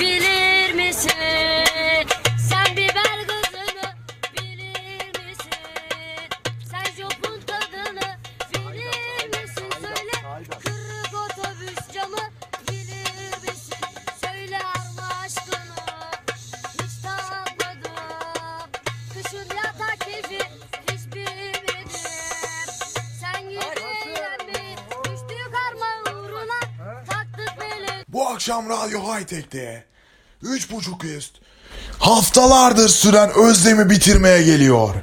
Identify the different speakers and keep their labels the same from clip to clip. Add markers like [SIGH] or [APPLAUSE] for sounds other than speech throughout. Speaker 1: Bilir misin sen biber gazını bilir misin sen jopun tadını bilir misin söyle kırık otobüs camı bilir misin söyle Allah aşkına hiç tatmadım kışın yatak keyfi hiç bilmedim sen yüreğe mi düştü karma uğruna taktık beni
Speaker 2: Bu akşam Radyo Hightech'te 3.5 üst haftalardır süren özlemi bitirmeye geliyor.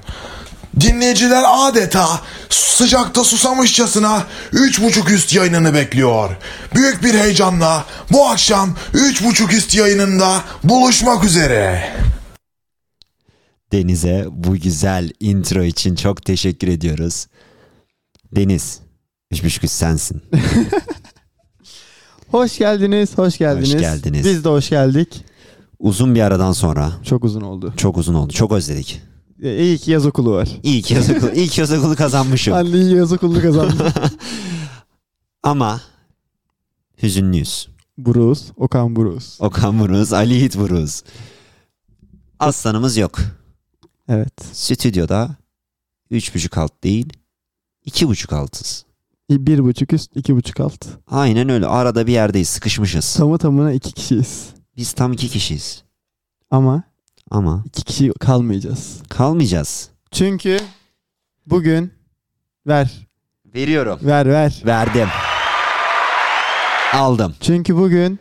Speaker 2: Dinleyiciler adeta sıcakta susamışçasına 3.5 üst yayınını bekliyor. Büyük bir heyecanla bu akşam 3.5 üst yayınında buluşmak üzere.
Speaker 3: Deniz'e bu güzel intro için çok teşekkür ediyoruz. Deniz, üç buçuk üst sensin.
Speaker 4: Hoş geldiniz, hoş geldiniz.
Speaker 3: geldiniz.
Speaker 4: Biz de hoş geldik.
Speaker 3: Uzun bir aradan sonra
Speaker 4: Çok uzun oldu.
Speaker 3: çok uzun oldu. Çok özledik.
Speaker 4: E, İyi ki yaz okulu var.
Speaker 3: İyi ki yaz okulu, iyi ki yaz okulu kazanmışım.
Speaker 4: Anne iyi yaz
Speaker 3: [LAUGHS]
Speaker 4: okulunu kazandı.
Speaker 3: Ama hüzünlüyüz.
Speaker 4: Bruce, Okan Bruce.
Speaker 3: Okan Buruz, Ali Yiğit Buruz. Aslanımız yok.
Speaker 4: Evet.
Speaker 3: Stüdyoda üç buçuk alt değil, iki buçuk altız.
Speaker 4: İ- Bir buçuk üst, iki buçuk alt.
Speaker 3: Aynen öyle. Arada bir yerdeyiz, sıkışmışız.
Speaker 4: Tamı tamına iki kişiyiz.
Speaker 3: Biz tam iki kişiyiz.
Speaker 4: Ama
Speaker 3: Ama
Speaker 4: iki kişi kalmayacağız.
Speaker 3: kalmayacağız.
Speaker 4: Çünkü bugün ver,
Speaker 3: Veriyorum.
Speaker 4: ver, ver.
Speaker 3: Verdim. Aldım.
Speaker 4: Çünkü bugün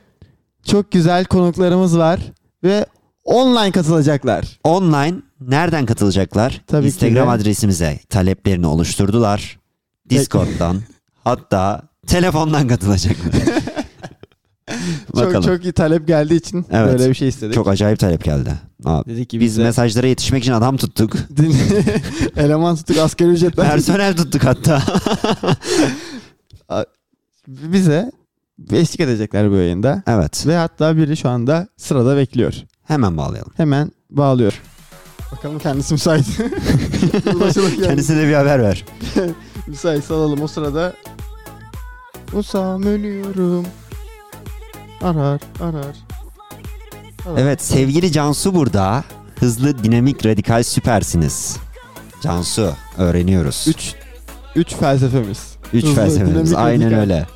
Speaker 4: çok güzel konuklarımız var ve online katılacaklar.
Speaker 3: Online nereden katılacaklar?
Speaker 4: Tabii ki
Speaker 3: Instagram
Speaker 4: de.
Speaker 3: adresimize taleplerini oluşturdular. Discord'dan hatta telefondan
Speaker 4: [LAUGHS]
Speaker 3: katılacaklar. Bakalım.
Speaker 4: Çok
Speaker 3: Çok,
Speaker 4: çok iyi talep geldiği için
Speaker 3: Evet.
Speaker 4: böyle bir şey istedik.
Speaker 3: acayip talep geldi. Aa,
Speaker 4: Dedik ki
Speaker 3: biz
Speaker 4: bize-
Speaker 3: mesajlara yetişmek için adam tuttuk.
Speaker 4: Din- [LAUGHS] Eleman tuttuk asgari ücretler.
Speaker 3: Personel tuttuk
Speaker 4: [LAUGHS]
Speaker 3: hatta.
Speaker 4: Bize eşlik edecekler bu yayında.
Speaker 3: evet.
Speaker 4: Ve hatta biri şu anda sırada bekliyor.
Speaker 3: Hemen bağlayalım.
Speaker 4: Hemen bağlıyor. Bakalım
Speaker 3: [LAUGHS]
Speaker 4: kendisi müsait. Ulaşalım yani.
Speaker 3: Kendisine de bir haber ver.
Speaker 4: Müsait salalım o sırada. Usam ölüyorum. Arar arar.
Speaker 3: Evet sevgili Cansu burada. Hızlı, dinamik, radikal süpersiniz. Cansu öğreniyoruz.
Speaker 4: 3 3 felsefemiz.
Speaker 3: Üç
Speaker 4: Hızlı,
Speaker 3: felsefemiz
Speaker 4: dinamik,
Speaker 3: aynen
Speaker 4: radikal.
Speaker 3: öyle.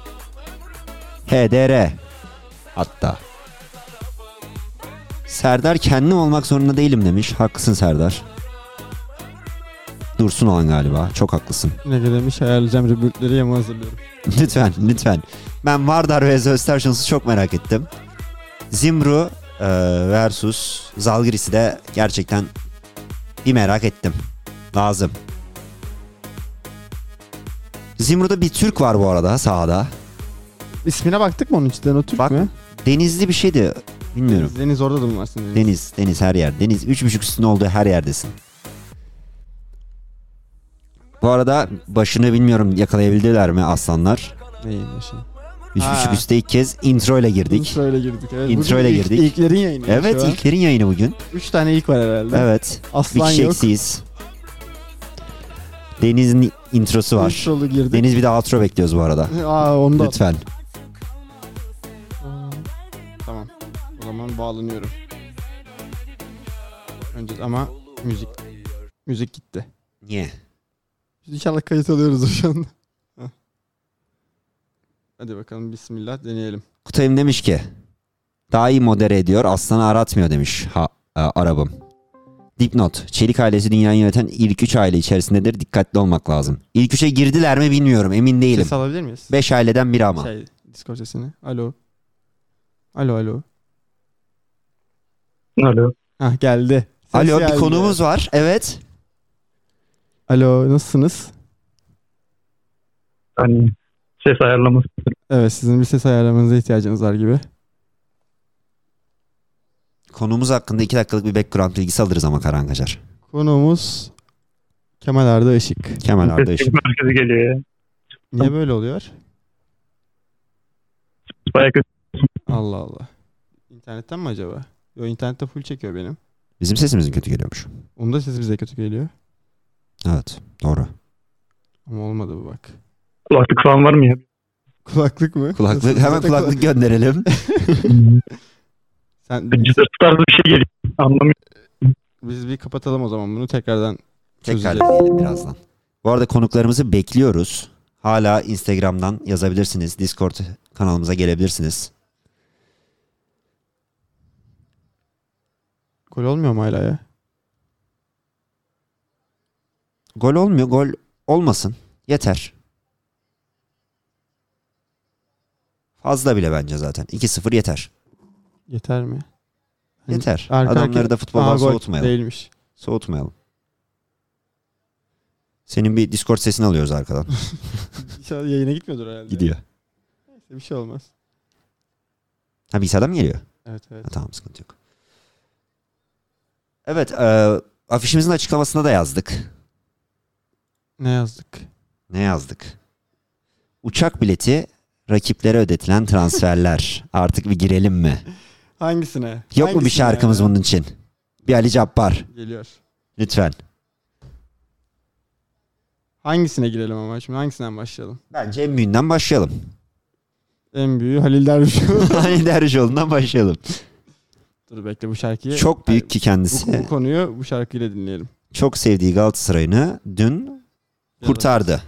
Speaker 3: HDR. Hatta. Serdar kendim olmak zorunda değilim demiş. Haklısın Serdar. Dursun olan galiba. Çok haklısın. [LAUGHS]
Speaker 4: Ne demiş ayarlayacağım rebootleri yama hazırlıyorum.
Speaker 3: lütfen, lütfen. Ben Vardar ve Ezra Özterşans'ı çok merak ettim. Zimru e, versus Zalgiris'i de gerçekten bir merak ettim. Lazım. Zimru'da bir Türk var bu arada sahada.
Speaker 4: İsmine baktık mı şey. onun içinden o Türk
Speaker 3: Bak-
Speaker 4: mü?
Speaker 3: Denizli bir şeydi. Bilmiyorum.
Speaker 4: Deniz orada da mı varsın? Deniz?
Speaker 3: Deniz, deniz her yer. Deniz üç buçuk üstün olduğu her yerdesin. Bu arada başını bilmiyorum yakalayabildiler mi aslanlar?
Speaker 4: Neyin başı?
Speaker 3: Üç
Speaker 4: Ha.
Speaker 3: buçuk üste ilk kez intro ile girdik.
Speaker 4: İntroyla girdik. Evet.
Speaker 3: İntroyla
Speaker 4: Bugün
Speaker 3: girdik.
Speaker 4: Ilk, ilklerin yayını.
Speaker 3: Evet
Speaker 4: şu an.
Speaker 3: ilklerin yayını bugün.
Speaker 4: Üç tane ilk var herhalde.
Speaker 3: Evet. Bir
Speaker 4: Aslan
Speaker 3: kişi
Speaker 4: yok.
Speaker 3: eksiyiz. Deniz'in introsu var.
Speaker 4: Introlu girdik.
Speaker 3: Deniz bir de outro bekliyoruz bu arada.
Speaker 4: [LAUGHS] Aa onda.
Speaker 3: Lütfen.
Speaker 4: Aa, Tamam. O zaman bağlanıyorum. Önce ama müzik. Müzik gitti.
Speaker 3: Niye?
Speaker 4: İnşallah kayıt alıyoruz şu [LAUGHS] anda. Heh. Hadi bakalım bismillah deneyelim.
Speaker 3: Kutayım demiş ki daha iyi modere ediyor aslanı aratmıyor demiş ha, e, arabım. Dipnot. Çelik ailesi dünyayı yöneten ilk 3 aile içerisindedir. Dikkatli olmak lazım. İlk 3'e girdiler mi bilmiyorum. Emin değilim.
Speaker 4: Ses alabilir miyiz?
Speaker 3: 5 aileden biri ama.
Speaker 4: Şey, Discord sesini. Alo. Alo alo.
Speaker 5: Alo.
Speaker 4: Hah geldi. Ses
Speaker 3: Alo bir
Speaker 4: geldi.
Speaker 3: konuğumuz var. Evet.
Speaker 4: Alo nasılsınız?
Speaker 5: Hani ses ayarlaması.
Speaker 4: Evet sizin bir ses ayarlamanıza ihtiyacınız var gibi.
Speaker 3: Konuğumuz hakkında 2 dakikalık bir background bilgisi alırız ama Karan Kacar.
Speaker 4: Konuğumuz Kemal Arda Işık.
Speaker 3: Kemal Arda
Speaker 5: Ses
Speaker 3: Işık.
Speaker 5: merkezi geliyor ya.
Speaker 4: Niye böyle oluyor?
Speaker 5: Bayağı kötü.
Speaker 4: Allah Allah. İnternetten mi acaba? Yo internette full çekiyor benim.
Speaker 3: Bizim sesimizin kötü geliyormuş.
Speaker 4: Onun da sesi bize kötü geliyor.
Speaker 3: Evet. Doğru.
Speaker 4: Ama olmadı bu bak. [LAUGHS]
Speaker 5: Kulaklık falan var mı ya?
Speaker 4: Kulaklık mı? [LAUGHS]
Speaker 3: Kulaklık
Speaker 4: Zaten
Speaker 3: hemen kulaklık gönderelim.
Speaker 4: Sen,
Speaker 5: Cızırtı tarzı bir şey geliyor. Anlamıyorum.
Speaker 4: biz bir kapatalım o zaman bunu tekrardan
Speaker 3: Tekrar
Speaker 4: çözeceğiz.
Speaker 3: diyelim birazdan. Bu arada konuklarımızı bekliyoruz. Hala Instagram'dan yazabilirsiniz. Discord kanalımıza gelebilirsiniz.
Speaker 4: Gol olmuyor mu hala ya?
Speaker 3: Gol olmuyor. Gol olmasın. Yeter. Fazla bile bence zaten. 2-0 yeter.
Speaker 4: Yeter mi? Hani
Speaker 3: Yeter.
Speaker 4: arka
Speaker 3: Adamları
Speaker 4: arkaya-
Speaker 3: da
Speaker 4: Aa,
Speaker 3: futboldan
Speaker 4: gol
Speaker 3: soğutmayalım.
Speaker 4: Değilmiş.
Speaker 3: Soğutmayalım. Senin bir Discord sesini alıyoruz arkadan.
Speaker 4: İnşallah yayına gitmiyordur herhalde.
Speaker 3: Gidiyor.
Speaker 4: Neyse, Bir şey olmaz.
Speaker 3: Ha bilgisayardan mı geliyor?
Speaker 4: Evet evet.
Speaker 3: Ha, tamam sıkıntı yok. Evet e, afişimizin açıklamasına da yazdık.
Speaker 4: Ne yazdık?
Speaker 3: Ne yazdık? Uçak bileti rakiplere ödetilen transferler. Artık bir girelim mi?
Speaker 4: Hangisine?
Speaker 3: Yok mu bir
Speaker 4: Hangisine?
Speaker 3: şarkımız bunun için? Bir Ali Cabbar
Speaker 4: Geliyor.
Speaker 3: lütfen.
Speaker 4: Hangisine girelim ama şimdi hangisinden başlayalım?
Speaker 3: Bence en büyüğünden başlayalım. [LAUGHS]
Speaker 4: En büyüğü Halil Dervişoğlu.
Speaker 3: Ali Dervişoğlu'ndan başlayalım.
Speaker 4: Dur bekle bu şarkıyı.
Speaker 3: Çok büyük ki
Speaker 4: Bu, bu
Speaker 3: kendisi.
Speaker 4: konuyu bu şarkıyla dinleyelim.
Speaker 3: Çok sevdiği Galatasaray'ını dün kurtardı.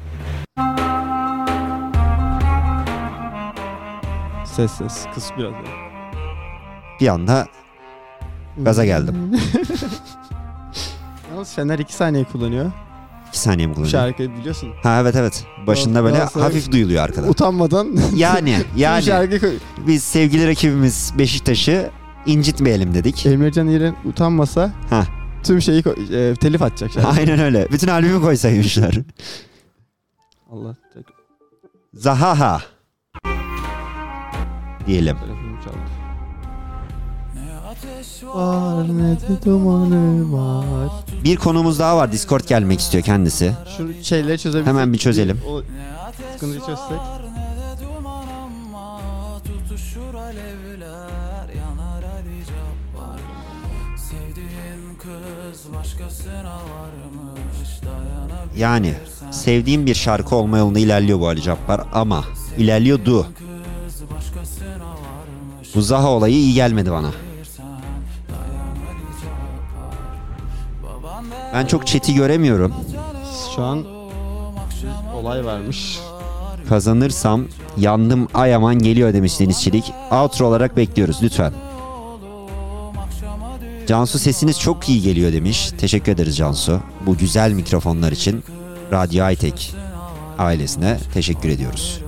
Speaker 4: Ses ses. Kıs biraz. daha.
Speaker 3: Bir anda gaza geldim.
Speaker 4: Yalnız Şener 2 saniye kullanıyor.
Speaker 3: İki saniye mi
Speaker 4: Bu
Speaker 3: kullanıyor?
Speaker 4: şarkıyı biliyorsun.
Speaker 3: Ha evet evet. Başında böyle
Speaker 4: Galatasaray-
Speaker 3: hafif duyuluyor arkada.
Speaker 4: Utanmadan [LAUGHS]
Speaker 3: Yani
Speaker 4: yani. bu
Speaker 3: yani
Speaker 4: şarkıyı koy.
Speaker 3: biz sevgili rakibimiz Beşiktaş'ı incitmeyelim dedik.
Speaker 4: Emrecan İren utanmasa
Speaker 3: Ha.
Speaker 4: tüm şeyi koy- e, telif atacak şarkı.
Speaker 3: [LAUGHS] Aynen öyle. Bütün albümü koysaymışlar.
Speaker 4: Allah tek
Speaker 3: Zahaha. Diyelim.
Speaker 4: telefonum çaldı.
Speaker 6: ne de dumanı var.
Speaker 3: Bir konumuz daha var. Discord gelmek istiyor kendisi.
Speaker 4: Şu şeyleri çözebiliriz.
Speaker 3: Hemen bir çözelim.
Speaker 4: O sıkıntıyı çözsek.
Speaker 3: Yani sevdiğim bir şarkı olma yolunda ilerliyor bu Ali Cabbar ama ilerliyordu. Bu Zaha olayı iyi gelmedi bana. Ben çok chat'i göremiyorum.
Speaker 4: Şu an bir olay varmış.
Speaker 3: Kazanırsam yandım ayaman geliyor demiş Deniz Çelik. Outro olarak bekliyoruz lütfen. Cansu sesiniz çok iyi geliyor demiş. Teşekkür ederiz Cansu. Bu güzel mikrofonlar için Radyo Aytek ailesine teşekkür ediyoruz.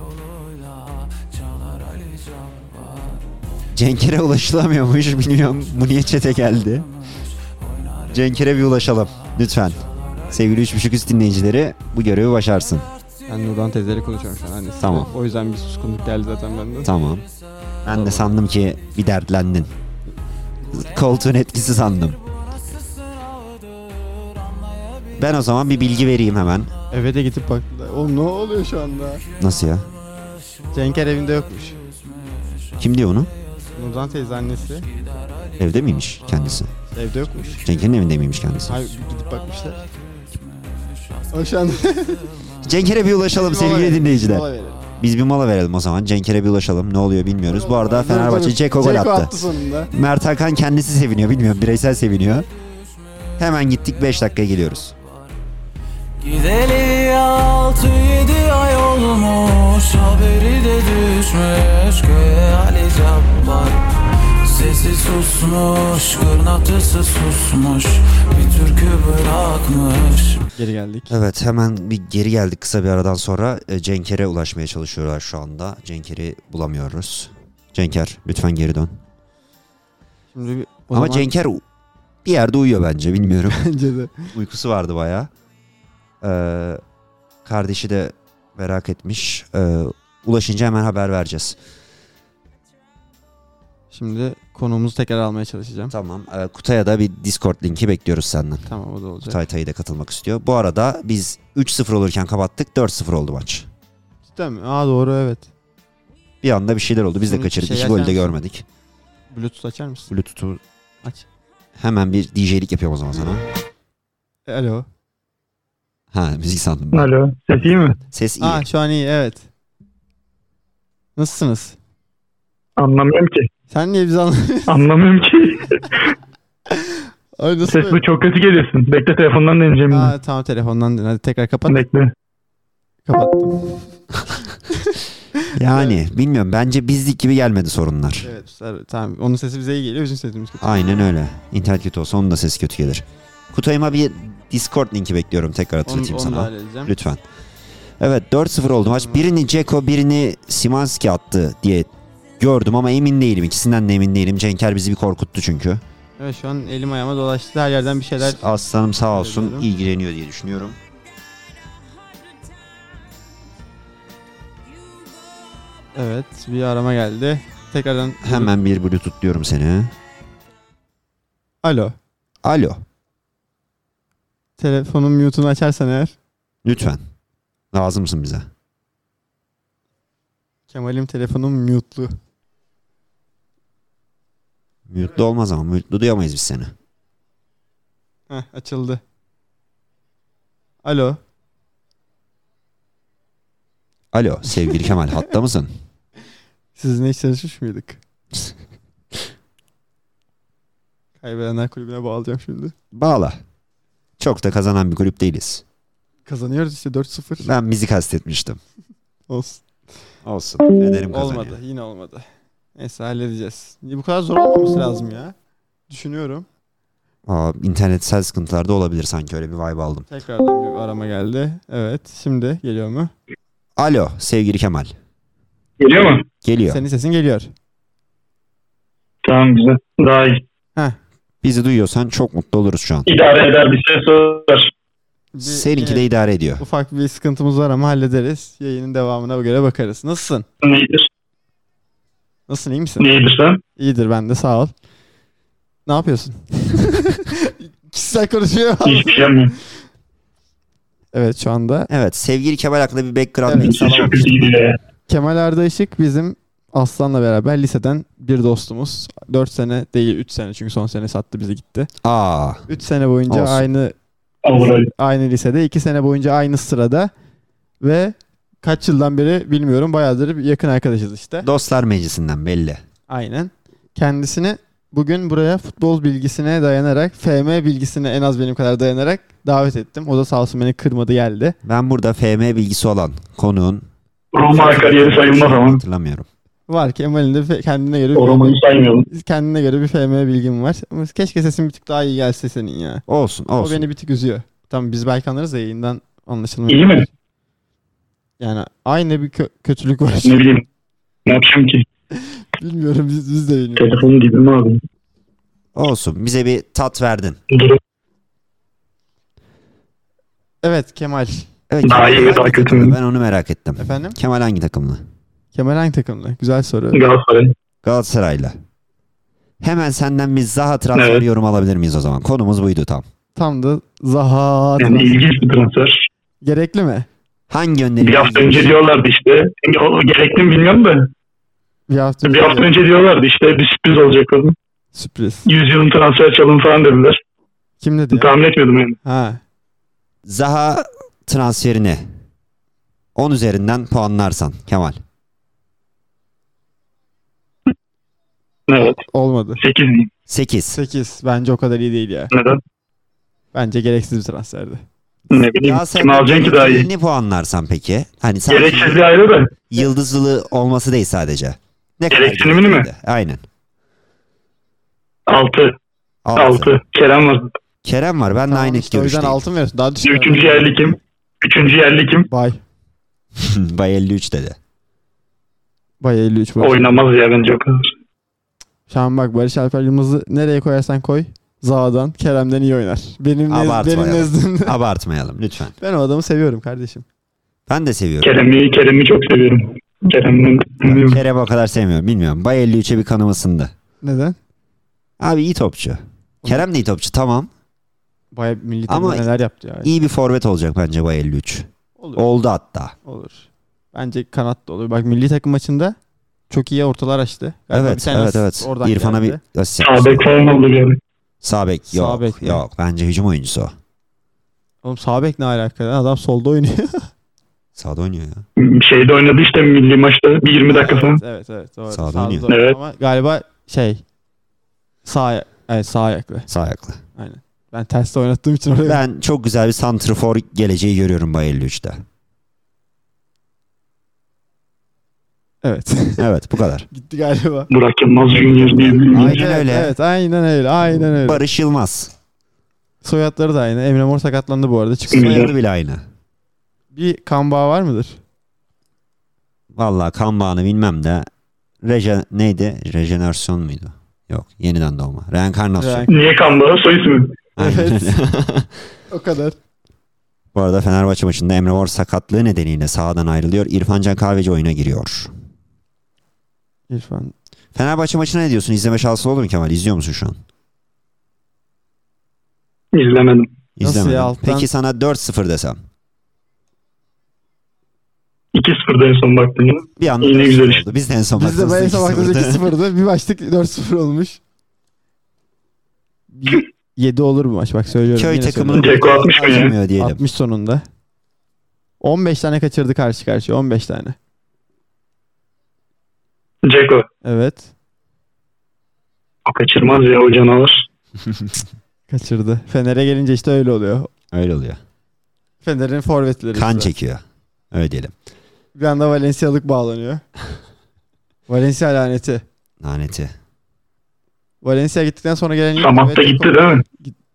Speaker 3: Cenkere ulaşılamıyormuş bilmiyorum bu niye çete geldi. Cenkere bir ulaşalım lütfen. Sevgili 3.5 üst dinleyicileri bu görevi başarsın.
Speaker 4: Ben Nurdan teyzeyle konuşuyorum şu an annesiyle.
Speaker 3: Tamam.
Speaker 4: O yüzden bir suskunluk geldi zaten benden.
Speaker 3: Tamam. Ben de sandım ki bir dertlendin. Koltuğun etkisi sandım. Ben o zaman bir bilgi vereyim hemen.
Speaker 4: Eve de gidip baktılar. Oğlum ne oluyor şu anda?
Speaker 3: Nasıl ya?
Speaker 4: Cenker evinde yokmuş.
Speaker 3: Kim diyor onu?
Speaker 4: Nurdan teyze annesi
Speaker 3: Evde miymiş kendisi?
Speaker 4: evde yokmuş.
Speaker 3: Cenk'in evinde miymiş kendisi?
Speaker 4: Hayır gidip bakmışlar. O şu [LAUGHS] anda...
Speaker 3: Cenk'e bir ulaşalım sevgili dinleyiciler.
Speaker 4: Olay verelim.
Speaker 3: Biz bir mola verelim o zaman. Cenk'e bir ulaşalım. Ne oluyor bilmiyoruz. Bu arada Fenerbahçe Ceko gol
Speaker 4: Ceko
Speaker 3: attı.
Speaker 4: sonunda.
Speaker 3: Mert Hakan kendisi seviniyor. Bilmiyorum bireysel seviniyor. Hemen gittik 5 dakikaya geliyoruz.
Speaker 7: Gideli altı yedi ay olmuş Haberi de düşmüş köye Ali Cabbar Sesi susmuş, kırnatısı susmuş Bir türkü bırakmış
Speaker 4: Geri geldik.
Speaker 3: Evet hemen bir geri geldik kısa bir aradan sonra. E, Cenker'e ulaşmaya çalışıyorlar şu anda. Cenker'i bulamıyoruz. Cenker lütfen geri dön.
Speaker 4: Şimdi bir, o
Speaker 3: Ama
Speaker 4: zaman
Speaker 3: Cenker u- bir yerde uyuyor bence bilmiyorum.
Speaker 4: [LAUGHS] bence de.
Speaker 3: Uykusu vardı bayağı. Ee, kardeşi de merak etmiş. Ee, ulaşınca hemen haber vereceğiz.
Speaker 4: Şimdi konuğumuzu tekrar almaya çalışacağım.
Speaker 3: Tamam. e, Kutay'a da bir Discord linki bekliyoruz senden.
Speaker 4: Tamam o da olacak.
Speaker 3: Kutay Tay'ı da katılmak istiyor. Bu arada biz 3-0 olurken kapattık. 4-0 oldu maç.
Speaker 4: Cidden mi? Aa doğru evet.
Speaker 3: Bir anda bir şeyler oldu. Biz de
Speaker 4: Şimdi
Speaker 3: kaçırdık.
Speaker 4: şey
Speaker 3: İki golü de
Speaker 4: açar mısın?
Speaker 3: görmedik.
Speaker 4: Bluetooth açar mısın?
Speaker 3: Bluetooth'u
Speaker 4: Aç.
Speaker 3: Hemen bir DJ'lik yapıyorum o zaman sana.
Speaker 4: E, alo.
Speaker 3: Ha müzik sandım. ben.
Speaker 5: Alo. Ses iyi mi?
Speaker 3: Ses iyi.
Speaker 4: Aa şu an iyi evet. Nasılsınız?
Speaker 5: Anlamıyorum ki.
Speaker 4: Sen niye bizi anlamıyorsun? [LAUGHS]
Speaker 5: Anlamıyorum ki.
Speaker 4: Ay nasıl
Speaker 5: Sesli
Speaker 4: böyle?
Speaker 5: çok kötü geliyorsun. Bekle telefondan deneyeceğim. bunu.
Speaker 4: Aa, tamam telefondan din. Hadi tekrar kapat.
Speaker 5: Bekle.
Speaker 4: Kapattım.
Speaker 3: Yani bilmiyorum bence bizlik gibi gelmedi sorunlar.
Speaker 4: Evet sar- tamam. Onun sesi bize iyi geliyor. Bizim sesimiz kötü.
Speaker 3: Aynen öyle. İnternet kötü olsa onun da sesi kötü gelir. Kutayıma bir Discord linki bekliyorum tekrar
Speaker 4: Onu,
Speaker 3: hatırlatayım
Speaker 4: onu da
Speaker 3: sana.
Speaker 4: halledeceğim.
Speaker 3: Lütfen. Evet 4-0 oldu maç. Birini Ceko birini Simanski attı diye gördüm ama emin değilim. İkisinden de emin değilim. Cenker bizi bir korkuttu çünkü.
Speaker 4: Evet şu an elim ayağıma dolaştı. Her yerden bir şeyler.
Speaker 3: Aslanım sağ olsun
Speaker 4: Teşekkür
Speaker 3: ilgileniyor diye düşünüyorum.
Speaker 4: Evet bir arama geldi. Tekrardan.
Speaker 3: Hemen bir bluetooth diyorum seni.
Speaker 4: Alo.
Speaker 3: Alo
Speaker 4: Telefonun mute'unu açarsan eğer.
Speaker 3: lütfen. Lazımsın bize.
Speaker 4: Kemal'im telefonum mute'lu.
Speaker 3: Mutlu olmaz ama mutlu duyamayız biz seni.
Speaker 4: Heh açıldı. Alo.
Speaker 3: Alo sevgili Kemal hatta mısın?
Speaker 4: Sizinle hiç
Speaker 3: [LAUGHS]
Speaker 4: tanışmış mıydık? Kaybedenler kulübüne bağlayacağım şimdi.
Speaker 3: Bağla. Çok da kazanan bir kulüp değiliz.
Speaker 4: Kazanıyoruz işte 4-0.
Speaker 3: Ben bizi kastetmiştim.
Speaker 4: Olsun.
Speaker 3: Olsun. Ederim kazanıyor.
Speaker 4: Olmadı. Yine olmadı. Neyse halledeceğiz. Bu kadar zor olmaması lazım ya. Düşünüyorum.
Speaker 3: Aa, internetsel sıkıntılar da olabilir sanki öyle bir vibe aldım.
Speaker 4: Tekrardan bir arama geldi. Evet. Şimdi geliyor mu?
Speaker 3: Alo sevgili Kemal.
Speaker 5: Geliyor mu?
Speaker 3: Geliyor.
Speaker 4: Senin sesin geliyor.
Speaker 5: Tamam güzel. Daha iyi.
Speaker 3: Bizi duyuyorsan çok mutlu oluruz şu an.
Speaker 5: İdare eder bir şey ses var.
Speaker 4: Bir-
Speaker 3: Seninki de
Speaker 4: yine
Speaker 3: idare ediyor.
Speaker 4: Ufak bir sıkıntımız var ama hallederiz. Yayının devamına göre bakarız. Nasılsın?
Speaker 5: Neyidir?
Speaker 4: Nasılsın? iyi misin?
Speaker 5: Neyidir sen?
Speaker 4: İyidir ben de sağ ol. Ne yapıyorsun? [LAUGHS] Kişisel konuşuyor.
Speaker 5: Hiçbir şey yapmıyorum.
Speaker 4: evet şu anda
Speaker 3: Evet sevgili Kemal hakkında bir background
Speaker 4: Evet.
Speaker 3: bilgisi
Speaker 5: Ses çok
Speaker 3: alamadım.
Speaker 5: kötü gidiyor ya.
Speaker 4: Kemal Arda Işık bizim Aslan'la beraber liseden bir dostumuz. 4 sene değil 3 sene çünkü son sene sattı bizi gitti.
Speaker 3: Aa,
Speaker 4: 3 sene boyunca
Speaker 3: Olsun.
Speaker 4: aynı
Speaker 5: Olur öyle.
Speaker 4: aynı lisede, 2 sene boyunca aynı sırada ve kaç yıldan beri bilmiyorum bayağıdır yakın arkadaşız işte.
Speaker 3: dostlar meclisinden belli.
Speaker 4: Aynen. Kendisini bugün buraya futbol bilgisine dayanarak, FM bilgisine en az benim kadar dayanarak davet ettim. O da sağ olsun beni kırmadı geldi.
Speaker 3: Ben burada FM bilgisi olan konuğun
Speaker 5: Roma kariyeri sayılmaz ama.
Speaker 3: hatırlamıyorum.
Speaker 4: Var ki Emel'in de fe- kendine göre bir
Speaker 5: O Roma'yı saymayalım.
Speaker 4: kendine göre bir FM bilgim var. Ama keşke sesin bir tık daha iyi gelse senin ya.
Speaker 3: Olsun olsun.
Speaker 4: O beni bir tık üzüyor. Tamam biz belki anlarız da yayından anlaşılmıyor.
Speaker 5: İyi mi?
Speaker 4: Yani aynı bir kö- kötülük var.
Speaker 5: Ne bileyim. Ne yapacağım ki?
Speaker 4: bilmiyorum biz, biz de bilmiyoruz.
Speaker 5: Telefonu dibime aldım.
Speaker 3: Olsun. Bize bir tat verdin.
Speaker 5: Durum
Speaker 4: Evet Kemal.
Speaker 3: Evet,
Speaker 5: Daha
Speaker 3: Kemal
Speaker 5: iyi mi, daha
Speaker 3: hangi
Speaker 5: kötü
Speaker 3: takımlı?
Speaker 5: mü?
Speaker 3: Ben onu merak ettim.
Speaker 4: Efendim?
Speaker 3: Kemal hangi takımlı?
Speaker 4: Kemal hangi takımlı? Güzel soru.
Speaker 5: Galatasaray.
Speaker 3: Galatasaray'la. Hemen senden bir Zaha transfer
Speaker 5: Evet.
Speaker 3: yorum alabilir miyiz o zaman? Konumuz buydu tam.
Speaker 4: Tam da Zaha.
Speaker 5: Yani ilginç bir transfer.
Speaker 4: Gerekli mi?
Speaker 3: Hangi öneri?
Speaker 5: Bir hafta önce diyorlardı işte. O gerekli mi bilmiyorum da.
Speaker 4: Bir hafta,
Speaker 5: Bir hafta önce diyorlardı işte bir sürpriz olacak dedim.
Speaker 4: Sürpriz.
Speaker 5: 100 yılın transfer çalımı falan dediler.
Speaker 4: Kim dedi? ya?
Speaker 5: Tahmin etmiyordum yani.
Speaker 4: Ha.
Speaker 3: Zaha transferini 10 üzerinden puanlarsan Kemal.
Speaker 5: Evet.
Speaker 4: Olmadı.
Speaker 5: 8 diyeyim.
Speaker 3: 8.
Speaker 4: 8. Bence o kadar iyi değil ya.
Speaker 5: Neden?
Speaker 4: Bence gereksiz bir transferdi.
Speaker 5: Ne bileyim. Kim alacaksın ki daha iyi?
Speaker 3: puanlarsan peki? Hani sen
Speaker 5: Gereksiz bir ayrı da.
Speaker 3: yıldızlı olması değil sadece. Ne kadar
Speaker 5: Gereksinimini mi?
Speaker 3: gerekliydi? Aynen.
Speaker 5: 6.
Speaker 3: Altı.
Speaker 5: 6. Kerem var.
Speaker 3: Kerem var. Ben de aynı
Speaker 4: işte o yüzden
Speaker 3: görüşteyim.
Speaker 4: altın veriyorsun. Daha düşük.
Speaker 5: Üçüncü yerli kim? Üçüncü yerli kim?
Speaker 4: Bay.
Speaker 3: [LAUGHS] Bay 53 dedi.
Speaker 4: Bay 53 bu.
Speaker 5: Oynamaz ya bence o kadar.
Speaker 4: Şu an bak Barış Alper Yılmaz'ı nereye koyarsan koy. Zaha'dan, Kerem'den iyi oynar. Benim, nez,
Speaker 3: Abartma
Speaker 4: benim
Speaker 3: ya. [LAUGHS]
Speaker 4: nezdimde. [LAUGHS]
Speaker 3: Abartmayalım lütfen.
Speaker 4: Ben o adamı seviyorum kardeşim.
Speaker 3: Ben de seviyorum.
Speaker 5: Kerem'i, Kerem'i çok seviyorum. Kerem'in
Speaker 3: Ben Kerem'i o kadar sevmiyorum. Bilmiyorum. Bay 53'e bir kanım ısındı.
Speaker 4: Neden?
Speaker 3: Abi iyi topçu. Kerem de iyi topçu tamam.
Speaker 4: Bayağı milli
Speaker 3: Ama-
Speaker 4: takımda neler yaptı ya.
Speaker 3: İyi bir forvet olacak bence Bay 53.
Speaker 4: Olur.
Speaker 3: Oldu hatta.
Speaker 4: Olur. Bence kanat da olur. Bak milli takım maçında çok iyi ortalar açtı. Galiba bir
Speaker 3: Evet,
Speaker 4: tane
Speaker 3: evet,
Speaker 4: asist
Speaker 3: evet.
Speaker 4: Oradan
Speaker 3: İrfan'a
Speaker 4: geldi.
Speaker 3: bir asist yapmış.
Speaker 5: Sağbek falan oldu bir ara.
Speaker 3: Sağ bek yok.
Speaker 4: Sağ bek mi?
Speaker 3: yok. Bence hücum oyuncusu o.
Speaker 4: Oğlum sağ bek ne alaka? lan? Adam solda oynuyor.
Speaker 3: Sağda oynuyor ya.
Speaker 5: Şeyde oynadı işte milli maçta [LAUGHS] bir 20 dakika falan.
Speaker 4: evet evet. evet doğru.
Speaker 3: Sağda
Speaker 4: Sağda
Speaker 3: oynuyor.
Speaker 4: oynuyor
Speaker 5: Evet.
Speaker 4: Ama galiba şey sağ ay- evet, sağ ayaklı.
Speaker 3: Sağ ayaklı.
Speaker 4: Aynen. Ben terste oynattığım için oraya [LAUGHS]
Speaker 3: Ben çok güzel bir santrfor geleceği görüyorum Bay 53'te.
Speaker 4: evet. [LAUGHS]
Speaker 3: Evet bu kadar.
Speaker 4: Gitti galiba.
Speaker 5: Burak Yılmaz Junior diye bir
Speaker 3: Aynen
Speaker 4: Evet,
Speaker 3: öyle.
Speaker 4: Evet, aynen öyle. Aynen öyle.
Speaker 3: Barış Yılmaz.
Speaker 4: Soyadları da aynı. Emre Mor sakatlandı bu arada. Çıksın.
Speaker 5: Güzel.
Speaker 3: Soyadı bile aynı.
Speaker 4: Bir kan bağı var mıdır?
Speaker 3: Vallahi kan bağını bilmem de Reje neydi? Rejenerasyon muydu? Yok. Yeniden doğma. Reenkarnasyon.
Speaker 4: Renk-
Speaker 5: Niye Kamba? Soy ismi.
Speaker 3: Aynen
Speaker 4: Evet.
Speaker 3: öyle.
Speaker 4: O kadar.
Speaker 3: [LAUGHS] Bu arada Fenerbahçe maçında Emre Mor sakatlığı nedeniyle sahadan ayrılıyor. İrfan Can Kahveci oyuna giriyor.
Speaker 4: İrfan.
Speaker 3: Fenerbahçe maçına ne diyorsun? İzleme şansı oldu mu Kemal? İzliyor musun şu an?
Speaker 5: İzlemedim.
Speaker 4: Nasıl
Speaker 3: İzlemedim.
Speaker 4: ya, alttan-
Speaker 3: Peki sana 4-0 desem.
Speaker 5: 2-0'da en son baktım ya.
Speaker 3: Bir anda
Speaker 5: İyi, ne
Speaker 3: 4-0
Speaker 5: güzel işte.
Speaker 3: oldu. Biz de en son
Speaker 4: Biz de
Speaker 3: baktığımızda
Speaker 4: bayağı sabahta
Speaker 3: 2-0'da.
Speaker 4: 8-0'dı. Bir başlık 4-0 olmuş. 7 olur bu maç. Bak söylüyorum.
Speaker 3: Köy
Speaker 4: yine
Speaker 3: takımının
Speaker 5: Ceko atmış mı ya?
Speaker 3: Acımıyor
Speaker 4: söylüyorum.
Speaker 3: diyelim.
Speaker 4: 60 sonunda. 15 tane kaçırdı karşı karşıya. 15 tane.
Speaker 5: Ceko.
Speaker 4: Evet.
Speaker 5: O kaçırmaz ya o canavar.
Speaker 4: Kaçırdı. Fener'e gelince işte öyle oluyor.
Speaker 3: Öyle oluyor.
Speaker 4: Fener'in forvetleri.
Speaker 3: Kan
Speaker 4: işte.
Speaker 3: çekiyor. Öyle diyelim.
Speaker 4: Bir anda Valencialık [LAUGHS] bağlanıyor. Valencia laneti.
Speaker 3: Laneti.
Speaker 4: Valencia gittikten sonra gelen ilk
Speaker 5: Samat da
Speaker 4: forvet-
Speaker 5: gitti değil mi?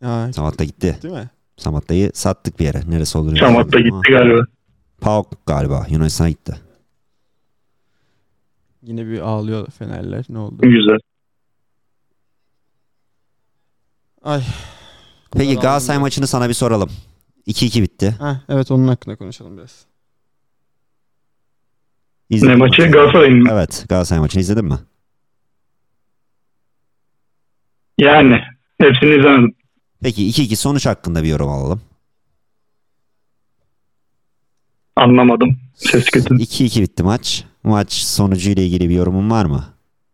Speaker 4: Ha,
Speaker 3: Samat da gitti.
Speaker 4: değil mi?
Speaker 3: Samatta'yı sattık bir yere. Neresi olur?
Speaker 5: Samat da gitti galiba.
Speaker 3: Pauk galiba. Yunanistan'a gitti.
Speaker 4: Yine bir ağlıyor Fenerler. Ne oldu?
Speaker 5: Güzel.
Speaker 4: Ay.
Speaker 3: Peki Galatasaray maçını sana bir soralım. 2-2 bitti.
Speaker 4: Ha, evet onun hakkında konuşalım biraz.
Speaker 5: Ne
Speaker 3: İzledin mi?
Speaker 5: maçı? Galatasaray'ın mı?
Speaker 3: Evet Galatasaray maçını izledin mi?
Speaker 5: Yani. Hepsini izlemedim.
Speaker 3: Peki 2-2 sonuç hakkında bir yorum alalım.
Speaker 5: Anlamadım. Ses kötü.
Speaker 3: 2-2 bitti maç. Maç sonucuyla ilgili bir yorumun var mı?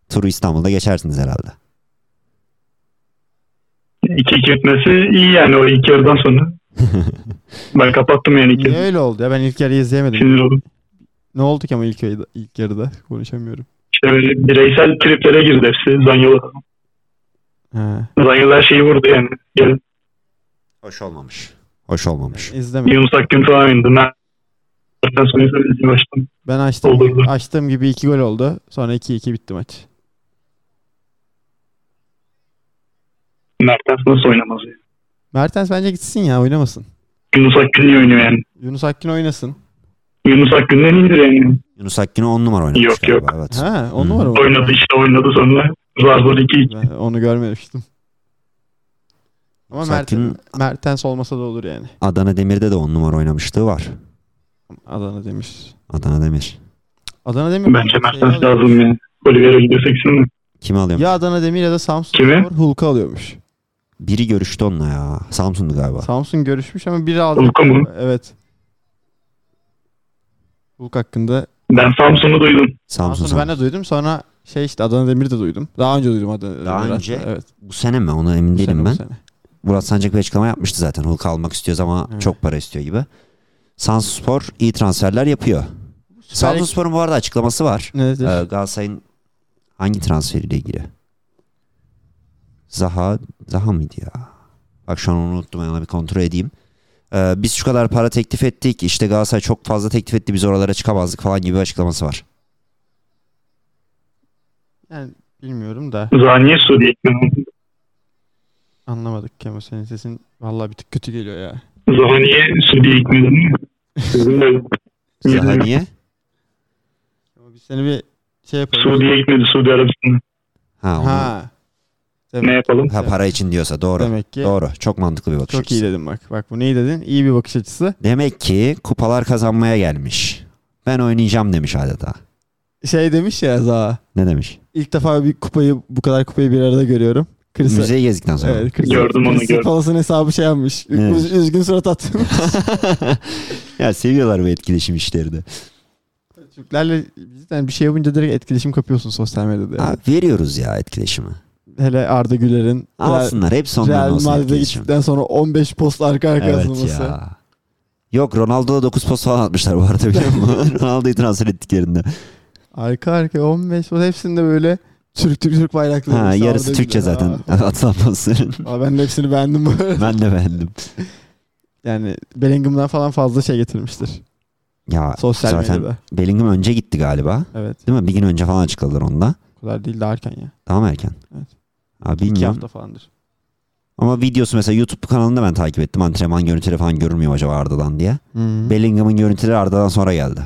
Speaker 3: Turu İstanbul'da geçersiniz herhalde.
Speaker 5: 2-2 bitmesi iyi yani o ilk yarıdan sonra. ben kapattım yani ilk
Speaker 4: Niye
Speaker 5: yarı.
Speaker 4: öyle oldu ya? Ben ilk yarıyı izleyemedim.
Speaker 5: Sinir oldum.
Speaker 4: Ne oldu ki ama ilk yarıda, ilk yarıda? konuşamıyorum.
Speaker 5: İşte böyle Şey, bireysel triplere girdi hepsi. Zanyola.
Speaker 4: Ha,
Speaker 5: Zanyola her şeyi vurdu yani. yani
Speaker 3: Hoş olmamış. Hoş olmamış.
Speaker 4: izlemedim.
Speaker 5: Yunus Akgün falan oynadı. Ben ben sonra izlemeye başladım.
Speaker 4: Ben açtım,
Speaker 5: Olur.
Speaker 4: açtığım gibi 2 gol oldu. Sonra 2-2 bitti maç.
Speaker 5: Mertens nasıl oynamaz ya?
Speaker 4: Mertens bence gitsin ya oynamasın.
Speaker 5: Yunus Akgün niye oynuyor yani?
Speaker 4: Yunus Akgün oynasın.
Speaker 5: Yunus Akgün'den iyidir yani.
Speaker 3: Yunus Akgün'ü 10 numara oynamış
Speaker 5: Yok,
Speaker 3: galiba. Evet.
Speaker 4: Ha, on
Speaker 3: Hmm.
Speaker 4: numara mı?
Speaker 5: Oynadı işte oynadı sonra. Zar zor 2-2.
Speaker 4: Ben onu görmemiştim. Ama
Speaker 3: Yunus Akgün'ün
Speaker 4: Mertens, Mertens olmasa da olur yani.
Speaker 3: Adana Demir'de de 10 numara oynamışlığı var.
Speaker 4: Adana Demir.
Speaker 3: Adana Demir.
Speaker 4: Adana Demir.
Speaker 5: Bence
Speaker 4: Şey
Speaker 5: Mertens
Speaker 4: alıyor.
Speaker 5: lazım yani. Oliveira gidiyor 80'e.
Speaker 3: Kimi alıyorum?
Speaker 4: Ya Adana Demir ya da Samsun
Speaker 5: Kimi?
Speaker 4: Spor Hulk'u alıyormuş.
Speaker 3: Biri görüştü onunla ya. Samsun'du galiba.
Speaker 4: Samsun görüşmüş ama biri aldı.
Speaker 5: Hulk'u mu?
Speaker 4: Evet. Hulk hakkında.
Speaker 5: Ben Samsun'u duydum.
Speaker 3: Samsun,
Speaker 4: Samsun'u ben
Speaker 3: Samsun.
Speaker 4: de duydum. Sonra şey işte Adana Demir'i de duydum. Daha önce duydum Adana Demir'i.
Speaker 3: Daha
Speaker 4: hatta.
Speaker 3: önce?
Speaker 4: Evet.
Speaker 3: Bu sene mi? Ona emin
Speaker 4: bu sene,
Speaker 3: değilim
Speaker 4: bu
Speaker 3: ben.
Speaker 4: sene.
Speaker 3: Murat Sancak bir açıklama yapmıştı zaten. Hulk almak istiyoruz ama
Speaker 4: Evet.
Speaker 3: çok para istiyor gibi. Samsun Spor iyi transferler yapıyor.
Speaker 4: Süper Lig-
Speaker 3: Samsun Spor'un bu arada açıklaması var.
Speaker 4: Nedir?
Speaker 3: Ee, Galatasaray'ın hangi transferiyle ilgili? Zaha, Zaha mıydı ya? Bak şu an onu unuttum. Ona bir kontrol edeyim. Ee, biz şu kadar para teklif ettik. İşte Galatasaray çok fazla teklif etti. Biz oralara çıkamazdık falan gibi bir açıklaması var.
Speaker 4: Yani bilmiyorum da
Speaker 5: Zaniye Suriye.
Speaker 4: anlamadık ki ama senin sesin vallahi bir tık kötü geliyor ya.
Speaker 5: Zaniye Suriye ekmedim.
Speaker 3: Zaha niye?
Speaker 4: Ama biz seni bir şey yapalım.
Speaker 5: Suudi'ye gitmedi Suudi Arabistan'a.
Speaker 3: Ha, onu-
Speaker 4: Ha. Demek,
Speaker 5: Ne yapalım?
Speaker 3: ha para için diyorsa doğru.
Speaker 4: demek ki
Speaker 3: Doğru. Çok mantıklı bir bakış
Speaker 4: çok
Speaker 3: açısı.
Speaker 4: iyi dedin bak. Bak bu neyi dedin? İyi bir bakış açısı.
Speaker 3: Demek ki kupalar kazanmaya gelmiş. Ben oynayacağım demiş adeta.
Speaker 4: Şey demiş ya Zaha.
Speaker 3: Ne demiş?
Speaker 4: İlk defa bir kupayı bu kadar kupayı bir arada görüyorum. Chris
Speaker 3: Müzeyi gezdikten sonra.
Speaker 4: Evet, Chris,
Speaker 5: Gördüm onu,
Speaker 4: Chris
Speaker 5: gördüm.
Speaker 4: Palas'ın hesabı şey yapmış.
Speaker 3: Evet.
Speaker 4: Üz- üzgün surat attım.
Speaker 3: [LAUGHS] ya seviyorlar bu etkileşim işlerini.
Speaker 4: Türklerle cidden bir şey yapınca direkt etkileşim kapıyorsun sosyal medyada.
Speaker 3: Abi veriyoruz ya etkileşimi.
Speaker 4: Hele Arda Güler'in Real,
Speaker 3: Alsınlar hepsi onların
Speaker 4: Real
Speaker 3: olsun
Speaker 4: Madrid'e
Speaker 3: etkileşim.
Speaker 4: gittikten sonra 15 post arka arkaya
Speaker 3: Evet
Speaker 4: atılması.
Speaker 3: ya. Yok Ronaldo'da 9 post falan atmışlar bu
Speaker 4: [LAUGHS]
Speaker 3: arada biliyor musun? Ronaldo'yu transfer ettiklerinde.
Speaker 4: Arka arkaya 15 post hepsinde böyle Türk Türk Türk bayrakları.
Speaker 3: Ha,
Speaker 4: Sağda
Speaker 3: yarısı
Speaker 4: güzel.
Speaker 3: Türkçe zaten.
Speaker 4: Aa.
Speaker 3: Atılan postların.
Speaker 4: Aa, ben de hepsini beğendim. bu
Speaker 3: [LAUGHS]
Speaker 4: arada.
Speaker 3: ben de beğendim.
Speaker 4: yani Bellingham'dan falan fazla şey getirmiştir.
Speaker 3: Ya
Speaker 4: Sosyal
Speaker 3: zaten
Speaker 4: medyada.
Speaker 3: Bellingham önce gitti galiba.
Speaker 4: Evet.
Speaker 3: Değil mi? Bir gün önce falan açıkladılar onda.
Speaker 4: O kadar değil daha erken ya.
Speaker 3: Daha mı erken?
Speaker 4: Evet.
Speaker 3: Abi
Speaker 4: İki
Speaker 3: bilmiyorum.
Speaker 4: hafta falandır.
Speaker 3: Ama videosu mesela YouTube kanalında ben takip ettim. Antrenman görüntüleri falan görür müyüm acaba Arda'dan diye. Bellingham'ın görüntüleri Arda'dan sonra geldi.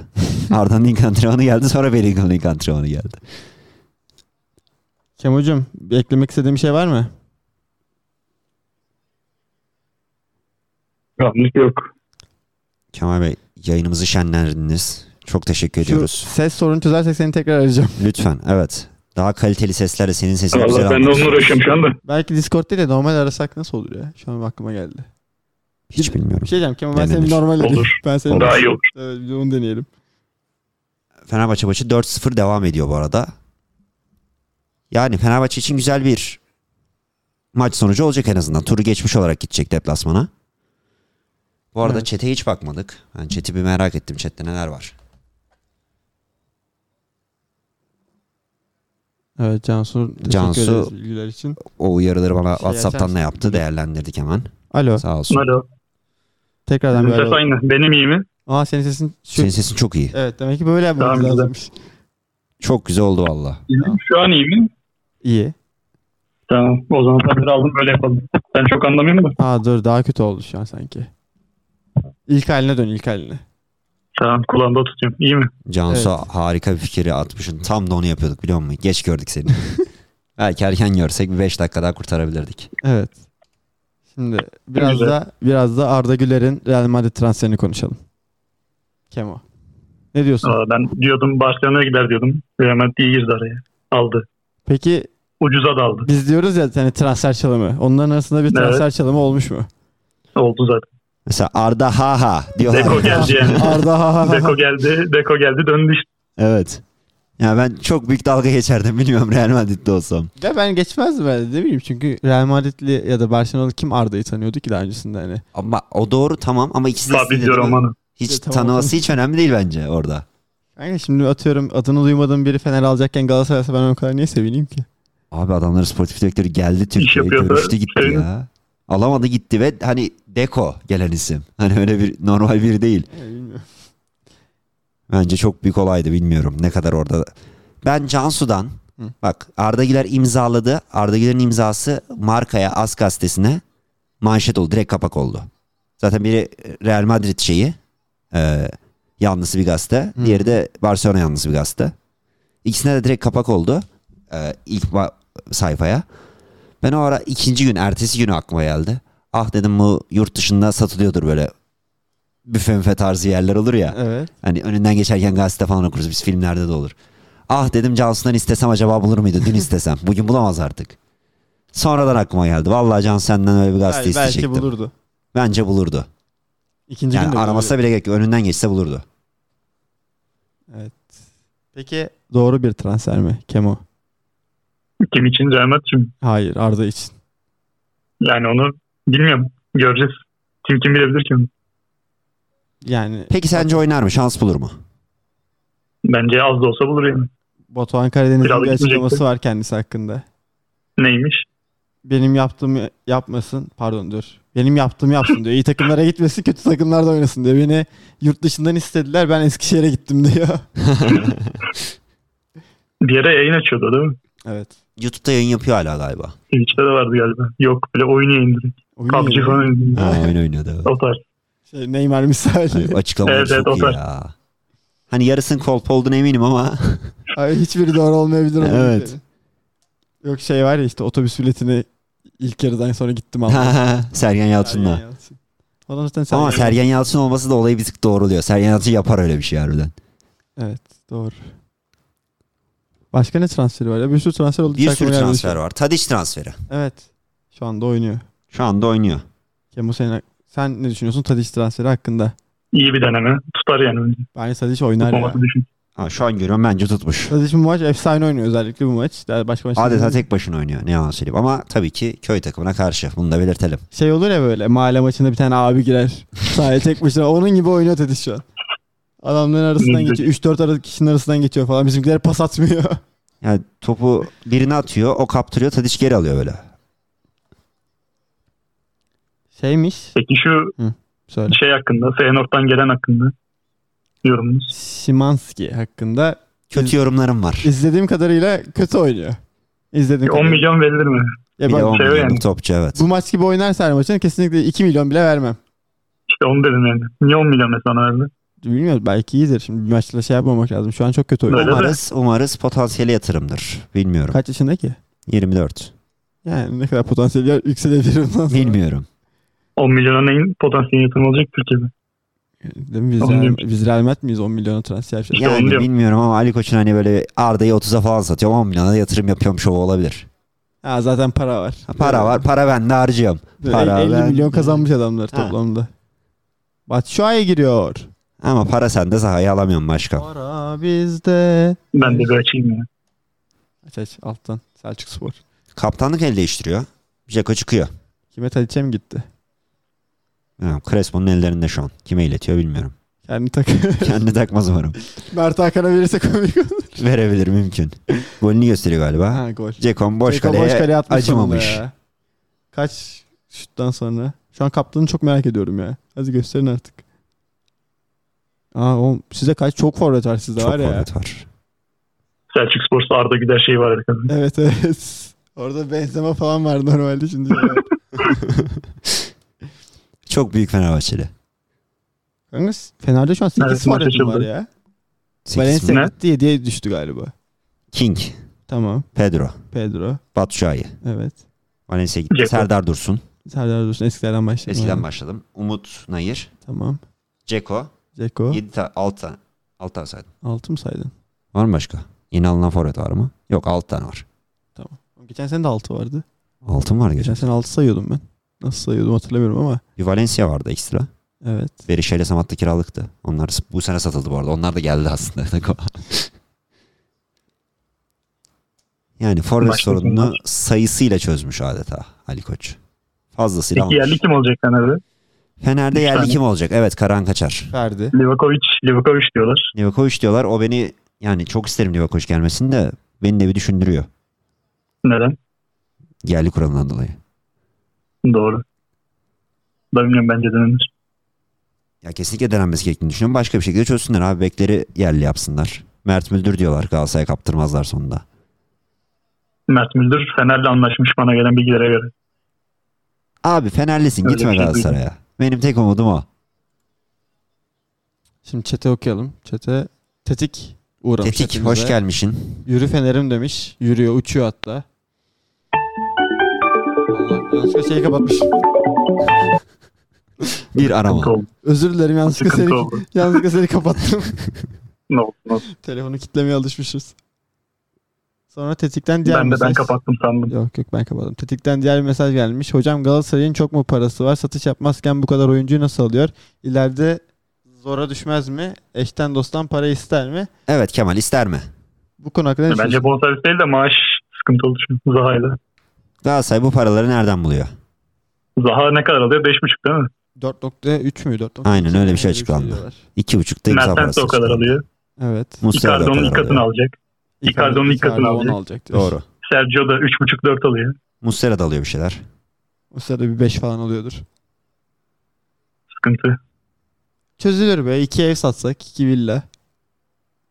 Speaker 3: Arda'nın ilk antrenmanı geldi sonra Bellingham'ın ilk antrenmanı geldi.
Speaker 4: Kem hocam bir eklemek istediğim bir şey var mı?
Speaker 5: Yanlış yok.
Speaker 3: Kemal Bey yayınımızı şenlendiniz. Çok teşekkür ediyoruz.
Speaker 4: Şu ses sorunu çözersek seni tekrar arayacağım. [LAUGHS]
Speaker 3: Lütfen evet. Daha kaliteli seslerle senin sesini güzel
Speaker 5: Allah ben de
Speaker 3: anlarız.
Speaker 5: onunla uğraşıyorum şu anda.
Speaker 4: Belki Discord değil de normal arasak nasıl olur ya? Şu an aklıma geldi.
Speaker 3: Hiç
Speaker 4: Bir
Speaker 3: bilmiyorum.
Speaker 4: şey diyeceğim Kemal ben
Speaker 3: Denilir.
Speaker 4: seni bir normal arayayım.
Speaker 5: Olur.
Speaker 4: [LAUGHS] Ben seni
Speaker 5: Daha iyi olur.
Speaker 4: Evet bir de onu deneyelim.
Speaker 3: Fenerbahçe maçı 4-0 devam ediyor bu arada. Yani Fenerbahçe için güzel bir maç sonucu olacak en azından. Turu geçmiş olarak gidecek deplasmana. Bu arada
Speaker 4: Evet.
Speaker 3: çete hiç bakmadık. Ben çeti bir merak ettim. Chatte neler var?
Speaker 4: Evet Cansu teşekkür
Speaker 3: Cansu-
Speaker 4: ederiz bilgiler için.
Speaker 3: O uyarıları bana
Speaker 4: Şey açar
Speaker 3: WhatsApp'tan
Speaker 4: mısın?
Speaker 3: ne yaptı? Değerlendirdik hemen.
Speaker 4: Alo
Speaker 3: Sağ olsun.
Speaker 5: Alo.
Speaker 4: tekrardan bir
Speaker 5: Ses
Speaker 4: alo.
Speaker 5: aynı. Benim iyi mi?
Speaker 4: Aa senin sesin şu...
Speaker 3: Senin sesin çok iyi.
Speaker 4: Evet demek ki böyle yapmamız
Speaker 5: Tamam, güzel.
Speaker 4: lazımmış.
Speaker 3: Çok güzel oldu valla.
Speaker 5: Şu an iyi mi?
Speaker 4: İyi.
Speaker 5: Tamam. O zaman sen aldım böyle yapalım. Ben çok anlamıyorum da.
Speaker 4: Aa dur daha kötü oldu şu an sanki. İlk haline dön ilk haline.
Speaker 5: Tamam kulağımda tutuyorum. İyi mi?
Speaker 3: Cansu harika bir fikri atmışsın. Tam da onu yapıyorduk biliyor musun? Geç gördük
Speaker 4: [LAUGHS]
Speaker 3: seni. Belki erken görsek bir 5 dakika daha kurtarabilirdik.
Speaker 4: Evet. Şimdi biraz
Speaker 5: Güzel.
Speaker 4: da biraz da Arda Güler'in Real Madrid transferini konuşalım. Kemo. Ne diyorsun?
Speaker 5: Aa, ben diyordum Barcelona'ya gider diyordum. Real Madrid iyi girdi araya. Aldı.
Speaker 4: Peki
Speaker 5: Ucuza da aldı.
Speaker 4: biz diyoruz ya hani transfer çalımı. Onların arasında bir
Speaker 5: Evet.
Speaker 4: transfer çalımı olmuş mu?
Speaker 5: Oldu zaten.
Speaker 3: Mesela Arda ha ha diyorlar. [LAUGHS]
Speaker 5: Deko geldi yani.
Speaker 4: [LAUGHS] Arda ha ha ha.
Speaker 5: Deko geldi. Deko geldi döndü işte.
Speaker 3: Evet. Ya ben çok büyük dalga geçerdim bilmiyorum Real Madrid'de olsam.
Speaker 4: Ya ben geçmezdim herhalde ne bileyim çünkü Real Madridli ya da Barcelona'lı kim Arda'yı tanıyordu ki daha öncesinde hani.
Speaker 3: Ama o doğru tamam ama ikisi de
Speaker 5: Fabrizio
Speaker 3: sinirli.
Speaker 5: Romano.
Speaker 3: Hiç
Speaker 4: Tamam.
Speaker 3: tanıması hiç önemli değil bence orada.
Speaker 4: Kanka şimdi atıyorum adını duymadığım biri Fener alacakken Galatasaray'sa ben o kadar niye sevineyim [LAUGHS] ki?
Speaker 3: Abi adamların sportif direktörü geldi Türkiye'ye
Speaker 5: yapıyor da
Speaker 3: görüştü gitti
Speaker 5: şey-
Speaker 3: ya. Alamadı gitti ve hani Deko gelen isim. Hani öyle bir normal biri değil.
Speaker 4: Ya bilmiyorum.
Speaker 3: Bence çok büyük olaydı bilmiyorum ne kadar orada. Ben Cansu'dan
Speaker 4: Hı.
Speaker 3: bak Arda Güler imzaladı. Arda Güler'in imzası markaya As gazetesine manşet oldu. Direkt kapak oldu. Zaten biri Real Madrid şeyi e, yanlısı bir gazete.
Speaker 4: Hı.
Speaker 3: Diğeri de Barcelona yanlısı bir gazete. İkisine de direkt kapak oldu. E, ilk ba- sayfaya. Ben o ara ikinci gün ertesi günü aklıma geldi. Ah dedim bu yurt dışında satılıyordur böyle büfe müfe tarzı yerler olur ya.
Speaker 4: Evet.
Speaker 3: Hani önünden geçerken gazete falan okuruz biz filmlerde de olur. Ah dedim Cansu'dan istesem acaba bulur muydu? Dün
Speaker 4: [LAUGHS]
Speaker 3: istesem. Bugün bulamaz artık. Sonradan aklıma geldi. Vallahi Can senden öyle bir gazete
Speaker 4: Belki, belki
Speaker 3: isteyecektim.
Speaker 4: bulurdu.
Speaker 3: Bence bulurdu.
Speaker 4: İkinci gün
Speaker 3: Yani
Speaker 4: de
Speaker 3: aramasa
Speaker 4: bulurdu.
Speaker 3: bile gerek yok. Önünden geçse bulurdu.
Speaker 4: Peki doğru bir transfer mi Kemo?
Speaker 5: Kim için Real Madrid için.
Speaker 4: Hayır Arda için.
Speaker 5: Yani onu bilmiyorum. Göreceğiz. Kim kim bilebilir ki onu.
Speaker 4: Yani
Speaker 3: Peki sence oynar mı? Şans bulur mu?
Speaker 5: Bence az da olsa bulur yani.
Speaker 4: Batuhan Karadeniz'in
Speaker 5: Biraz
Speaker 4: bir açıklaması
Speaker 5: gitmeyecekti.
Speaker 4: var kendisi hakkında.
Speaker 5: Neymiş?
Speaker 4: Benim yaptığımı yapmasın. Pardon dur. Benim yaptığımı yapsın diyor. İyi takımlara gitmesin kötü takımlarda oynasın diyor. Beni yurt dışından istediler ben Eskişehir'e gittim diyor.
Speaker 5: Bir yere yayın açıyordu değil mi?
Speaker 4: evet.
Speaker 3: YouTube'da yayın yapıyor hala galiba.
Speaker 5: Twitch'te de vardı galiba. Yok bile oyun yayın direkt.
Speaker 4: Oyun
Speaker 5: PUBG
Speaker 4: yayını.
Speaker 5: falan yayın.
Speaker 3: Ha, oyun oynuyordu. evet.
Speaker 5: O tarz.
Speaker 4: Şey, Neymar misali.
Speaker 3: Abi, Hani açıklamaları
Speaker 5: Evet, evet,
Speaker 3: çok
Speaker 5: o
Speaker 3: iyi
Speaker 5: tarz.
Speaker 3: ya. Hani yarısının kolp olduğunu eminim ama
Speaker 4: [LAUGHS]
Speaker 3: [LAUGHS]
Speaker 4: Ay, hiçbiri doğru olmayabilir. onun
Speaker 3: Evet.
Speaker 4: dedikleri. Yok şey var ya işte otobüs biletini ilk yarıdan sonra gittim aldım.
Speaker 3: Sergen
Speaker 4: Sergen
Speaker 3: Yalçın'la.
Speaker 4: Yalçın. Ondan zaten
Speaker 3: Ama
Speaker 4: Sergen-
Speaker 3: Sergen Yalçın olması da olayı bir tık doğruluyor. Sergen Yalçın yapar öyle bir şey harbiden.
Speaker 4: Evet doğru. Başka ne transferi var ya? Bir sürü transfer oldu.
Speaker 3: Bir
Speaker 4: Hiç
Speaker 3: sürü
Speaker 4: aklıma gelmedi
Speaker 3: transfer
Speaker 4: şu an.
Speaker 3: var. Tadiç transferi.
Speaker 4: Evet. Şu anda oynuyor.
Speaker 3: Şu anda oynuyor.
Speaker 4: Kemu sen, sen ne düşünüyorsun Tadiç transferi hakkında?
Speaker 5: İyi bir deneme. Tutar yani.
Speaker 4: Bence Tadiç oynar ya.
Speaker 5: Olması düşün.
Speaker 3: Ha, şu an görüyorum bence tutmuş.
Speaker 4: Tadiç bu maç efsane oynuyor özellikle bu maç. Yani Başka maç
Speaker 3: Adeta tek başına oynuyor ne yalan söyleyeyim. Ama tabii ki köy takımına karşı. Bunu da belirtelim.
Speaker 4: Şey olur ya böyle mahalle maçında bir tane abi
Speaker 5: [LAUGHS]
Speaker 4: girer. Sahaya tek başına onun gibi oynuyor Tadiç şu an. Adamların arasından geçiyor. 3-4 ara kişinin arasından geçiyor falan. Bizimkiler pas atmıyor. [LAUGHS]
Speaker 3: Yani topu birine atıyor, o kaptırıyor, Tadiç geri alıyor böyle.
Speaker 4: Şeymiş.
Speaker 5: Peki şu
Speaker 4: Söyle.
Speaker 5: şey hakkında, Feyenoord'dan gelen hakkında yorumunuz.
Speaker 4: Szymanski hakkında
Speaker 3: Kötü yorumlarım var.
Speaker 4: izlediğim kadarıyla kötü oynuyor. İzlediğim
Speaker 5: 10
Speaker 4: kadarıyla.
Speaker 5: milyon verilir mi?
Speaker 4: Ya
Speaker 3: Bir de
Speaker 4: ben-
Speaker 3: 10
Speaker 5: şey
Speaker 3: milyonluk
Speaker 5: yani.
Speaker 3: topçu evet.
Speaker 4: bu maç gibi oynarsa her maçın kesinlikle 2 milyon bile vermem.
Speaker 5: İşte onu dedim yani. Niye 10 milyon mesela ona verdi?
Speaker 4: Bilmiyorum belki iyidir. Şimdi bir maçla şey yapmamak lazım. Şu an çok kötü oynuyor.
Speaker 5: Öyle mi?
Speaker 3: Umarız, umarız potansiyeli yatırımdır. Bilmiyorum.
Speaker 4: Kaç yaşında ki?
Speaker 3: 24.
Speaker 4: Yani ne kadar potansiyel yükselebilir ondan sonra.
Speaker 3: Bilmiyorum.
Speaker 5: 10 milyona neyin potansiyel yatırım olacak Türkiye'de?
Speaker 4: Değil mi? Biz,
Speaker 5: Tamam,
Speaker 4: Real,
Speaker 5: bilmiyorum.
Speaker 4: biz Real Madrid miyiz 10 milyona transfer yapacağız?
Speaker 5: onu
Speaker 3: Yani
Speaker 5: diyorum.
Speaker 3: bilmiyorum ama Ali Koç'un hani böyle Arda'yı 30'a falan satıyor. 10 milyona da yatırım yapıyorum şovu olabilir.
Speaker 4: Ha, zaten para var.
Speaker 3: Ha, Para var. Para ben de harcıyorum. Para
Speaker 4: 50
Speaker 3: ben-
Speaker 4: milyon kazanmış adamlar
Speaker 3: Ha.
Speaker 4: toplamda. Batshuayi giriyor.
Speaker 3: Ama para sende sahayı alamıyorum başka.
Speaker 4: Para bizde.
Speaker 5: Ben de bir açayım ya.
Speaker 4: Aç aç alttan. Selçuk Spor.
Speaker 3: Kaptanlık el değiştiriyor. Jeko çıkıyor.
Speaker 4: Kime Tadiç'e mi gitti?
Speaker 3: Ha, Crespo'nun ellerinde şu an. Kime iletiyor
Speaker 4: [LAUGHS]
Speaker 3: bilmiyorum. [LAUGHS]
Speaker 4: Kendi tak.
Speaker 3: Kendi takmaz umarım.
Speaker 4: Mert Hakan'a verirse komik olur.
Speaker 3: Verebilir mümkün. Golünü gösteriyor galiba.
Speaker 4: Ha gol.
Speaker 3: Cekon boş
Speaker 4: Ceko
Speaker 3: kaleye,
Speaker 4: atmış
Speaker 3: acımamış.
Speaker 4: sonunda ya. Kaç şuttan sonra? Şu an kaptanı çok merak ediyorum ya. Hadi gösterin artık. Aa, oğlum, size kaç çok forvet var sizde
Speaker 3: Çok
Speaker 4: var ya.
Speaker 3: forvet var. [LAUGHS]
Speaker 5: Selçuk Spor'sa Arda Güler şeyi var arkada.
Speaker 4: Evet evet. Orada benzeme falan var normalde şimdi.
Speaker 3: [LAUGHS] Çok büyük Fenerbahçeli.
Speaker 4: Kanka Fener'de şu an 8
Speaker 5: Evet, maç
Speaker 4: forvetim var
Speaker 5: açıldı.
Speaker 4: ya.
Speaker 3: Sekiz mi?
Speaker 4: Valencia
Speaker 5: mi?
Speaker 4: gitti 7'ye düştü galiba.
Speaker 3: King,
Speaker 4: Tamam.
Speaker 3: Pedro,
Speaker 4: Pedro.
Speaker 3: Batshuayi,
Speaker 4: Evet.
Speaker 3: Valencia gitti.
Speaker 5: Dzeko.
Speaker 3: Serdar Dursun.
Speaker 4: Serdar Dursun eskilerden başladı.
Speaker 3: Eskiden başladım. Umut Nayır,
Speaker 4: Tamam.
Speaker 3: Ceko,
Speaker 4: Ceko.
Speaker 3: 7 ta 6 tane. 6 tane saydım.
Speaker 4: 6 mı saydın?
Speaker 3: Var mı başka? Yeni alınan forvet var mı? Yok 6 tane var.
Speaker 4: Geçen sene de 6 vardı.
Speaker 3: Altın var
Speaker 4: Geçen
Speaker 3: geçen.
Speaker 4: sene 6 sayıyordum ben. Nasıl sayıyordum hatırlamıyorum ama.
Speaker 3: Bir Valencia vardı ekstra.
Speaker 4: Evet.
Speaker 3: Berişe ile Samat'ta kiralıktı. Onlar bu sene satıldı bu arada. Onlar da geldi aslında. [LAUGHS] yani forvet
Speaker 5: Başka
Speaker 3: sorununu
Speaker 5: sorunlar.
Speaker 3: sayısıyla çözmüş adeta Ali Koç. Fazlasıyla
Speaker 5: Peki yerli
Speaker 3: almış.
Speaker 5: kim olacak Fener'de?
Speaker 3: Fener'de
Speaker 5: Üç
Speaker 3: yerli
Speaker 5: tane.
Speaker 3: kim olacak? Evet Karan Kaçar.
Speaker 4: Ferdi.
Speaker 5: Livakovic, Livakovic diyorlar.
Speaker 3: Livakovic diyorlar. O beni yani çok isterim Livakovic gelmesini de beni de bir düşündürüyor.
Speaker 5: Neden?
Speaker 3: Yerli kuralından dolayı.
Speaker 5: Doğru. Da bilmiyorum bence denenir.
Speaker 3: Ya kesinlikle denenmesi gerektiğini düşünüyorum. Başka bir şekilde çözsünler abi. Bekleri yerli yapsınlar. Mert Müldür diyorlar Galatasaray'a kaptırmazlar sonunda.
Speaker 5: Mert Müldür Fener'le anlaşmış bana gelen bilgilere göre.
Speaker 3: Abi Fenerlisin
Speaker 5: Öyle
Speaker 3: gitme
Speaker 5: bir şey
Speaker 3: Galatasaray'a. Benim tek umudum o.
Speaker 4: Şimdi çete okuyalım. Çete tetik uğramış.
Speaker 3: Tetik
Speaker 4: chatimize.
Speaker 3: hoş gelmişsin.
Speaker 4: Yürü Fener'im demiş. Yürüyor, uçuyor hatta. Allah, yanlışlıkla şeyi kapatmışım.
Speaker 3: Bir
Speaker 5: Sıkıntı
Speaker 3: arama.
Speaker 5: oldu.
Speaker 4: Özür dilerim yanlışlıkla
Speaker 5: Sıkıntı
Speaker 4: seni,
Speaker 5: oldu.
Speaker 4: yanlışlıkla seni kapattım.
Speaker 5: Ne oldu? Ne oldu?
Speaker 4: Telefonu kitlemeye alışmışız. Sonra tetikten diğer
Speaker 5: Ben de
Speaker 4: mesaj.
Speaker 5: ben kapattım sandım.
Speaker 4: Yok yok ben kapadım. Tetikten diğer bir mesaj gelmiş. Hocam Galatasaray'ın çok mu parası var? Satış yapmazken bu kadar oyuncuyu nasıl alıyor? İleride zora düşmez mi? Eşten dosttan para ister mi?
Speaker 3: Evet Kemal ister mi?
Speaker 4: Bu konu hakkında ne
Speaker 5: Bence
Speaker 4: düşünüyorsun?
Speaker 5: bonservis değil de maaş sıkıntı oldu şimdi Zaha'yla.
Speaker 3: Galatasaray bu paraları nereden buluyor?
Speaker 5: Zaha ne kadar alıyor? 5,5 değil mi?
Speaker 4: 4.3 müydü? 4.3
Speaker 3: Aynen, öyle bir şey açıklandı.
Speaker 4: diyorlar.
Speaker 3: İki buçukta imza
Speaker 5: Mertens
Speaker 3: parası.
Speaker 5: de o kadar
Speaker 3: çıkıyor.
Speaker 5: alıyor.
Speaker 4: Evet.
Speaker 3: Muslera da o
Speaker 5: Icardi'nin
Speaker 3: kadar
Speaker 5: ilk katını
Speaker 3: alıyor.
Speaker 5: alacak. Icardi'nin ilk katını
Speaker 4: Icardi onu
Speaker 5: alacak.
Speaker 4: alacak diyor.
Speaker 3: Doğru.
Speaker 5: Sergio da 3,5-4 alıyor.
Speaker 3: Muslera da alıyor bir şeyler.
Speaker 4: O sırada bir 5 falan alıyordur.
Speaker 5: Sıkıntı.
Speaker 4: Çözülür be. 2 ev satsak. 2 villa.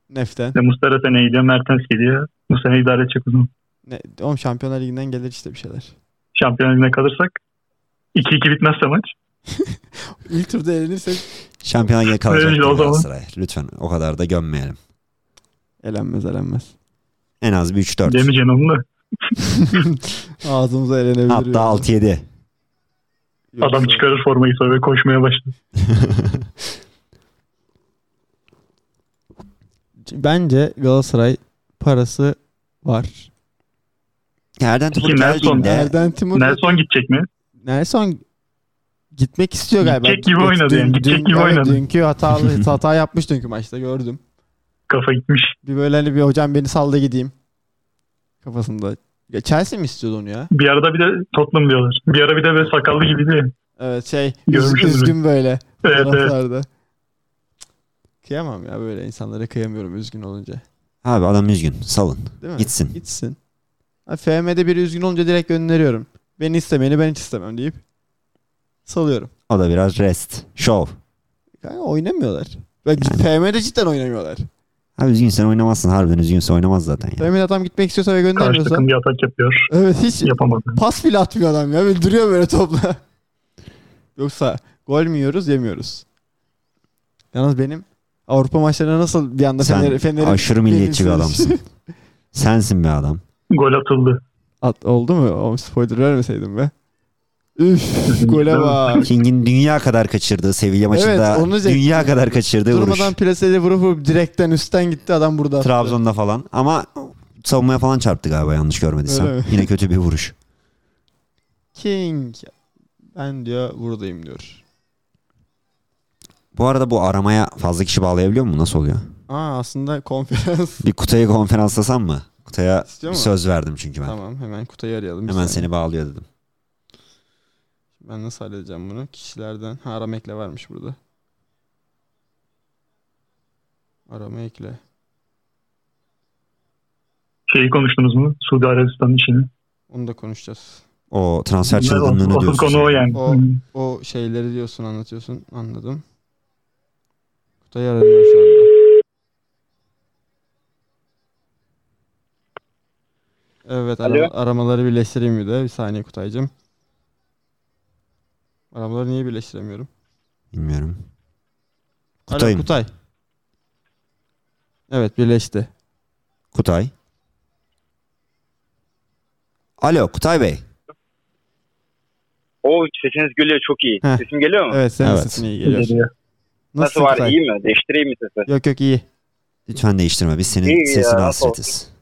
Speaker 4: Neften.
Speaker 5: Ve E, Mustara seneye gidiyor. Mertens gidiyor. Bu sene idare edecek uzun.
Speaker 4: Ne, oğlum Şampiyonlar Ligi'nden gelir işte bir şeyler.
Speaker 5: Şampiyonlar Ligi'ne kalırsak 2-2 bitmezse maç.
Speaker 4: İlk turda elenirsek
Speaker 3: Şampiyonlar Ligi'ne
Speaker 5: Öyle şey
Speaker 3: kalacak
Speaker 5: o zaman.
Speaker 3: Galatasaray. Lütfen o kadar da gömmeyelim.
Speaker 4: elenmez elenmez.
Speaker 3: En az bir 3-4.
Speaker 5: Demeyeceksin onu da.
Speaker 4: Ağzımıza elenebilir.
Speaker 3: Hatta
Speaker 4: yani.
Speaker 3: 6-7. [LAUGHS]
Speaker 4: Yoksa-
Speaker 5: Adam çıkarır formayı sonra ve koşmaya başlar.
Speaker 4: Bence Galatasaray parası var.
Speaker 3: Erden Topur
Speaker 5: Peki, Nelson.
Speaker 3: geldiğinde
Speaker 4: Erden Timur
Speaker 5: Nelson gidecek mi?
Speaker 4: Nelson gitmek istiyor galiba.
Speaker 5: Gidecek gibi oynadı yani, gidecek gibi
Speaker 4: evet,
Speaker 5: oynadı.
Speaker 4: Dünkü hatalı [LAUGHS] hata yapmış dünkü maçta gördüm.
Speaker 5: Kafa gitmiş.
Speaker 4: Bir böyle hani bir hocam beni salda gideyim. Kafasında. Ya Chelsea mi istiyordu onu ya?
Speaker 5: Bir arada bir de Tottenham diyorlar. Bir ara bir de böyle sakallı gibiydi. ya.
Speaker 4: Evet şey üz-
Speaker 5: Görmüşüzdür.
Speaker 4: üzgün böyle.
Speaker 5: [LAUGHS] Evet, evet.
Speaker 4: fotoğraflarda. Cık, Kıyamam ya böyle insanlara kıyamıyorum üzgün olunca.
Speaker 3: Abi adam üzgün. Salın.
Speaker 4: Değil mi?
Speaker 3: Gitsin.
Speaker 4: Gitsin. Ha, FM'de biri üzgün olunca direkt gönderiyorum. Beni istemeyeni ben hiç istemem deyip salıyorum.
Speaker 3: O da biraz rest. Show.
Speaker 4: Kanka oynamıyorlar. Bak FM'de cidden oynamıyorlar.
Speaker 3: Abi üzgünsen oynamazsın. Harbiden üzgünse oynamaz zaten ya.
Speaker 4: FM'de adam gitmek istiyorsa ve
Speaker 5: Karşı
Speaker 4: göndermiyorsa.
Speaker 5: takım bir atak yapıyor.
Speaker 4: Evet hiç
Speaker 5: Yapamadı.
Speaker 4: pas bile atmıyor adam ya. Böyle duruyor böyle topla. [LAUGHS] Yoksa gol mü yiyoruz yemiyoruz. Yalnız benim Avrupa maçlarına nasıl bir anda
Speaker 3: Sen
Speaker 4: Fener, Fener'in
Speaker 3: aşırı milliyetçi bir
Speaker 4: benimsemesi-
Speaker 3: adamsın. Sensin be adam.
Speaker 5: Gol atıldı.
Speaker 4: [LAUGHS] At, oldu mu? O spoiler vermeseydim be. Üf gole bak.
Speaker 3: King'in dünya kadar kaçırdığı Sevilla maçında
Speaker 4: onu diyecektim.
Speaker 3: dünya kadar kaçırdığı vuruş.
Speaker 4: Durmadan plaseyle vurup vurup direkten üstten gitti adam burada. attı.
Speaker 3: Trabzon'da falan ama savunmaya falan çarptı galiba yanlış
Speaker 4: Öyle mi?
Speaker 3: görmediysem. Yine kötü bir vuruş.
Speaker 4: King. Ben diyor buradayım diyor.
Speaker 3: Bu arada bu aramaya fazla kişi bağlayabiliyor mu? Nasıl oluyor?
Speaker 4: Aa aslında konferans.
Speaker 3: Bir Kutay'ı konferanslasam mı? Kutay'a
Speaker 4: İstiyor
Speaker 3: bir
Speaker 4: mu?
Speaker 3: söz verdim çünkü ben.
Speaker 4: [LAUGHS] tamam hemen kutayı arayalım. Bir
Speaker 3: Hemen
Speaker 4: saniye.
Speaker 3: seni bağlıyor dedim.
Speaker 4: Ben nasıl halledeceğim bunu? Kişilerden. Ha arama ekle varmış burada. Arama ekle.
Speaker 5: Şeyi konuştunuz mu? Suudi Arabistan'ın işini.
Speaker 4: Onu da konuşacağız.
Speaker 3: O transfer
Speaker 5: Asıl-
Speaker 3: çılgınlığını
Speaker 5: Asıl
Speaker 3: diyorsun.
Speaker 5: konu o
Speaker 3: sen.
Speaker 5: yani.
Speaker 4: O-
Speaker 5: Hı.
Speaker 4: O şeyleri diyorsun anlatıyorsun. Anladım. Kutayı aranıyor şu anda. Evet ara- aramaları birleştireyim bir de. Bir saniye Kutay'cığım. Aramaları niye birleştiremiyorum?
Speaker 3: Bilmiyorum.
Speaker 4: Alo,
Speaker 3: Kutay mı?
Speaker 4: Kutay. Evet birleşti.
Speaker 3: Kutay. Alo Kutay Bey.
Speaker 8: O sesiniz geliyor çok iyi.
Speaker 4: Heh.
Speaker 8: Sesim geliyor mu?
Speaker 4: Evet senin
Speaker 3: Evet.
Speaker 4: sesin iyi geliyor.
Speaker 5: Geliyor.
Speaker 8: Nasıl,
Speaker 4: Nasılsın
Speaker 8: var?
Speaker 4: Kutay?
Speaker 8: İyi mi? Değiştireyim mi sesi?
Speaker 4: Yok yok iyi.
Speaker 3: Lütfen değiştirme. Biz senin
Speaker 8: İyi ya,
Speaker 3: sesine
Speaker 8: nasıl
Speaker 3: hasretiz.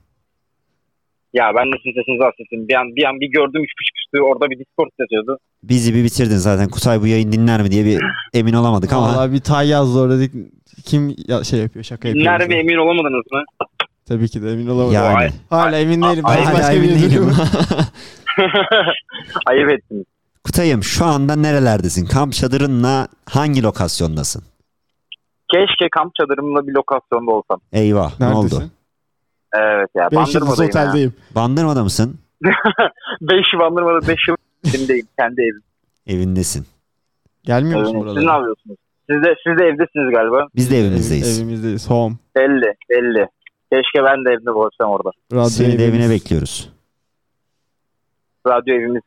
Speaker 8: Ya ben de sizin sesinizi hasretim. Bir an bir an bir gördüm üç buçuk üstü orada bir Discord yazıyordu.
Speaker 3: Bizi bir bitirdin zaten. Kutay bu yayın dinler mi diye bir emin olamadık ama.
Speaker 4: Vallahi bir tay yazdı orada dedik. Kim ya- şey yapıyor şaka yapıyor.
Speaker 8: Dinler mi
Speaker 4: bize.
Speaker 8: emin olamadınız mı? [LAUGHS]
Speaker 4: Tabii ki de emin olamadım.
Speaker 3: Yani.
Speaker 8: Vay.
Speaker 4: Hala emin değilim.
Speaker 8: Ay-
Speaker 4: Belki
Speaker 3: Hala
Speaker 4: başka
Speaker 3: emin
Speaker 4: bir
Speaker 3: değilim.
Speaker 4: [LAUGHS] değilim.
Speaker 8: Ayıp ettiniz.
Speaker 3: Kutay'ım şu anda nerelerdesin? Kamp çadırınla hangi lokasyondasın?
Speaker 8: Keşke kamp çadırımla bir lokasyonda olsam.
Speaker 3: Eyvah ne oldu?
Speaker 4: Neredesin?
Speaker 8: Evet ya.
Speaker 4: Beş yıldız
Speaker 8: Bandırma'dayım ya. [LAUGHS]
Speaker 4: oteldeyim.
Speaker 3: Bandırma'da mısın?
Speaker 8: 5 Bandırma'da 5 yıl içindeyim. Kendi evim.
Speaker 3: Evindesin.
Speaker 4: Gelmiyor musun
Speaker 8: Evet. Siz ne
Speaker 4: buralara?
Speaker 8: yapıyorsunuz? Siz de, siz de evdesiniz galiba.
Speaker 3: Biz de
Speaker 4: Ev-
Speaker 3: evimizdeyiz.
Speaker 4: Evimizdeyiz. Home.
Speaker 8: 50. 50. Keşke ben de evimde olsam orada.
Speaker 4: Radyo
Speaker 3: Seni de
Speaker 4: evimiz.
Speaker 3: evine bekliyoruz.
Speaker 8: Radyo evimiz.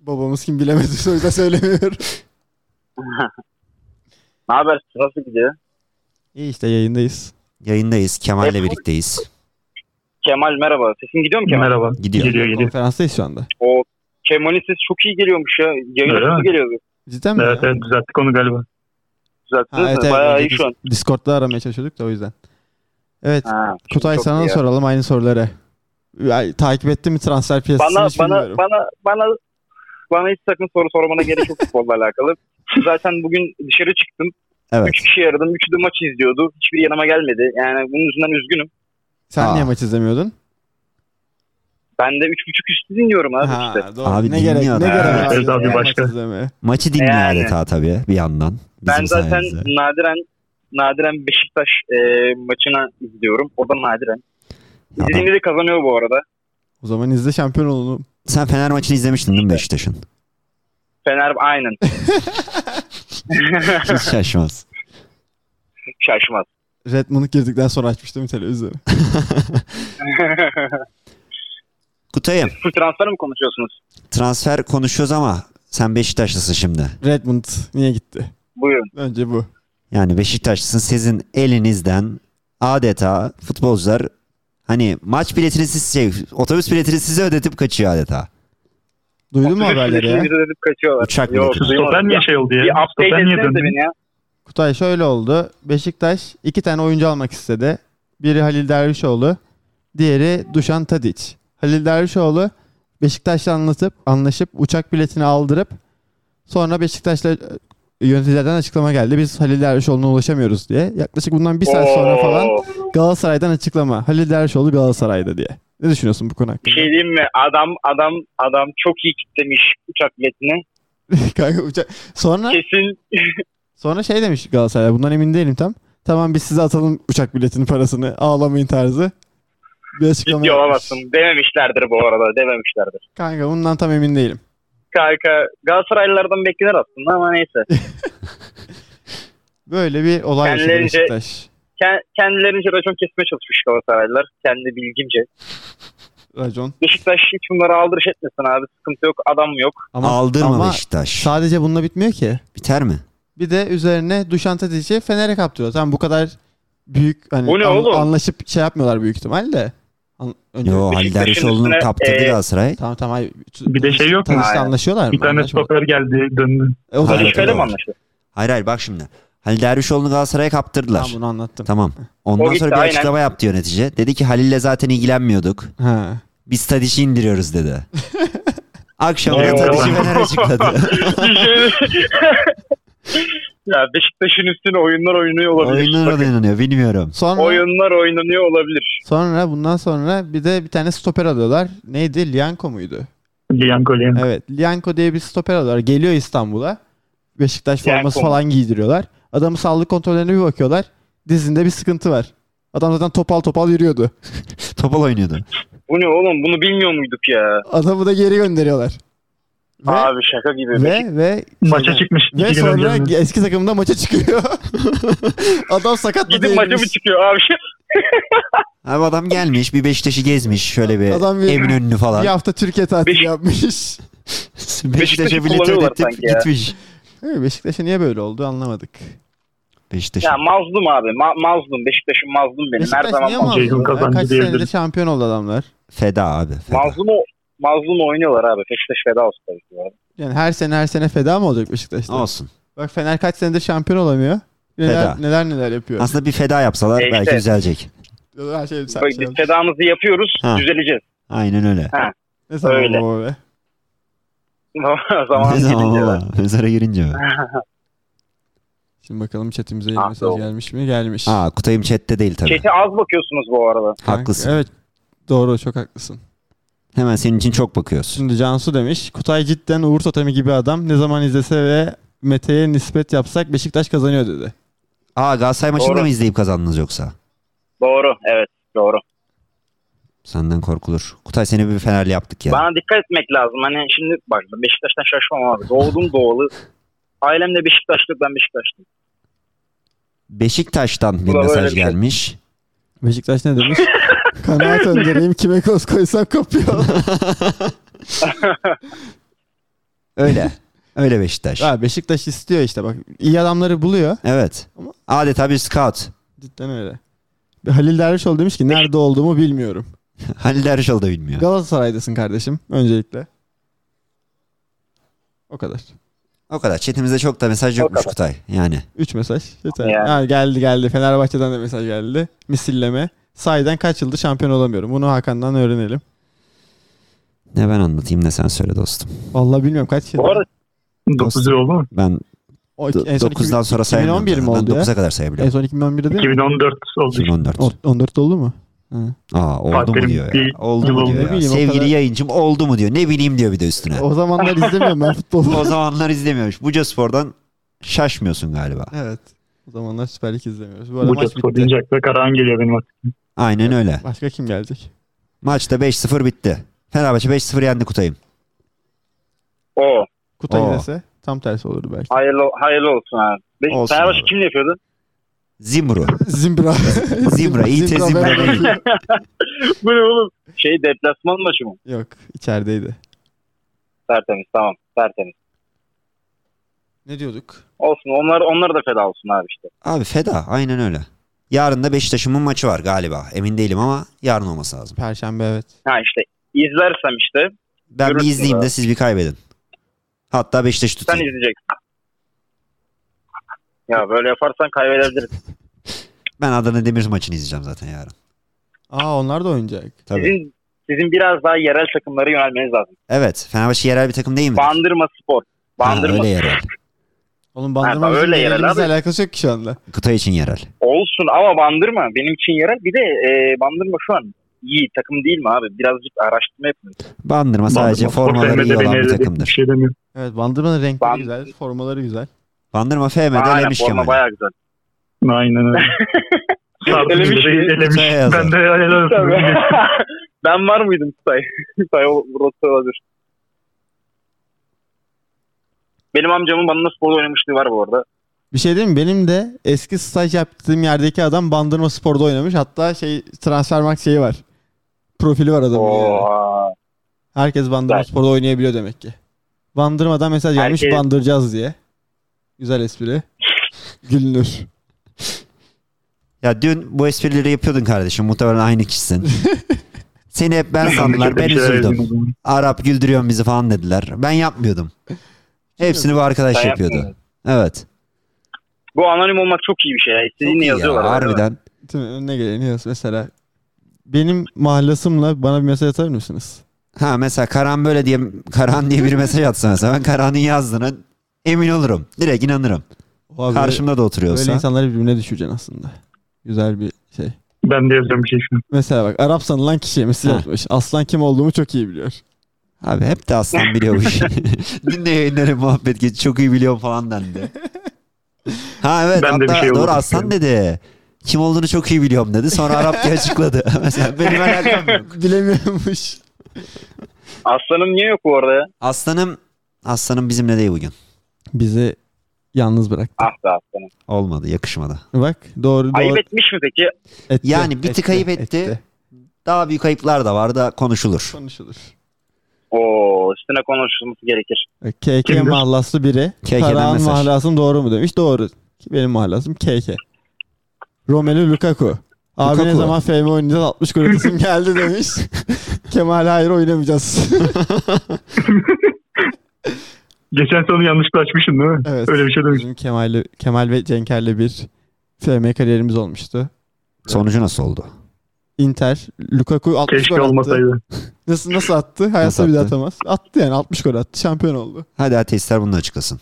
Speaker 4: Babamız kim bilemedi. O yüzden söylemiyorum.
Speaker 8: Ne haber? Nasıl gidiyor?
Speaker 4: [LAUGHS] İyi işte yayındayız.
Speaker 3: Yayındayız. Kemal'le
Speaker 8: Hep-
Speaker 3: birlikteyiz.
Speaker 8: Kemal merhaba. Sesin gidiyor mu Kemal?
Speaker 5: Merhaba.
Speaker 3: Gidiyor.
Speaker 5: Geliyor geliyor.
Speaker 4: Konferanstayız şu anda.
Speaker 8: O Kemal'in sesi çok iyi geliyormuş ya.
Speaker 5: Öyle
Speaker 8: Yayın
Speaker 5: mi?
Speaker 8: sesi geliyordu.
Speaker 4: Cidden mi?
Speaker 5: Evet
Speaker 4: ya?
Speaker 5: evet düzelttik onu galiba.
Speaker 8: Düzelttiniz
Speaker 4: Ha, evet,
Speaker 8: mi?
Speaker 4: evet,
Speaker 8: Bayağı iyi
Speaker 4: önceki
Speaker 8: şu an.
Speaker 4: Discord'da aramaya çalışıyorduk da o yüzden. Evet.
Speaker 8: Ha,
Speaker 4: Kutay
Speaker 8: çok
Speaker 4: sana
Speaker 8: iyi
Speaker 4: da
Speaker 8: ya.
Speaker 4: soralım aynı soruları. Ya, takip ettin mi transfer piyasasını
Speaker 8: Bana
Speaker 4: hiç
Speaker 8: bana,
Speaker 4: bilmiyorum.
Speaker 8: bana bana bana hiç sakın soru sormana gerek yok futbolla alakalı. Zaten bugün dışarı çıktım.
Speaker 3: Evet.
Speaker 8: Üç kişi aradım. Üçü de maç izliyordu. Hiçbiri yanıma gelmedi. Yani bunun yüzünden üzgünüm.
Speaker 4: Sen
Speaker 3: Aa.
Speaker 4: niye maç izlemiyordun?
Speaker 8: Ben de üç buçuk üstü dinliyorum abi işte.
Speaker 4: doğru.
Speaker 3: Abi
Speaker 4: ne gerek, ne
Speaker 3: dinliyor
Speaker 4: gerek
Speaker 3: adam.
Speaker 5: Evet,
Speaker 4: var
Speaker 5: evet abi,
Speaker 4: maç
Speaker 5: başka.
Speaker 4: izlemeye?
Speaker 3: Maçı dinliyor
Speaker 8: Yani.
Speaker 3: adeta tabii bir yandan. Bizim
Speaker 8: Ben zaten
Speaker 3: sayenizde.
Speaker 8: nadiren nadiren Beşiktaş e, maçına izliyorum. O da nadiren.
Speaker 3: Ya ben-
Speaker 8: İzlediğinde de kazanıyor bu arada.
Speaker 4: O zaman izle şampiyon olalım.
Speaker 3: Sen Fener maçını izlemiştin değil mi Beşiktaş'ın?
Speaker 8: [LAUGHS] Fener aynen.
Speaker 3: Hiç şaşmaz.
Speaker 8: Şaşmaz.
Speaker 4: Redmond'u girdikten sonra açmıştım televizyonu.
Speaker 3: Kutay'ım
Speaker 8: Full transfer mi konuşuyorsunuz?
Speaker 3: transfer konuşuyoruz ama sen Beşiktaşlısın şimdi.
Speaker 4: [LAUGHS] Redmond niye gitti?
Speaker 8: Buyurun.
Speaker 4: Önce bu.
Speaker 3: Yani Beşiktaşlısın sizin elinizden adeta futbolcular hani maç biletini siz şey otobüs biletini size ödetip kaçıyor adeta.
Speaker 4: Duydun mu
Speaker 8: Otobüs
Speaker 4: haberleri
Speaker 8: biletini
Speaker 4: ya?
Speaker 8: bize ödetip kaçıyorlar.
Speaker 3: Uçak
Speaker 8: Yok,
Speaker 3: bileti.
Speaker 8: duymadım.
Speaker 5: Stoper niye şey oldu ya?
Speaker 8: Bir update
Speaker 5: Stoper niye
Speaker 8: etsenize
Speaker 5: döndü?
Speaker 8: beni ya.
Speaker 4: Kutay şöyle oldu. Beşiktaş iki tane oyuncu almak istedi. Biri Halil Dervişoğlu. Diğeri Duşan Tadiç. Halil Dervişoğlu Beşiktaş'la anlatıp, anlaşıp uçak biletini aldırıp sonra Beşiktaş'la e, yöneticilerden açıklama geldi. Biz Halil Dervişoğlu'na ulaşamıyoruz diye. Yaklaşık bundan bir saat sonra
Speaker 8: Oo.
Speaker 4: falan Galatasaray'dan açıklama. Halil Dervişoğlu Galatasaray'da diye. Ne düşünüyorsun bu konu
Speaker 8: Bir
Speaker 4: hakkında?
Speaker 8: şey diyeyim mi? Adam adam adam çok iyi kitlemiş uçak biletini.
Speaker 4: [LAUGHS] Kanka uçak- Sonra
Speaker 8: Kesin
Speaker 4: Sonra şey demiş Galatasaray bundan emin değilim tam. Tamam biz size atalım uçak biletinin parasını. Ağlamayın tarzı. Bir açıklama
Speaker 8: Ciddi
Speaker 4: yapmış.
Speaker 8: olamazsın. Dememişlerdir bu arada. Dememişlerdir.
Speaker 4: Kanka bundan tam emin değilim.
Speaker 8: Kanka Galatasaraylılardan beklenir aslında
Speaker 4: [LAUGHS]
Speaker 8: ama neyse.
Speaker 4: Böyle bir olay yaşadı
Speaker 8: Kendilerince-
Speaker 4: Beşiktaş.
Speaker 8: Ken- kendilerince racon kesmeye çalışmış Galatasaraylılar. Kendi bilgimce.
Speaker 4: Racon.
Speaker 8: Beşiktaş hiç bunlara aldırış etmesin abi. Sıkıntı yok. Adam yok.
Speaker 4: Ama,
Speaker 3: Aldırma
Speaker 4: ama
Speaker 3: Beşiktaş.
Speaker 4: sadece bununla bitmiyor ki.
Speaker 3: Biter mi?
Speaker 4: Bir de üzerine Duşan Tadic'i Fener'e kaptırıyor. Tamam bu kadar büyük hani
Speaker 8: Bu ne oğlum?
Speaker 4: anlaşıp şey yapmıyorlar büyük ihtimalle. An- önce-
Speaker 3: Yo Halil
Speaker 8: Beşiktaş'ın
Speaker 3: Dervişoğlu'nu
Speaker 8: üstüne,
Speaker 3: kaptırdı
Speaker 8: e,
Speaker 3: Galatasaray.
Speaker 4: Tamam tamam. hayır.
Speaker 5: Bir de şey yok mu?
Speaker 4: Tadic'le
Speaker 8: Hayır.
Speaker 4: anlaşıyorlar mı?
Speaker 5: Bir tane
Speaker 4: Anlaşmadılar.
Speaker 5: stoper geldi döndü.
Speaker 4: E, o da
Speaker 3: Hayır,
Speaker 8: Barış
Speaker 4: anlaşıyorlar.
Speaker 8: Bey'le mi
Speaker 3: tamam.
Speaker 8: anlaştı?
Speaker 3: Hayır hayır bak şimdi. Halil Dervişoğlu'nu Galatasaray'a kaptırdılar.
Speaker 4: Tamam bunu anlattım.
Speaker 3: Tamam.
Speaker 8: O
Speaker 3: Ondan
Speaker 8: gitti,
Speaker 3: sonra bir
Speaker 8: aynen.
Speaker 3: açıklama yaptı yönetici. Dedi ki Halil'le zaten ilgilenmiyorduk.
Speaker 4: Ha.
Speaker 3: Biz Tadiş'i indiriyoruz dedi. Akşamda
Speaker 5: Eyvallah.
Speaker 3: Tadiş'i Fener
Speaker 5: [LAUGHS]
Speaker 3: açıkladı.
Speaker 8: [LAUGHS] şey- ya Beşiktaş'ın üstüne oyunlar oynuyor olabilir.
Speaker 3: Oyunlara da inanıyor bilmiyorum.
Speaker 4: Sonra
Speaker 8: Oyunlar oynanıyor olabilir.
Speaker 4: sonra bundan sonra bir de bir tane stoper alıyorlar. Neydi? Lianko muydu?
Speaker 5: Lianco Lianco.
Speaker 4: Evet. Lianko diye bir stoper alıyorlar. Geliyor İstanbul'a. Beşiktaş
Speaker 8: Lianco
Speaker 4: forması
Speaker 8: mu?
Speaker 4: falan giydiriyorlar. Adamın sağlık kontrollerine bir bakıyorlar. Dizinde bir sıkıntı var. Adam zaten topal topal yürüyordu.
Speaker 3: Topal oynuyordu.
Speaker 8: Bu ne oğlum? Bunu bilmiyor muyduk ya?
Speaker 4: Adamı da geri gönderiyorlar. Ve
Speaker 8: Abi şaka gibi.
Speaker 4: ve ve
Speaker 5: Maça
Speaker 4: şeyden-
Speaker 5: çıkmış.
Speaker 4: ve
Speaker 5: iki gün
Speaker 4: sonra
Speaker 5: önce.
Speaker 4: eski takımında maça çıkıyor. [LAUGHS] Adam sakat mı
Speaker 8: Gidip maça mı
Speaker 4: değilmiş.
Speaker 8: çıkıyor abi? şey-
Speaker 3: Abi adam gelmiş bir Beşiktaş'ı gezmiş şöyle bir
Speaker 4: Adam bir-
Speaker 3: Eminönü'nü
Speaker 4: Bir
Speaker 3: falan.
Speaker 4: hafta Türkiye tatili
Speaker 8: Beşik-
Speaker 4: yapmış. [LAUGHS]
Speaker 3: Beşiktaş'a
Speaker 8: Beşiktaş'ı
Speaker 3: bilet
Speaker 8: kullanıyorlar
Speaker 3: ödetip
Speaker 8: sanki ya.
Speaker 3: gitmiş.
Speaker 4: Evet, Beşiktaş'a niye böyle oldu anlamadık.
Speaker 3: Beşiktaş'a.
Speaker 8: Ya mazlum abi. Ma- mazlum. Beşiktaş'ın mazlum benim. Her
Speaker 4: Beşiktaş
Speaker 8: zaman
Speaker 4: niye
Speaker 8: mazlum.
Speaker 5: Ceyhun
Speaker 4: mağlup?
Speaker 5: kazancı
Speaker 4: Kaç senedir
Speaker 5: diyebiliriz.
Speaker 4: şampiyon oldu adamlar.
Speaker 3: Feda abi. Feda.
Speaker 8: Mazlum, o- mazlum oynuyorlar abi. Beşiktaş feda olsun tabii ki. ya.
Speaker 4: Yani her sene her sene feda mı olacak Beşiktaş'ta?
Speaker 3: Olsun.
Speaker 4: Bak Fener kaç senedir şampiyon olamıyor. Neler
Speaker 3: Feda.
Speaker 4: neler, neler yapıyor.
Speaker 3: Aslında bir feda yapsalar
Speaker 8: E işte.
Speaker 3: belki düzelecek.
Speaker 4: her şey sen
Speaker 8: Bak,
Speaker 4: şey
Speaker 8: biz Fedamızı yapıyoruz.
Speaker 3: Ha.
Speaker 8: Düzeleceğiz. [LAUGHS]
Speaker 3: Aynen öyle.
Speaker 4: Ne zaman
Speaker 8: öyle.
Speaker 4: baba be.
Speaker 8: zaman
Speaker 3: ne zaman
Speaker 8: gelince.
Speaker 3: baba? Mezara girince
Speaker 8: [LAUGHS]
Speaker 3: mi?
Speaker 4: Şimdi bakalım chatimize yeni
Speaker 8: Ah,
Speaker 4: mesaj
Speaker 8: doğru.
Speaker 4: gelmiş mi? Gelmiş.
Speaker 3: Aa Kutay'ım chatte değil tabii.
Speaker 8: Chat'e az bakıyorsunuz bu arada.
Speaker 4: Kanka,
Speaker 3: Haklısın.
Speaker 4: Evet. Doğru çok haklısın.
Speaker 3: Hemen senin için çok bakıyorsun.
Speaker 4: Şimdi Cansu demiş. Kutay cidden Uğur Totemi gibi adam. Ne zaman izlese ve Mete'ye nispet yapsak Beşiktaş kazanıyor dedi.
Speaker 3: Aa Galatasaray maçını da
Speaker 8: Doğru.
Speaker 3: mı izleyip kazandınız yoksa?
Speaker 8: Doğru. Evet. Doğru.
Speaker 3: Senden korkulur. Kutay seni bir Fenerli yaptık ya.
Speaker 8: Bana dikkat etmek lazım. Hani şimdi bak ben Beşiktaş'tan şaşmam abi. Doğdum doğalı. Ailem de Beşiktaşlı ben Beşiktaşlı.
Speaker 3: Beşiktaş'tan bir
Speaker 8: Ulan öyle
Speaker 3: mesaj
Speaker 8: bir şey.
Speaker 3: gelmiş.
Speaker 4: Beşiktaş
Speaker 3: [LAUGHS]
Speaker 4: ne demiş? Kanaat öndereyim kime koz koysam kopuyor.
Speaker 3: [LAUGHS] Öyle. Öyle Beşiktaş.
Speaker 4: ha, Beşiktaş istiyor işte bak. iyi adamları buluyor.
Speaker 3: Evet. Adeta bir scout. [LAUGHS]
Speaker 4: Cidden öyle. Bir Halil Dervişoğlu demiş ki nerede olduğumu bilmiyorum.
Speaker 3: Halil Dervişoğlu da bilmiyor.
Speaker 4: Galatasaray'dasın kardeşim öncelikle. O kadar.
Speaker 3: O kadar. Chatimizde çok da mesaj yokmuş Kutay. Yani.
Speaker 4: 3 mesaj. Yeter.
Speaker 8: Yani.
Speaker 4: Ha, geldi geldi. Fenerbahçe'den de mesaj geldi. Misilleme. Sahiden kaç yıldır şampiyon olamıyorum. Bunu Hakan'dan öğrenelim.
Speaker 3: Ne ben anlatayım ne sen söyle dostum.
Speaker 4: Vallahi bilmiyorum kaç yıl.
Speaker 8: Bu arada
Speaker 5: 9 yıl oldu mu?
Speaker 3: Ben
Speaker 4: O, en son
Speaker 3: 9'dan
Speaker 4: 2000
Speaker 3: sonra sayamıyorum.
Speaker 4: 2011 mi
Speaker 3: zaten.
Speaker 4: oldu
Speaker 3: Ben
Speaker 4: ya?
Speaker 3: 9'a kadar
Speaker 4: En
Speaker 3: sayabiliyorum.
Speaker 4: son 2011'de değil mi?
Speaker 5: 2014 oldu.
Speaker 3: 2014.
Speaker 4: O- 14 oldu mu?
Speaker 3: Aa oldu mu
Speaker 5: Aferin,
Speaker 3: diyor ya.
Speaker 5: bir
Speaker 3: Oldu
Speaker 5: yıl
Speaker 3: mu
Speaker 5: oldu.
Speaker 3: diyor
Speaker 4: Ne
Speaker 3: ya.
Speaker 4: bileyim, o
Speaker 3: Sevgili
Speaker 4: kadar-
Speaker 3: yayıncım oldu mu diyor. Ne bileyim diyor bir de üstüne. O,
Speaker 4: O zamanlar izlemiyorum ben futbolu.
Speaker 3: zamanlar izlemiyormuş. Buca Spor'dan şaşmıyorsun galiba.
Speaker 4: [LAUGHS] evet. O zamanlar Süper Lig izlemiyoruz. Bu arada
Speaker 5: Bu
Speaker 4: maç
Speaker 5: Spor
Speaker 4: bitti.
Speaker 5: deyince akla Karahan geliyor benim aklıma.
Speaker 3: Aynen öyle.
Speaker 4: Başka kim gelecek?
Speaker 3: Maçta 5-0 bitti. Fenerbahçe 5-0 yendi Kutay'ım.
Speaker 8: o.
Speaker 4: Kutay
Speaker 3: Oo.
Speaker 4: dese tam tersi olurdu belki.
Speaker 8: Hayırlı, hayırlı olsun abi. Be-
Speaker 3: Olsun
Speaker 8: Fenerbahçe
Speaker 3: abi.
Speaker 8: kim yapıyordu? [LAUGHS]
Speaker 3: Zimbru.
Speaker 4: [LAUGHS] [LAUGHS] Zimbra.
Speaker 3: Zimbra, iyi tez Zimbra
Speaker 4: ben
Speaker 3: değil.
Speaker 4: bakıyorum.
Speaker 8: Bu ne oğlum? Şey deplasman maçı mı?
Speaker 4: [LAUGHS] Yok içerideydi.
Speaker 8: Tertemiz tamam. Tertemiz.
Speaker 4: Ne diyorduk?
Speaker 8: Olsun onlar onlar da feda olsun abi işte.
Speaker 3: Abi feda. Aynen öyle. Yarın da Beşiktaş'ın maçı var galiba. Emin değilim ama yarın olması lazım.
Speaker 4: Perşembe evet.
Speaker 8: Ha işte izlersem işte
Speaker 3: Ben bir
Speaker 8: Görürsün
Speaker 3: izleyeyim
Speaker 8: abi.
Speaker 3: de siz bir kaybedin. Hatta Beşiktaş'ı
Speaker 8: sen
Speaker 3: tutayım.
Speaker 8: izleyeceksin. Ya böyle yaparsan kaybedebiliriz.
Speaker 3: Ben Adana Demir maçını izleyeceğim zaten yarın.
Speaker 4: Aa onlar da oynayacak.
Speaker 3: Tabii.
Speaker 8: Sizin sizin biraz daha yerel takımlara yönelmeniz lazım.
Speaker 3: Evet. Fenerbahçe yerel bir takım değil mi?
Speaker 8: Bandırma Spor. Bandırma.
Speaker 3: öyle yerel.
Speaker 4: Oğlum
Speaker 8: Ha,
Speaker 4: bandırma
Speaker 8: öyle
Speaker 4: öyle
Speaker 8: yerel
Speaker 4: yerimizle
Speaker 8: abi.
Speaker 4: alakası yok ki şu anda.
Speaker 3: Kutay için yerel.
Speaker 8: Olsun ama Bandırma benim için yerel. Bir de e, Bandırma şu an iyi takım değil mi abi? Birazcık araştırma yapın.
Speaker 3: Bandırma sadece
Speaker 5: Bandırma Spor
Speaker 3: formaları
Speaker 5: sevmedi,
Speaker 3: iyi olan
Speaker 5: beni
Speaker 3: bir
Speaker 5: eledi. Bir
Speaker 3: takımdır.
Speaker 5: şey demiyorum.
Speaker 4: Evet bandırmanın renkleri
Speaker 8: Band-
Speaker 4: güzel, formaları güzel.
Speaker 3: Bandırma FM'de
Speaker 8: Aynen
Speaker 3: elemiş
Speaker 8: forma
Speaker 3: Kemal'i.
Speaker 8: bayağı güzel.
Speaker 5: Aynen
Speaker 8: [LAUGHS]
Speaker 5: öyle. Sardı
Speaker 8: Elemiş
Speaker 5: bizi de,
Speaker 8: mi?
Speaker 5: elemiş.
Speaker 4: Şey
Speaker 3: Kutaya yazar.
Speaker 5: Ben de helal olsun.
Speaker 4: [LAUGHS]
Speaker 8: Tabii. [LAUGHS]
Speaker 5: Öyle.
Speaker 8: ben var mıydım [LAUGHS] Kutay? Kutay o- burası olabilir. Benim amcamın bana spor oynamışlığı var bu arada.
Speaker 4: Bir şey diyeyim mi? Benim de eski staj yaptığım yerdeki adam Bandırma Spor'da oynamış. Hatta şey Transfermarkt şeyi var. Profili var adamın. yani.
Speaker 8: Oo.
Speaker 4: Herkes Bandırma
Speaker 8: Güzel.
Speaker 4: Spor'da oynayabiliyor demek ki. Bandırmadan mesaj gelmiş
Speaker 8: Herkes-
Speaker 4: bandıracağız diye. Güzel espri. Gülünür.
Speaker 3: Ya dün bu esprileri yapıyordun kardeşim. Muhtemelen aynı
Speaker 8: [LAUGHS]
Speaker 3: kişisin. Seni hep ben sandılar. Ben
Speaker 5: Bir şeyler
Speaker 3: üzüldüm.
Speaker 5: yazayım o zaman.
Speaker 3: Arap güldürüyorsun bizi falan dediler. Ben yapmıyordum. Hepsini bu arkadaş
Speaker 8: Ben
Speaker 3: yapıyordu.
Speaker 8: yapmıyorum.
Speaker 3: Evet.
Speaker 8: Bu anonim olmak çok iyi bir şey. ya. İstediğini
Speaker 3: İyi ya,
Speaker 8: yazıyorlar.
Speaker 3: harbiden.
Speaker 4: Değil mi? Önüne geleni yaz. Mesela benim mahlasımla bana bir mesaj atar mısınız?
Speaker 3: Ha mesela Karan böyle diye Karan diye bir mesaj atsa mesela ben Karan'ın yazdığına emin olurum. Direkt inanırım.
Speaker 4: O abi,
Speaker 3: Karşımda da
Speaker 4: böyle,
Speaker 3: oturuyorsa.
Speaker 4: insanları birbirine düşüreceksin aslında. Güzel bir şey.
Speaker 5: Ben de yazıyorum bir şey şimdi.
Speaker 4: Mesela bak Arap sanılan kişiye mesaj
Speaker 3: Ha.
Speaker 4: atmış. Aslan kim olduğumu çok iyi biliyor.
Speaker 3: Abi hep de aslan
Speaker 5: [LAUGHS]
Speaker 3: biliyormuş. Dün de yayınları muhabbet geçti. Çok iyi biliyorum falan dendi. Ha evet
Speaker 5: Ben de bir
Speaker 3: hatta
Speaker 5: şey
Speaker 3: doğru
Speaker 5: olurum.
Speaker 3: aslan dedi. Kim olduğunu çok iyi biliyorum dedi. Sonra Arap diye açıkladı. [LAUGHS] mesela benim alakam yok.
Speaker 4: [LAUGHS] Bilemiyormuş.
Speaker 8: Aslanım niye yok bu arada ya?
Speaker 3: Aslanım Aslanım bizimle değil bugün.
Speaker 4: Bizi yalnız bıraktı.
Speaker 8: Ah be aslanım.
Speaker 3: Olmadı yakışmadı.
Speaker 4: Bak doğru doğru.
Speaker 8: Ayıp etmiş mi peki?
Speaker 4: Etti,
Speaker 3: Yani bir tık ayıp etti. Daha büyük ayıplar da var da konuşulur.
Speaker 4: Konuşulur.
Speaker 8: Oo üstüne konuşulması gerekir.
Speaker 4: KK
Speaker 5: Kimdir?
Speaker 4: E, mahallası biri.
Speaker 3: KK'den
Speaker 4: Tarağan
Speaker 3: mesaj.
Speaker 4: mahlasım doğru mu demiş. Doğru. Benim mahlasım KK. Romelu Lukaku. Abi ne
Speaker 3: Lukaku.
Speaker 4: zaman FM oynayacağız 60 gol atasım geldi
Speaker 3: [LAUGHS]
Speaker 4: demiş. Kemal hayır oynamayacağız.
Speaker 5: Geçen sene yanlışlıkla açmışsın değil mi?
Speaker 4: evet.
Speaker 5: Öyle bir şey demiş.
Speaker 4: Bizim Kemal, Kemal ve Cenker'le bir FM kariyerimiz olmuştu.
Speaker 3: Sonucu nasıl oldu?
Speaker 4: Inter Lukaku 60
Speaker 5: Keşke
Speaker 4: gol attı.
Speaker 5: olmasaydı.
Speaker 4: Nasıl nasıl attı? Hayatta
Speaker 3: Nasıl
Speaker 4: bir daha
Speaker 3: attı?
Speaker 4: atamaz. Attı yani 60 gol attı. Şampiyon oldu.
Speaker 3: Hadi ateistler bunu da açıklasın.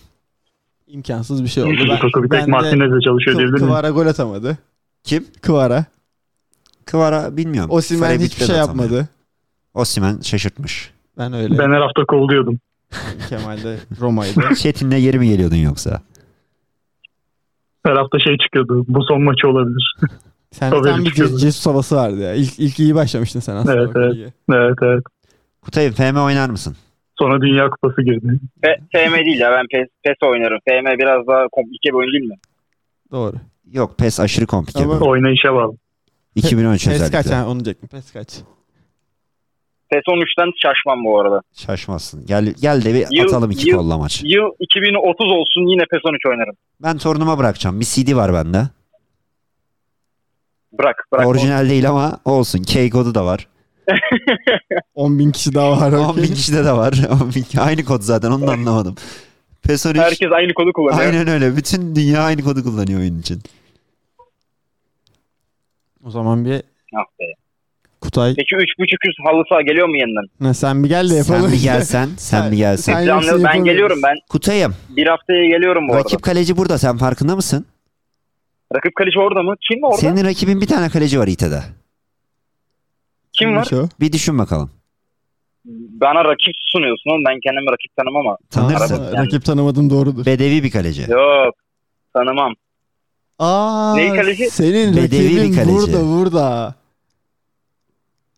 Speaker 4: İmkansız bir şey oldu.
Speaker 5: Lukaku bir
Speaker 4: Ben-
Speaker 5: tek
Speaker 4: ben de-
Speaker 5: Martinez'le çalışıyor
Speaker 4: Kı-
Speaker 5: diyebilir miyim?
Speaker 4: Kıvara gol atamadı.
Speaker 3: Kim?
Speaker 4: Kıvara.
Speaker 3: Kıvara bilmiyorum.
Speaker 4: Osimhen hiçbir şey yapmadı.
Speaker 3: Osimen şaşırtmış.
Speaker 4: Ben öyle.
Speaker 5: Ben her hafta kol diyordum.
Speaker 4: Kemal'de
Speaker 3: [LAUGHS]
Speaker 4: Roma'ydı.
Speaker 3: Çetin'le yeri mi geliyordun yoksa?
Speaker 5: Her hafta şey çıkıyordu. Bu son maçı olabilir. [LAUGHS]
Speaker 4: Sen
Speaker 5: Tabii,
Speaker 4: tam bir
Speaker 5: çıkıyordu.
Speaker 4: Ce- Jesus havası vardı ya. İlk, ilk iyi başlamıştın sen aslında.
Speaker 5: Evet,
Speaker 4: bak
Speaker 5: evet.
Speaker 4: lige.
Speaker 5: evet evet.
Speaker 3: Kutay'ım FM oynar mısın?
Speaker 5: Sonra Dünya Kupası girdi.
Speaker 8: Fe, FM değil ya ben PES, PES oynarım. FM biraz daha komplike bir oyun değil mi?
Speaker 4: Doğru.
Speaker 3: Yok PES aşırı komplike.
Speaker 4: Ama-
Speaker 3: Ama...
Speaker 5: Oynayışa bağlı.
Speaker 3: 2013
Speaker 4: Pes kaç
Speaker 3: özellikle.
Speaker 4: ha, onu diyecektim. Pes kaç.
Speaker 8: PES 13'ten şaşmam bu arada.
Speaker 3: Şaşmazsın. Gel gel de bir
Speaker 8: Yıl-
Speaker 3: atalım iki
Speaker 8: yıl-
Speaker 3: kolla maç.
Speaker 8: Yıl 2030 olsun yine PES 13 oynarım.
Speaker 3: Ben torunuma bırakacağım. Bir CD var bende.
Speaker 8: Bırak bırak.
Speaker 3: Orijinal değil ama olsun. K kodu da
Speaker 8: [LAUGHS]
Speaker 3: var.
Speaker 4: 10 bin kişi daha var.
Speaker 3: 10 bin kişide de var. [LAUGHS] 10 bin- Aynı kod zaten onu da anlamadım. PES 13
Speaker 8: Herkes aynı kodu kullanıyor.
Speaker 3: aynen öyle. Bütün dünya aynı kodu kullanıyor oyun için.
Speaker 4: O zaman bir
Speaker 8: Ah be.
Speaker 4: Kutay.
Speaker 8: Peki 3.5 üst halı saha geliyor mu yeniden?
Speaker 4: Ne, sen bir gel de yapalım.
Speaker 3: Sen bir
Speaker 4: işte. [LAUGHS]
Speaker 3: gelsen. Sen bir gelsen.
Speaker 4: Sen-
Speaker 8: Canlı-
Speaker 4: yoksa
Speaker 8: ben
Speaker 4: yapamıyoruz.
Speaker 8: geliyorum ben.
Speaker 3: Kutay'ım.
Speaker 8: Bir haftaya geliyorum bu
Speaker 3: Rakip
Speaker 8: arada.
Speaker 3: kaleci burada. Sen farkında mısın?
Speaker 8: Rakip kaleci orada mı? Kim orada?
Speaker 3: Senin rakibin bir tane kaleci var İT'de.
Speaker 8: Kim var?
Speaker 4: Kimmiş şey o?
Speaker 3: Bir düşün bakalım.
Speaker 8: Bana rakip sunuyorsun oğlum. Ben kendimi rakip tanımam ama.
Speaker 3: Tanırsın.
Speaker 4: Aa,
Speaker 8: yani.
Speaker 4: Rakip tanımadım doğrudur.
Speaker 3: Bedevi bir kaleci.
Speaker 8: Yok. Tanımam.
Speaker 4: Aa,
Speaker 8: Neyi kaleci?
Speaker 4: Senin
Speaker 3: Bedevi bir
Speaker 4: rakibin
Speaker 3: kaleci.
Speaker 4: burada burada.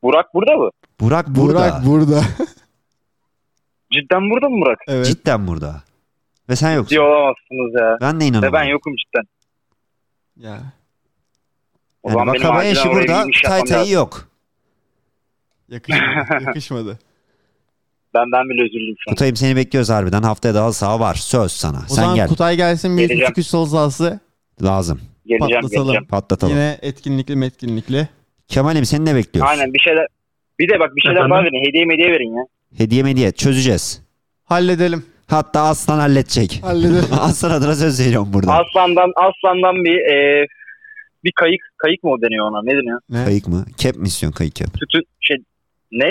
Speaker 8: Burak burada mı?
Speaker 3: Burak burada.
Speaker 4: Burak burada.
Speaker 8: Cidden burada mı Burak?
Speaker 4: evet.
Speaker 3: Cidden burada. Ve sen yoksun.
Speaker 8: Diyor olamazsınız ya.
Speaker 3: Ben de
Speaker 8: Ve
Speaker 3: inanamıyorum.
Speaker 8: ben yokum cidden.
Speaker 4: Ya,
Speaker 8: O
Speaker 3: Yani
Speaker 8: zaman benim
Speaker 3: Vakaba
Speaker 8: acilen
Speaker 3: eşi
Speaker 8: oraya
Speaker 3: burada.
Speaker 8: bir iş yapmam
Speaker 3: Taytay'ı
Speaker 8: lazım.
Speaker 3: yok.
Speaker 4: yakışmadı.
Speaker 3: [LAUGHS]
Speaker 4: yakışmadı.
Speaker 8: Ben, ben bile üzüldüm şu an.
Speaker 3: Kutay'ım seni bekliyoruz harbiden. Haftaya daha sağ var. Söz sana.
Speaker 4: O
Speaker 3: sen
Speaker 4: zaman
Speaker 3: gel.
Speaker 4: Kutay gelsin bir
Speaker 8: Geleceğim.
Speaker 4: küçük üç sol sahası
Speaker 3: Lazım.
Speaker 8: Geleceğim
Speaker 4: patlatalım.
Speaker 8: geleceğim.
Speaker 3: Patlatalım.
Speaker 4: Yine etkinlikli metkinlikli.
Speaker 3: Kemal'im seni ne bekliyorsun?
Speaker 8: Aynen bir şeyler. Bir de bak bir şeyler
Speaker 5: Efendim?
Speaker 8: bana verin. Hediye hediye verin ya.
Speaker 3: Hediye mediye çözeceğiz.
Speaker 4: Halledelim.
Speaker 3: Hatta Aslan halledecek.
Speaker 4: Halledelim.
Speaker 3: [LAUGHS] Aslan adına söz veriyorum burada.
Speaker 8: Aslandan aslandan bir e, bir kayık kayık mı o deniyor ona? Ne deniyor?
Speaker 4: ne?
Speaker 3: Kayık mı? Kep mi istiyorsun kayık kep?
Speaker 8: Tütün şey ne?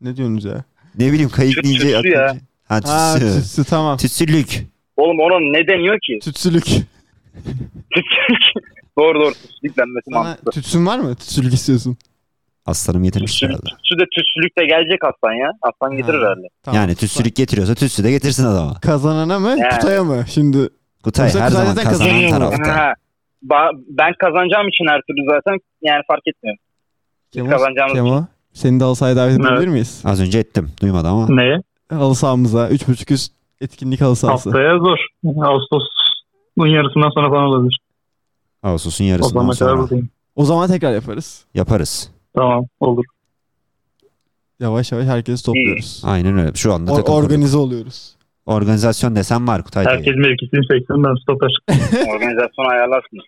Speaker 4: ne diyorsunuz ya?
Speaker 3: Ne bileyim kayık
Speaker 8: Tüt-
Speaker 3: deyince
Speaker 8: tütsü ya.
Speaker 3: akıllıca- Ha
Speaker 4: Ha
Speaker 3: tütsü.
Speaker 4: tütsü tamam.
Speaker 3: Tütsülük.
Speaker 8: Oğlum ona ne deniyor ki?
Speaker 4: Tütsülük.
Speaker 8: Tütsülük. [LAUGHS] doğru doğru tütsülük denmesi
Speaker 4: Sana
Speaker 8: mantıklı.
Speaker 4: tütsün var mı? Tütsülük istiyorsun.
Speaker 3: Aslanım getirmiş
Speaker 8: Tütsülük,
Speaker 3: herhalde.
Speaker 8: tütsü de tütsülük de gelecek aslan ya. Aslan getirir
Speaker 4: Ha.
Speaker 8: herhalde.
Speaker 4: Tamam.
Speaker 3: Yani tütsülük getiriyorsa tütsü de getirsin adama.
Speaker 4: Kazanana mı?
Speaker 8: Evet.
Speaker 4: Kutaya mı? Şimdi
Speaker 3: Kutay
Speaker 4: Yoksa
Speaker 3: her
Speaker 4: Kutay
Speaker 3: zaman
Speaker 4: zaten
Speaker 3: kazanan
Speaker 4: kazanıyor ama.
Speaker 8: [LAUGHS]
Speaker 3: tarafta.
Speaker 8: Ha, ba- ben kazanacağım için her türlü zaten yani fark etmiyor.
Speaker 4: Kemo,
Speaker 8: kazanacağımız-
Speaker 4: Kemo, seni de halı sahaya davet
Speaker 5: Evet.
Speaker 4: edebilir miyiz?
Speaker 3: Az önce ettim. Duymadı ama.
Speaker 5: Neye?
Speaker 4: Halı sahamıza 3.5 üst etkinlik halı sahası.
Speaker 5: Haftaya zor. Ağustos'un yarısından sonra falan olabilir.
Speaker 3: Ağustos'un
Speaker 5: O
Speaker 3: yarısından
Speaker 5: zamana kadar
Speaker 3: sonra
Speaker 5: buradayım.
Speaker 4: O zaman tekrar yaparız.
Speaker 3: yaparız.
Speaker 5: Tamam olur.
Speaker 4: Yavaş yavaş herkesi topluyoruz.
Speaker 3: Aynen öyle. Şu anda
Speaker 4: Or-
Speaker 3: takılıyoruz.
Speaker 4: organize oluyoruz.
Speaker 3: Organizasyon desem var Kutay Bey.
Speaker 5: Herkes mevkisini çeksin ben stoper.
Speaker 3: [LAUGHS]
Speaker 8: Organizasyonu ayarlarsınız.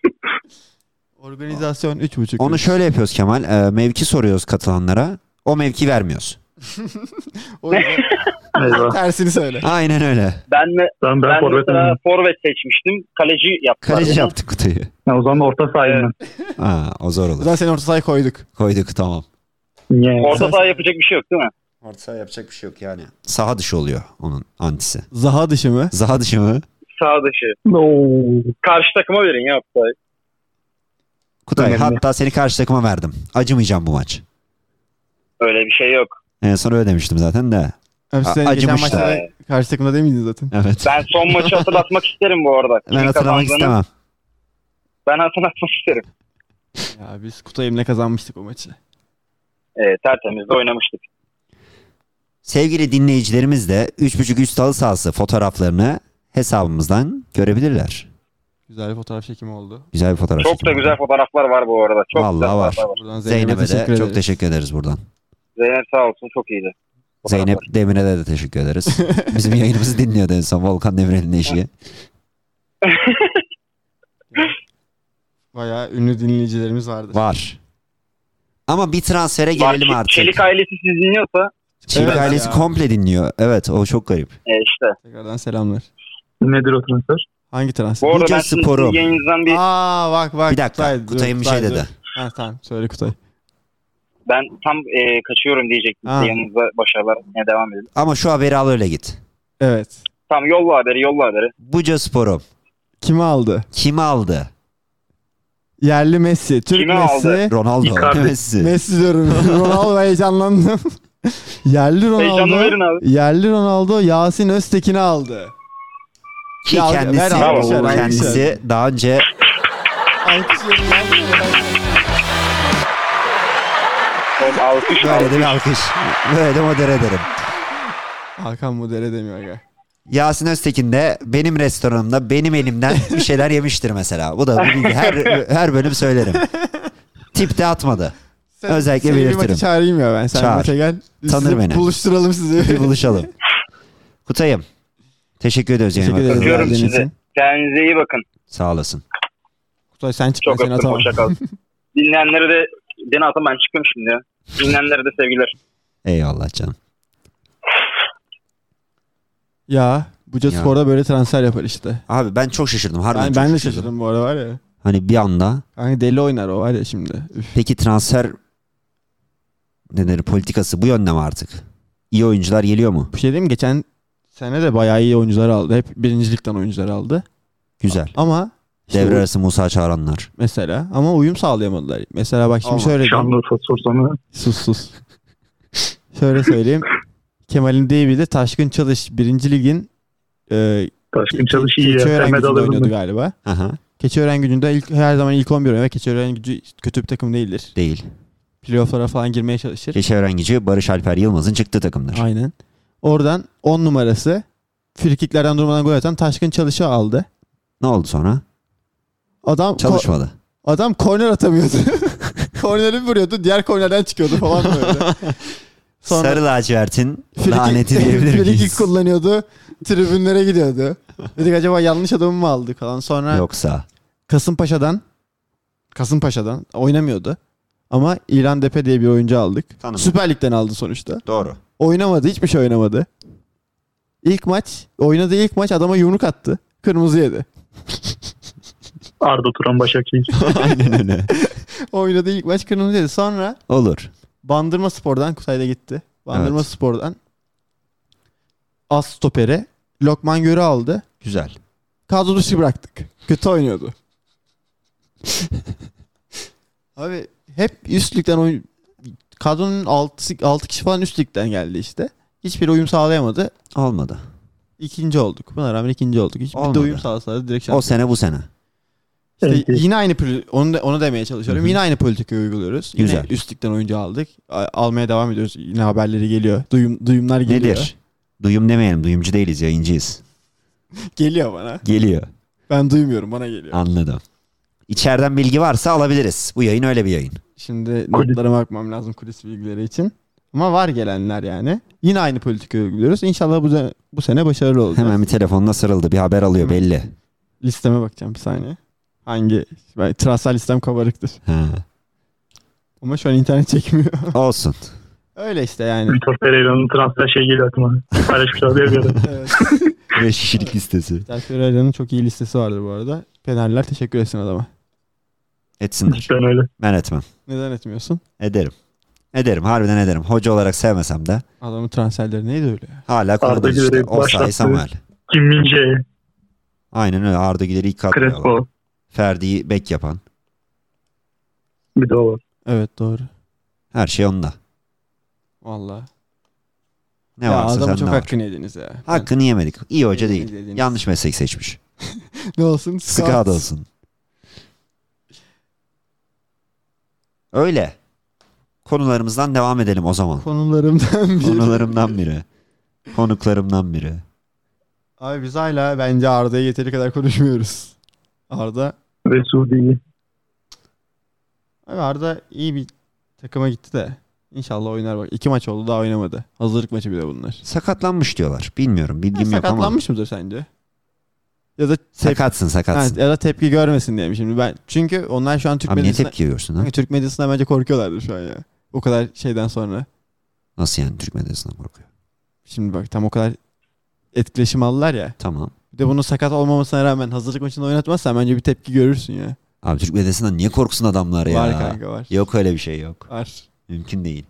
Speaker 4: Organizasyon 3.5
Speaker 3: Onu
Speaker 4: üst.
Speaker 3: şöyle yapıyoruz Kemal. e, mevki soruyoruz katılanlara. O mevki vermiyoruz.
Speaker 4: O yüzden
Speaker 5: Eyvah.
Speaker 4: tersini söyle.
Speaker 3: Aynen öyle.
Speaker 8: Ben mi?
Speaker 5: Ben, ben
Speaker 8: Ben,
Speaker 5: forvet
Speaker 8: mesela
Speaker 5: oynayayım.
Speaker 8: forvet seçmiştim. Kaleci yaptılar.
Speaker 3: Kaleci
Speaker 8: bunu.
Speaker 3: yaptık Kutay'ı.
Speaker 5: Ya O zaman orta sahayım ben.
Speaker 3: Aa, o zor
Speaker 4: O
Speaker 3: olur.
Speaker 4: zaman seni orta sahaya koyduk.
Speaker 3: Koyduk tamam.
Speaker 5: Niye?
Speaker 8: Orta saha yapacak bir şey yok değil mi?
Speaker 3: Orta saha yapacak bir şey yok yani. Saha dışı oluyor onun antisi.
Speaker 4: Zaha dışı mı?
Speaker 3: Saha dışı mı?
Speaker 8: Sağ dışı.
Speaker 5: Oo.
Speaker 8: Karşı takıma verin ya Oktay.
Speaker 3: Kutay
Speaker 5: Önemli.
Speaker 3: hatta seni karşı takıma verdim. Acımayacağım bu maç.
Speaker 8: Öyle bir şey yok.
Speaker 3: En son öyle demiştim zaten de.
Speaker 4: Hepsi
Speaker 3: A-
Speaker 4: geçen
Speaker 3: acımışlar.
Speaker 4: maçta karşı takımda değil miydin zaten?
Speaker 3: Evet.
Speaker 8: Ben son maçı hatırlatmak [LAUGHS] isterim bu arada.
Speaker 3: Ben
Speaker 8: Kim
Speaker 3: hatırlamak
Speaker 8: kazandığını
Speaker 3: istemem.
Speaker 8: Ben hatırlatmak isterim.
Speaker 4: Ya biz Kutay Emre kazanmıştık o maçı.
Speaker 8: Evet, Ee, tertemiz de oynamıştık.
Speaker 3: Sevgili dinleyicilerimiz de 3.5 üst halı sahası fotoğraflarını hesabımızdan görebilirler.
Speaker 4: Güzel bir fotoğraf çekimi oldu.
Speaker 3: Güzel bir fotoğraf
Speaker 8: Çok
Speaker 3: çekimi
Speaker 8: da
Speaker 3: oldu.
Speaker 8: güzel fotoğraflar var bu arada. Çok güzel
Speaker 3: Vallahi var.
Speaker 8: fotoğraflar var.
Speaker 4: Buradan Zeynep'e,
Speaker 3: Zeynep'e
Speaker 4: teşekkür
Speaker 3: de
Speaker 4: ederiz.
Speaker 3: çok teşekkür ederiz buradan.
Speaker 8: Zeynep sağ olsun çok iyiydi. Fotoğraflar.
Speaker 3: Zeynep Demirel'e de teşekkür
Speaker 4: [LAUGHS]
Speaker 3: ederiz. Bizim yayınımızı dinliyordu en son Volkan Demirel'in eşi.
Speaker 4: Bayağı ünlü dinleyicilerimiz vardı.
Speaker 3: Var. Ama bir transfere
Speaker 8: Bak,
Speaker 3: gelelim
Speaker 8: Çe-
Speaker 3: artık.
Speaker 8: Çelik
Speaker 3: Çelik,
Speaker 8: ailesi siz dinliyorsa
Speaker 4: Evet
Speaker 3: ailesi
Speaker 4: ya.
Speaker 3: komple dinliyor. Evet o çok garip.
Speaker 8: e, işte.
Speaker 4: Tekrardan selamlar.
Speaker 5: Nedir o transfer?
Speaker 4: Hangi
Speaker 8: Bu
Speaker 4: transfer?
Speaker 8: arada
Speaker 3: Buca
Speaker 8: ben sizin
Speaker 3: Spor'um.
Speaker 8: yayınınızdan bir
Speaker 4: Aa bak bak.
Speaker 3: Bir dakika,
Speaker 4: dur,
Speaker 3: Kutay'ın bir şey
Speaker 4: Kutay, dur.
Speaker 3: dedi.
Speaker 4: Ha tamam söyle Kutay.
Speaker 8: ben tam e, kaçıyorum diyecektim.
Speaker 4: Ha.
Speaker 8: Size Yanınıza başarılar. Yine devam edelim.
Speaker 3: Ama şu haberi al öyle git.
Speaker 4: Evet.
Speaker 8: Tam yolla haberi yolla haberi.
Speaker 3: Buca Spor'um.
Speaker 4: Kimi aldı?
Speaker 3: Kimi aldı?
Speaker 4: Yerli Messi. Türk
Speaker 8: Kimi
Speaker 4: Messi.
Speaker 8: aldı?
Speaker 3: Ronaldo.
Speaker 5: Icardi.
Speaker 3: Messi.
Speaker 4: Messi diyorum. [LAUGHS] Ronaldo heyecanlandım. [LAUGHS] Yerli
Speaker 8: Heyecanlı verin
Speaker 4: Ronaldo.
Speaker 8: abi.
Speaker 4: Yerli Ronaldo Yasin Öztekin'i aldı.
Speaker 3: Ki
Speaker 4: Ya, ver
Speaker 3: kendisi,
Speaker 4: abi,
Speaker 8: ver abi.
Speaker 3: kendisi daha önce
Speaker 4: Alkış
Speaker 8: Oğlum, Alkış
Speaker 3: böyle de bir
Speaker 8: alkış.
Speaker 3: alkış. Böyle de moder ederim.
Speaker 4: Hakan modere demiyor aga.
Speaker 3: Yasin Öztekin de benim restoranımda benim elimden bir şeyler yemiştir mesela. Bu da bir bilgi. her her bölüm söylerim. Tip de atmadı.
Speaker 4: Sen,
Speaker 3: Özellikle
Speaker 4: seni bir
Speaker 3: belirtirim.
Speaker 4: maça çağırayım ya ben. Sen
Speaker 3: Çağır.
Speaker 4: maça gel.
Speaker 3: Tanır
Speaker 4: Sizi
Speaker 3: beni.
Speaker 4: Buluşturalım sizi.
Speaker 3: Bir buluşalım. Kutay'ım. Teşekkür ediyoruz yayına
Speaker 4: [LAUGHS] Teşekkür ederiz.
Speaker 3: katıldığın
Speaker 8: Öpüyorum
Speaker 3: için.
Speaker 4: Verdiğin
Speaker 8: sizi.
Speaker 4: için.
Speaker 8: Kendinize iyi bakın.
Speaker 3: Sağ olasın.
Speaker 4: Kutay sen çıkma
Speaker 8: Çok
Speaker 4: seni
Speaker 8: öptüm.
Speaker 4: atamam.
Speaker 8: Hoşça kalın. Dinleyenlere de beni atın ben çıkıyorum şimdi ya. Dinleyenlere de sevgiler.
Speaker 3: Eyvallah canım.
Speaker 4: Ya Buca
Speaker 3: Ya.
Speaker 4: Spor'da böyle transfer yapar işte.
Speaker 3: Abi ben çok şaşırdım. Harbiden
Speaker 4: Ben,
Speaker 3: çok
Speaker 4: ben de
Speaker 3: şaşırdım.
Speaker 4: şaşırdım bu arada var ya.
Speaker 3: Hani bir anda
Speaker 4: Kanka deli oynar o var ya şimdi. Üf.
Speaker 3: peki transfer ne denir politikası bu yönde mi artık? İyi oyuncular geliyor mu?
Speaker 4: Bir şey diyeyim mi? geçen sene de bayağı iyi oyuncular aldı. Hep birincilikten oyuncular aldı.
Speaker 3: Güzel.
Speaker 4: Ama işte
Speaker 3: Devre
Speaker 4: uy-
Speaker 3: arası Musa çağıranlar.
Speaker 4: mesela ama uyum sağlayamadılar. Mesela bak şimdi
Speaker 3: Olmaz.
Speaker 4: şöyle diyeyim.
Speaker 5: Şanlıurfa sorsana.
Speaker 4: Sus sus. Şöyle söyleyeyim. Kemal'in deyimiyle de Taşkın Çalış birinci ligin e,
Speaker 5: Taşkın
Speaker 4: Ke-
Speaker 5: Çalış iyi ya.
Speaker 4: Keçiören
Speaker 5: Temed
Speaker 4: gücünde oynuyordu
Speaker 5: alırdım. ben.
Speaker 4: galiba.
Speaker 3: Aha,
Speaker 4: Keçiören gücünde ilk, her zaman ilk 11 oynar ve Keçiören gücü kötü bir takım değildir.
Speaker 3: değil.
Speaker 4: Playoff'lara falan girmeye çalışır.
Speaker 3: Keçiören Gücü Barış Alper Yılmaz'ın çıktığı takımdır.
Speaker 4: Aynen. Oradan 10 numarası frikiklerden durmadan gol atan Taşkın Çalış'ı aldı.
Speaker 3: Ne oldu sonra?
Speaker 4: Adam ko-
Speaker 3: Çalışmadı.
Speaker 4: adam korner atamıyordu. [LAUGHS] Korneri vuruyordu, diğer kornerden çıkıyordu falan
Speaker 3: [LAUGHS]
Speaker 4: böyle. Sonra-
Speaker 3: Sarı lacivertin
Speaker 4: Frikik-
Speaker 3: laneti
Speaker 4: [LAUGHS]
Speaker 3: diyebilir
Speaker 4: frikik
Speaker 3: miyiz?
Speaker 4: kullanıyordu. Tribünlere gidiyordu. Dedik acaba yanlış adamı mı aldık falan. Sonra
Speaker 3: Yoksa
Speaker 4: Kasımpaşa'dan Kasımpaşa'dan oynamıyordu. Ama İran Depe diye bir oyuncu aldık.
Speaker 3: Tanıdım.
Speaker 4: Süper Lig'den aldı sonuçta.
Speaker 3: doğru.
Speaker 4: Oynamadı. Hiçbir şey oynamadı. İlk maç oynadığı ilk maç adama yumruk attı. Kırmızı yedi. [LAUGHS]
Speaker 5: Arda Turan Başakşehir.
Speaker 3: [LAUGHS] Aynen öyle.
Speaker 4: Oynadığı ilk maç kırmızı yedi. Sonra
Speaker 3: Olur.
Speaker 4: Bandırma Spor'dan Kutay'da gitti. Bandırma
Speaker 3: Evet.
Speaker 4: Spor'dan az stopere Lokman Görü aldı.
Speaker 3: Güzel.
Speaker 4: Kadro
Speaker 3: şey
Speaker 4: dışı bıraktık. Kötü oynuyordu. [LAUGHS] Abi hep üst ligden oyun... Kadronun 6, 6 kişi falan üst ligden geldi işte. Hiçbir uyum sağlayamadı.
Speaker 3: Olmadı.
Speaker 4: İkinci olduk. Buna rağmen ikinci olduk. Hiçbir de
Speaker 3: Olmadı.
Speaker 4: uyum sağlasalardı direkt
Speaker 3: O
Speaker 4: şampiyon.
Speaker 3: sene bu sene.
Speaker 4: İşte
Speaker 5: Evet.
Speaker 4: yine aynı poli- onu da- onu demeye çalışıyorum. Yine aynı politikayı uyguluyoruz. Yine
Speaker 3: Güzel.
Speaker 4: üstlükten oyuncu aldık. A- Almaya devam ediyoruz. Yine haberleri geliyor. Duyum, duyumlar geliyor. [LAUGHS]
Speaker 3: Nedir? Duyum demeyelim. Duyumcu değiliz. Yayıncıyız.
Speaker 4: Geliyor bana.
Speaker 3: Geliyor.
Speaker 4: Ben duymuyorum bana geliyor.
Speaker 3: Anladım. İçeriden bilgi varsa alabiliriz. Bu yayın öyle bir yayın.
Speaker 4: Şimdi notlara bakmam lazım kulis bilgileri için. Ama var gelenler yani. Yine aynı politikayı uyguluyoruz. İnşallah bu, se- bu sene başarılı olacağız.
Speaker 3: Hemen bir telefonla sarıldı. Bir haber alıyor
Speaker 4: Hı.
Speaker 3: belli.
Speaker 4: Listeme bakacağım bir saniye. Hangi? Ben, transfer listem kabarıktır.
Speaker 3: Ha.
Speaker 4: Ama şu an internet çekmiyor. [LAUGHS]
Speaker 3: Olsun.
Speaker 4: Öyle
Speaker 3: [LAUGHS]
Speaker 4: işte yani.
Speaker 5: Vitor Pereira'nın transfer şey geliyor aklıma. Paylaşmışlar diye bir ara.
Speaker 4: evet.
Speaker 3: Ve şişirik listesi.
Speaker 4: Del Fiorella'nın çok iyi listesi vardı bu arada. Fenerler teşekkür etsin adama.
Speaker 3: Etsinler.
Speaker 5: Cidden öyle.
Speaker 3: Ben etmem.
Speaker 4: Neden etmiyorsun?
Speaker 3: Ederim. Ederim. Harbiden ederim. Hoca olarak sevmesem de
Speaker 4: Adamın transferleri neydi öyle ya?
Speaker 3: hala
Speaker 5: Arda
Speaker 3: konuda işte.
Speaker 5: Güler'i
Speaker 3: Osayi
Speaker 5: başlattı.
Speaker 3: Samuel.
Speaker 5: Kim Min-jae,
Speaker 3: Aynen öyle. Arda Güler'i ilk kadroya alan.
Speaker 5: Crespo.
Speaker 3: Ferdi'yi bek yapan.
Speaker 5: Bir de o var.
Speaker 4: Evet doğru.
Speaker 3: Her şey onda.
Speaker 4: Valla.
Speaker 3: Ne
Speaker 4: Ya
Speaker 3: varsa
Speaker 4: adamı
Speaker 3: senden
Speaker 4: çok
Speaker 3: var.
Speaker 4: hakkını yediniz ya.
Speaker 3: Hakkını yemedik. İyi hoca değil.
Speaker 4: Yediğiniz.
Speaker 3: Yanlış meslek seçmiş.
Speaker 4: [LAUGHS] Ne olsun?
Speaker 3: Scout olsun. Öyle. Konularımızdan devam edelim o zaman.
Speaker 4: Konularımdan biri.
Speaker 3: Konularımdan biri. Konuklarımdan biri.
Speaker 4: Abi biz hala bence Arda'ya yeteri kadar [LAUGHS] konuşmuyoruz. Arda.
Speaker 5: Ve Suudi.
Speaker 4: Abi Arda iyi bir takıma gitti de. İnşallah oynar bak. İki maç oldu daha oynamadı. Hazırlık maçı bile bunlar.
Speaker 3: Sakatlanmış diyorlar. Bilmiyorum.
Speaker 4: Ha,
Speaker 3: Bilgim yok ama.
Speaker 4: sakatlanmış mıdır sence? Ya da tep-
Speaker 3: Sakatsın sakatsın.
Speaker 4: Ha, ya da tepki görmesin diye mi şimdi ben. Çünkü onlar şu an Türk
Speaker 3: Abi niye
Speaker 4: medyasına
Speaker 3: tepki yiyorsun ha?
Speaker 4: Kanka Türk medyasından bence korkuyorlardır şu an ya. O kadar şeyden sonra.
Speaker 3: Nasıl yani Türk medyasından korkuyor?
Speaker 4: Şimdi bak tam o kadar etkileşim aldılar ya.
Speaker 3: Tamam.
Speaker 4: Bir de bunun sakat olmamasına rağmen hazırlık maçında oynatmazsan bence bir tepki görürsün ya.
Speaker 3: Abi Türk medyasından niye korksun adamlar ya?
Speaker 4: Var kanka var.
Speaker 3: Yok öyle bir şey yok.
Speaker 4: Var.
Speaker 3: Mümkün değil.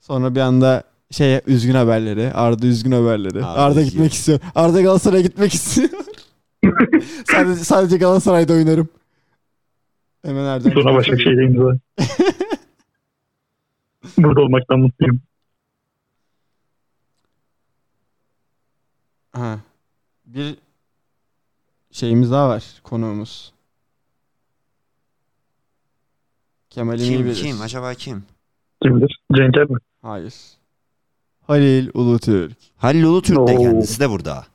Speaker 4: Sonra bir anda şey üzgün haberleri. Arda üzgün haberleri.
Speaker 3: Arda
Speaker 4: Arda,
Speaker 3: üzgün.
Speaker 4: gitmek istiyor. Arda Galatasaray'a gitmek istiyor. [LAUGHS] sadece, sadece Galatasaray'da oynarım. Hemen Erdem.
Speaker 5: Sonra şey. Başakşehir'e imza. Burada olmaktan mutluyum.
Speaker 4: Ha. Bir şeyimiz daha var konuğumuz. Kemal'im iyi
Speaker 3: Kim
Speaker 4: bilir.
Speaker 3: kim acaba kim?
Speaker 5: Kim bilir? Cenk Erman.
Speaker 4: Hayır. Halil Ulutürk.
Speaker 3: Halil Ulutürk de
Speaker 5: Oo.
Speaker 3: kendisi de burada.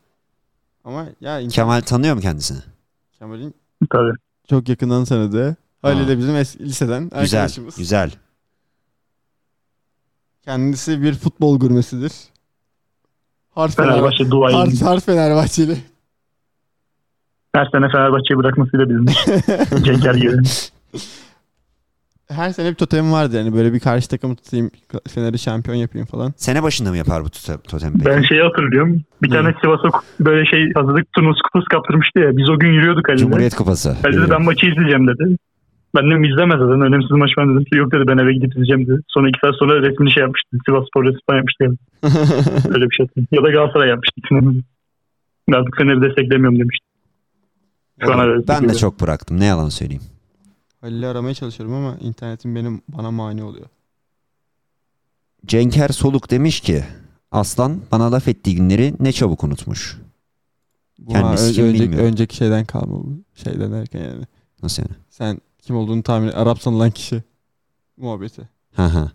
Speaker 4: Ama ya insan-
Speaker 3: Kemal tanıyor mu kendisini?
Speaker 4: Kemal'in
Speaker 5: Tabii.
Speaker 4: çok yakından tanıdığı. Halil de bizim eski liseden
Speaker 3: Güzel.
Speaker 4: arkadaşımız.
Speaker 3: Güzel.
Speaker 4: Kendisi bir futbol gurmesidir. Hard Fenerbahçe.
Speaker 5: Fenerbahçe dua
Speaker 4: Hard,
Speaker 5: edin.
Speaker 4: hard Fenerbahçeli.
Speaker 5: Her sene Fenerbahçe'yi bırakmasıyla bilinir. Cenk Ergen.
Speaker 4: Her sene bir totemi vardı yani böyle bir karşı takımı tutayım, Fener'i şampiyon yapayım falan.
Speaker 3: Sene başında mı yapar bu totem, totem peki?
Speaker 5: Ben şeyi hatırlıyorum. Bir
Speaker 4: Ne?
Speaker 5: tane Sivas'a böyle şey hazırlık turnuvası kupası kaptırmıştı ya. Biz o gün yürüyorduk Ali'yle.
Speaker 3: Cumhuriyet Kupası.
Speaker 5: Ali de ben maçı izleyeceğim dedi. Ben dedim izleme zaten önemsiz maç ben dedim. Yok dedi ben eve gidip izleyeceğim dedi. Sonra iki saat sonra resmini şey yapmıştı. Sivas Spor resmi falan yapmıştı. [LAUGHS] Yani. Öyle bir şey. yaptı. Ya da Galatasaray yapmıştı. Ben artık Fener'i desteklemiyorum demişti. Şu ana
Speaker 3: Ben,
Speaker 5: kadar
Speaker 3: de çok bıraktım. Ne yalan söyleyeyim.
Speaker 4: Halil'i aramaya çalışıyorum ama internetim benim bana mani oluyor.
Speaker 3: Cenker Soluk demiş ki Aslan bana laf ettiği günleri ne çabuk unutmuş.
Speaker 4: Bu
Speaker 3: Kendisi
Speaker 4: ha,
Speaker 3: kim
Speaker 4: önceki,
Speaker 3: bilmiyorum.
Speaker 4: önceki şeyden kalma bu. Şeyden derken yani.
Speaker 3: Nasıl yani?
Speaker 4: Sen kim olduğunu tahmin Arap sanılan kişi muhabbeti.
Speaker 3: Ha ha.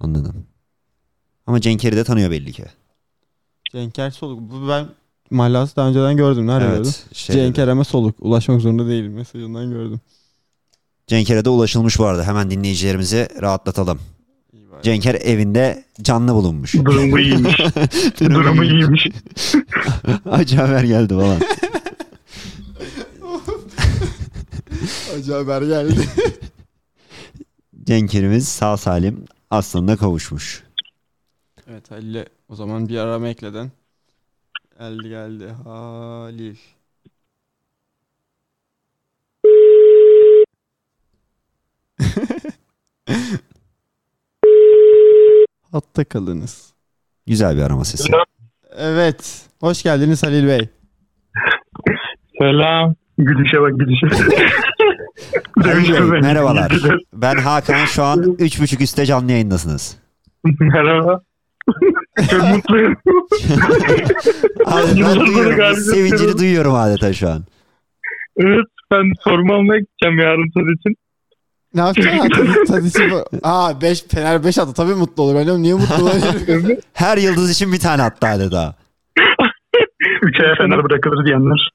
Speaker 3: Anladım. Ama Cenker'i de tanıyor belli ki.
Speaker 4: Cenker Soluk. Bu ben Mahlas'ı daha önceden gördüm. Nerede gördüm?
Speaker 3: evet. şey dedi.
Speaker 4: Cenker ama Soluk. Ulaşmak zorunda değilim. Mesajından gördüm.
Speaker 3: Cenker'e de ulaşılmış bu arada. Hemen dinleyicilerimizi rahatlatalım.
Speaker 4: İyi bari.
Speaker 3: Cenker evinde canlı bulunmuş. [LAUGHS]
Speaker 5: Durumu [LAUGHS] iyiymiş. Durumu iyiymiş.
Speaker 3: Acı haber geldi falan.
Speaker 4: Acı haber geldi.
Speaker 3: Cenker'imiz sağ salim Aslan'la kavuşmuş.
Speaker 4: evet Halil'e o zaman bir arama ekleden. Geldi geldi. Halil. [LAUGHS] Hatta kalınız.
Speaker 3: Güzel bir arama sesi.
Speaker 4: Evet. Hoş geldiniz Halil Bey.
Speaker 5: Selam. Gülüşe bak gülüşe. [LAUGHS]
Speaker 3: Halil Bey,
Speaker 5: Dövüştüm beni.
Speaker 3: merhabalar. Ben Hakan şu an 3.5 üstte canlı
Speaker 5: [LAUGHS]
Speaker 3: yayındasınız.
Speaker 5: Merhaba. Çok mutluyum.
Speaker 3: Abi, ben
Speaker 5: Yıllardır
Speaker 3: duyuyorum.
Speaker 5: galiba.
Speaker 3: Sevincini duyuyorum adeta şu an.
Speaker 5: evet. Ben sorumu almaya gideceğim yarın tadı için.
Speaker 4: Ne yapacaksın? Tadiç'i... Aa 5 Fener 5 attı. Tabii mutlu olur. Ben diyorum niye [LAUGHS] mutlu olur?
Speaker 3: Her yıldız için bir tane attı hadi daha.
Speaker 5: Üç aya fener bırakılır diyenler.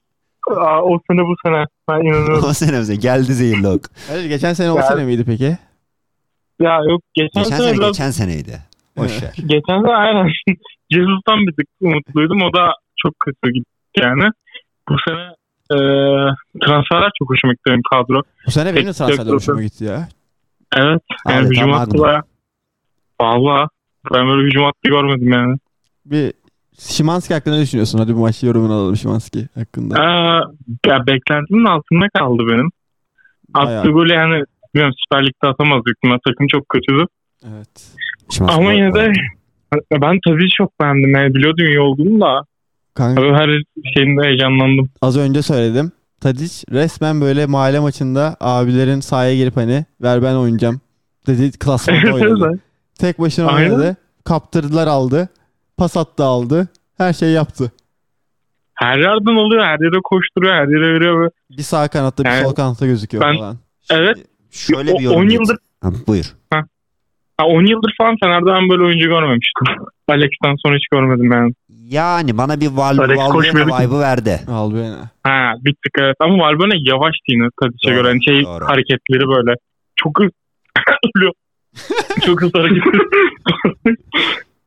Speaker 5: Aa, o sene bu sene. Ben inanıyorum.
Speaker 3: O sene bize geldi zehirli ok.
Speaker 4: Hayır geçen sene o sene miydi peki?
Speaker 5: ya yok geçen,
Speaker 3: Geçen
Speaker 5: sene,
Speaker 3: sene
Speaker 5: biraz,
Speaker 3: geçen seneydi. Boş ver.
Speaker 5: geçen sene aynen. [LAUGHS] Jesus'tan bir tık umutluydum. O da çok kötü gitti yani. Bu sene e, transferler çok hoşuma gitti benim kadro.
Speaker 4: Bu sene benim de
Speaker 5: Peki,
Speaker 4: transferler
Speaker 5: yok,
Speaker 4: hoşuma gitti ya.
Speaker 5: Evet. Yani
Speaker 3: Adeta
Speaker 5: hücum hattı
Speaker 3: Magnum.
Speaker 5: baya. Valla. Ben böyle hücum hattı görmedim yani.
Speaker 4: Bir Şimanski hakkında ne düşünüyorsun? Hadi bu maçı yorumunu alalım Şimanski hakkında.
Speaker 5: Ee, ya beklentimin altında kaldı benim. Attığı
Speaker 4: Bayağı.
Speaker 5: golü yani bilmiyorum Süper Lig'de atamaz büyük ihtimal. Takım çok kötüydü.
Speaker 4: Evet.
Speaker 3: Şimdi
Speaker 5: Ama yine de ben tabii çok beğendim. Yani biliyordum iyi olduğunu da.
Speaker 4: Kanka
Speaker 5: Tabii her şeyinde heyecanlandım.
Speaker 4: az önce söyledim. Tadiç resmen böyle mahalle maçında abilerin sahaya girip hani ver ben oynayacağım dedi klasmanda
Speaker 5: [LAUGHS]
Speaker 4: oynadı. Tek başına
Speaker 5: Aynen.
Speaker 4: oynadı. Kaptırdılar aldı. Pas attı aldı. Her şeyi yaptı.
Speaker 5: her yerden oluyor. Her yere koşturuyor. Her yere veriyor. Böyle.
Speaker 4: Bir sağ kanatta bir
Speaker 5: Yani
Speaker 4: sol kanatta gözüküyor
Speaker 5: ben-
Speaker 4: falan.
Speaker 5: Evet.
Speaker 3: Şöyle
Speaker 5: O-
Speaker 3: bir yorum.
Speaker 5: 10
Speaker 3: getir-
Speaker 5: yıldır
Speaker 3: Ha, buyur.
Speaker 5: ha, 10 yıldır falan Fener'de ben böyle oyuncu görmemiştim. [LAUGHS] Alex'ten sonra hiç görmedim yani.
Speaker 3: Yani bana bir val
Speaker 5: Alex koşmuyor.
Speaker 3: Valbuena vibe'ı verdi.
Speaker 4: Al beni.
Speaker 5: Ha bittik evet. Ama Valbuena yavaştı yine Tadic'e
Speaker 3: Doğru,
Speaker 5: göre. Yani şey
Speaker 3: doğru.
Speaker 5: hareketleri böyle. Çok [LAUGHS] hızlı.
Speaker 3: [LAUGHS]
Speaker 5: Alo. çok hızlı hareketleri. [LAUGHS]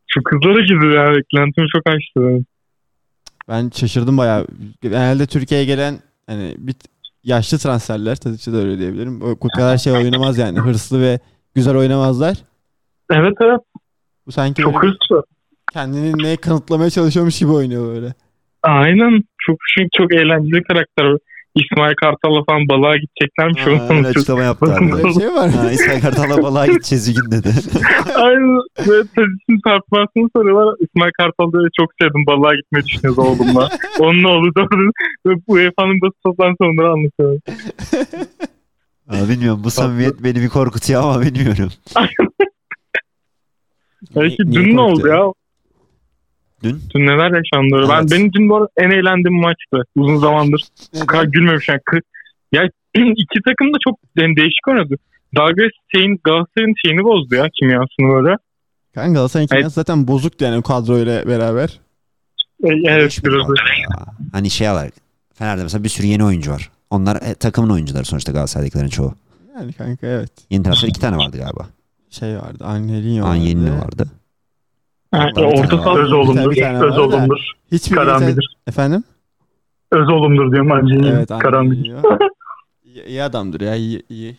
Speaker 5: çok hızlı hareketleri yani. Beklentimi çok açtı. benim.
Speaker 4: Ben şaşırdım bayağı. Genelde Türkiye'ye gelen hani bir t- yaşlı transferler Tadiç'e de öyle diyebilirim. O o kadar şey oynamaz yani. Hırslı ve güzel oynamazlar.
Speaker 5: Evet evet.
Speaker 4: Bu sanki
Speaker 5: Çok
Speaker 4: böyle
Speaker 5: hızlı.
Speaker 4: kendini ne kanıtlamaya çalışıyormuş gibi oynuyor böyle.
Speaker 5: Aynen. Çok çünkü çok eğlenceli karakter. İsmail Kartal'la falan balığa gideceklermiş.
Speaker 3: Ha,
Speaker 5: Onu
Speaker 3: öyle
Speaker 5: konuşuyoruz.
Speaker 3: açıklama yaptı
Speaker 4: Böyle bir
Speaker 3: abi.
Speaker 4: şey
Speaker 3: [LAUGHS]
Speaker 4: var.
Speaker 3: Ha, İsmail Kartal'a balığa gideceğiz bir gün
Speaker 5: [LAUGHS]
Speaker 3: dedi.
Speaker 5: Aynen. Ve Tadic'in tartmasını soruyorlar. İsmail Kartal diyor çok sevdim. Balığa gitmeyi
Speaker 4: [LAUGHS]
Speaker 5: düşünüyoruz oğlumla. Onun oğlu da Ve UEFA'nın basın toplantısı onları anlatıyor.
Speaker 3: Ha, bilmiyorum bu samimiyet beni bir korkutuyor ama bilmiyorum.
Speaker 5: Belki
Speaker 4: Ni- niye
Speaker 5: dün ne oldu
Speaker 4: korkuyor?
Speaker 5: ya?
Speaker 3: Dün?
Speaker 5: Dün neler yaşandı? öyle? Ben
Speaker 3: Evet.
Speaker 5: benim dün bu arada en eğlendiğim maçtı. Uzun zamandır. Bu
Speaker 4: Neden?
Speaker 5: kadar gülmemiş yani. Kı- Ya [CLEARS THROAT] iki takım da çok yani değişik oynadı. Dalga şeyin Galatasaray'ın şeyini bozdu ya kimyasını böyle.
Speaker 4: Kanka Galatasaray'ın
Speaker 5: Evet.
Speaker 4: kimyası zaten bozuktu yani kadroyla beraber.
Speaker 5: E, evet
Speaker 3: Değişmiyor
Speaker 5: biraz
Speaker 3: abi ya. Hani şey olarak Fener'de mesela bir sürü yeni oyuncu var. Onlar e, takımın oyuncuları sonuçta Galatasaray'dakilerin çoğu.
Speaker 4: Yani kanka evet.
Speaker 3: Yeni transfer iki tane vardı galiba.
Speaker 4: Şey vardı. Angelinho vardı.
Speaker 3: Angelino vardı.
Speaker 5: Ha,
Speaker 3: Bir
Speaker 5: orta
Speaker 3: tane
Speaker 5: saha
Speaker 4: var.
Speaker 5: öz olumdur.
Speaker 4: Bir tane var
Speaker 5: Öz
Speaker 4: da.
Speaker 5: olumdur.
Speaker 4: Hiçbir
Speaker 5: Karambir.
Speaker 4: Efendim?
Speaker 5: Öz olumdur diyorum bence.
Speaker 4: Evet.
Speaker 5: Karanlık.
Speaker 4: Angelinho. iyi, iyi adamdır ya. iyi iyi.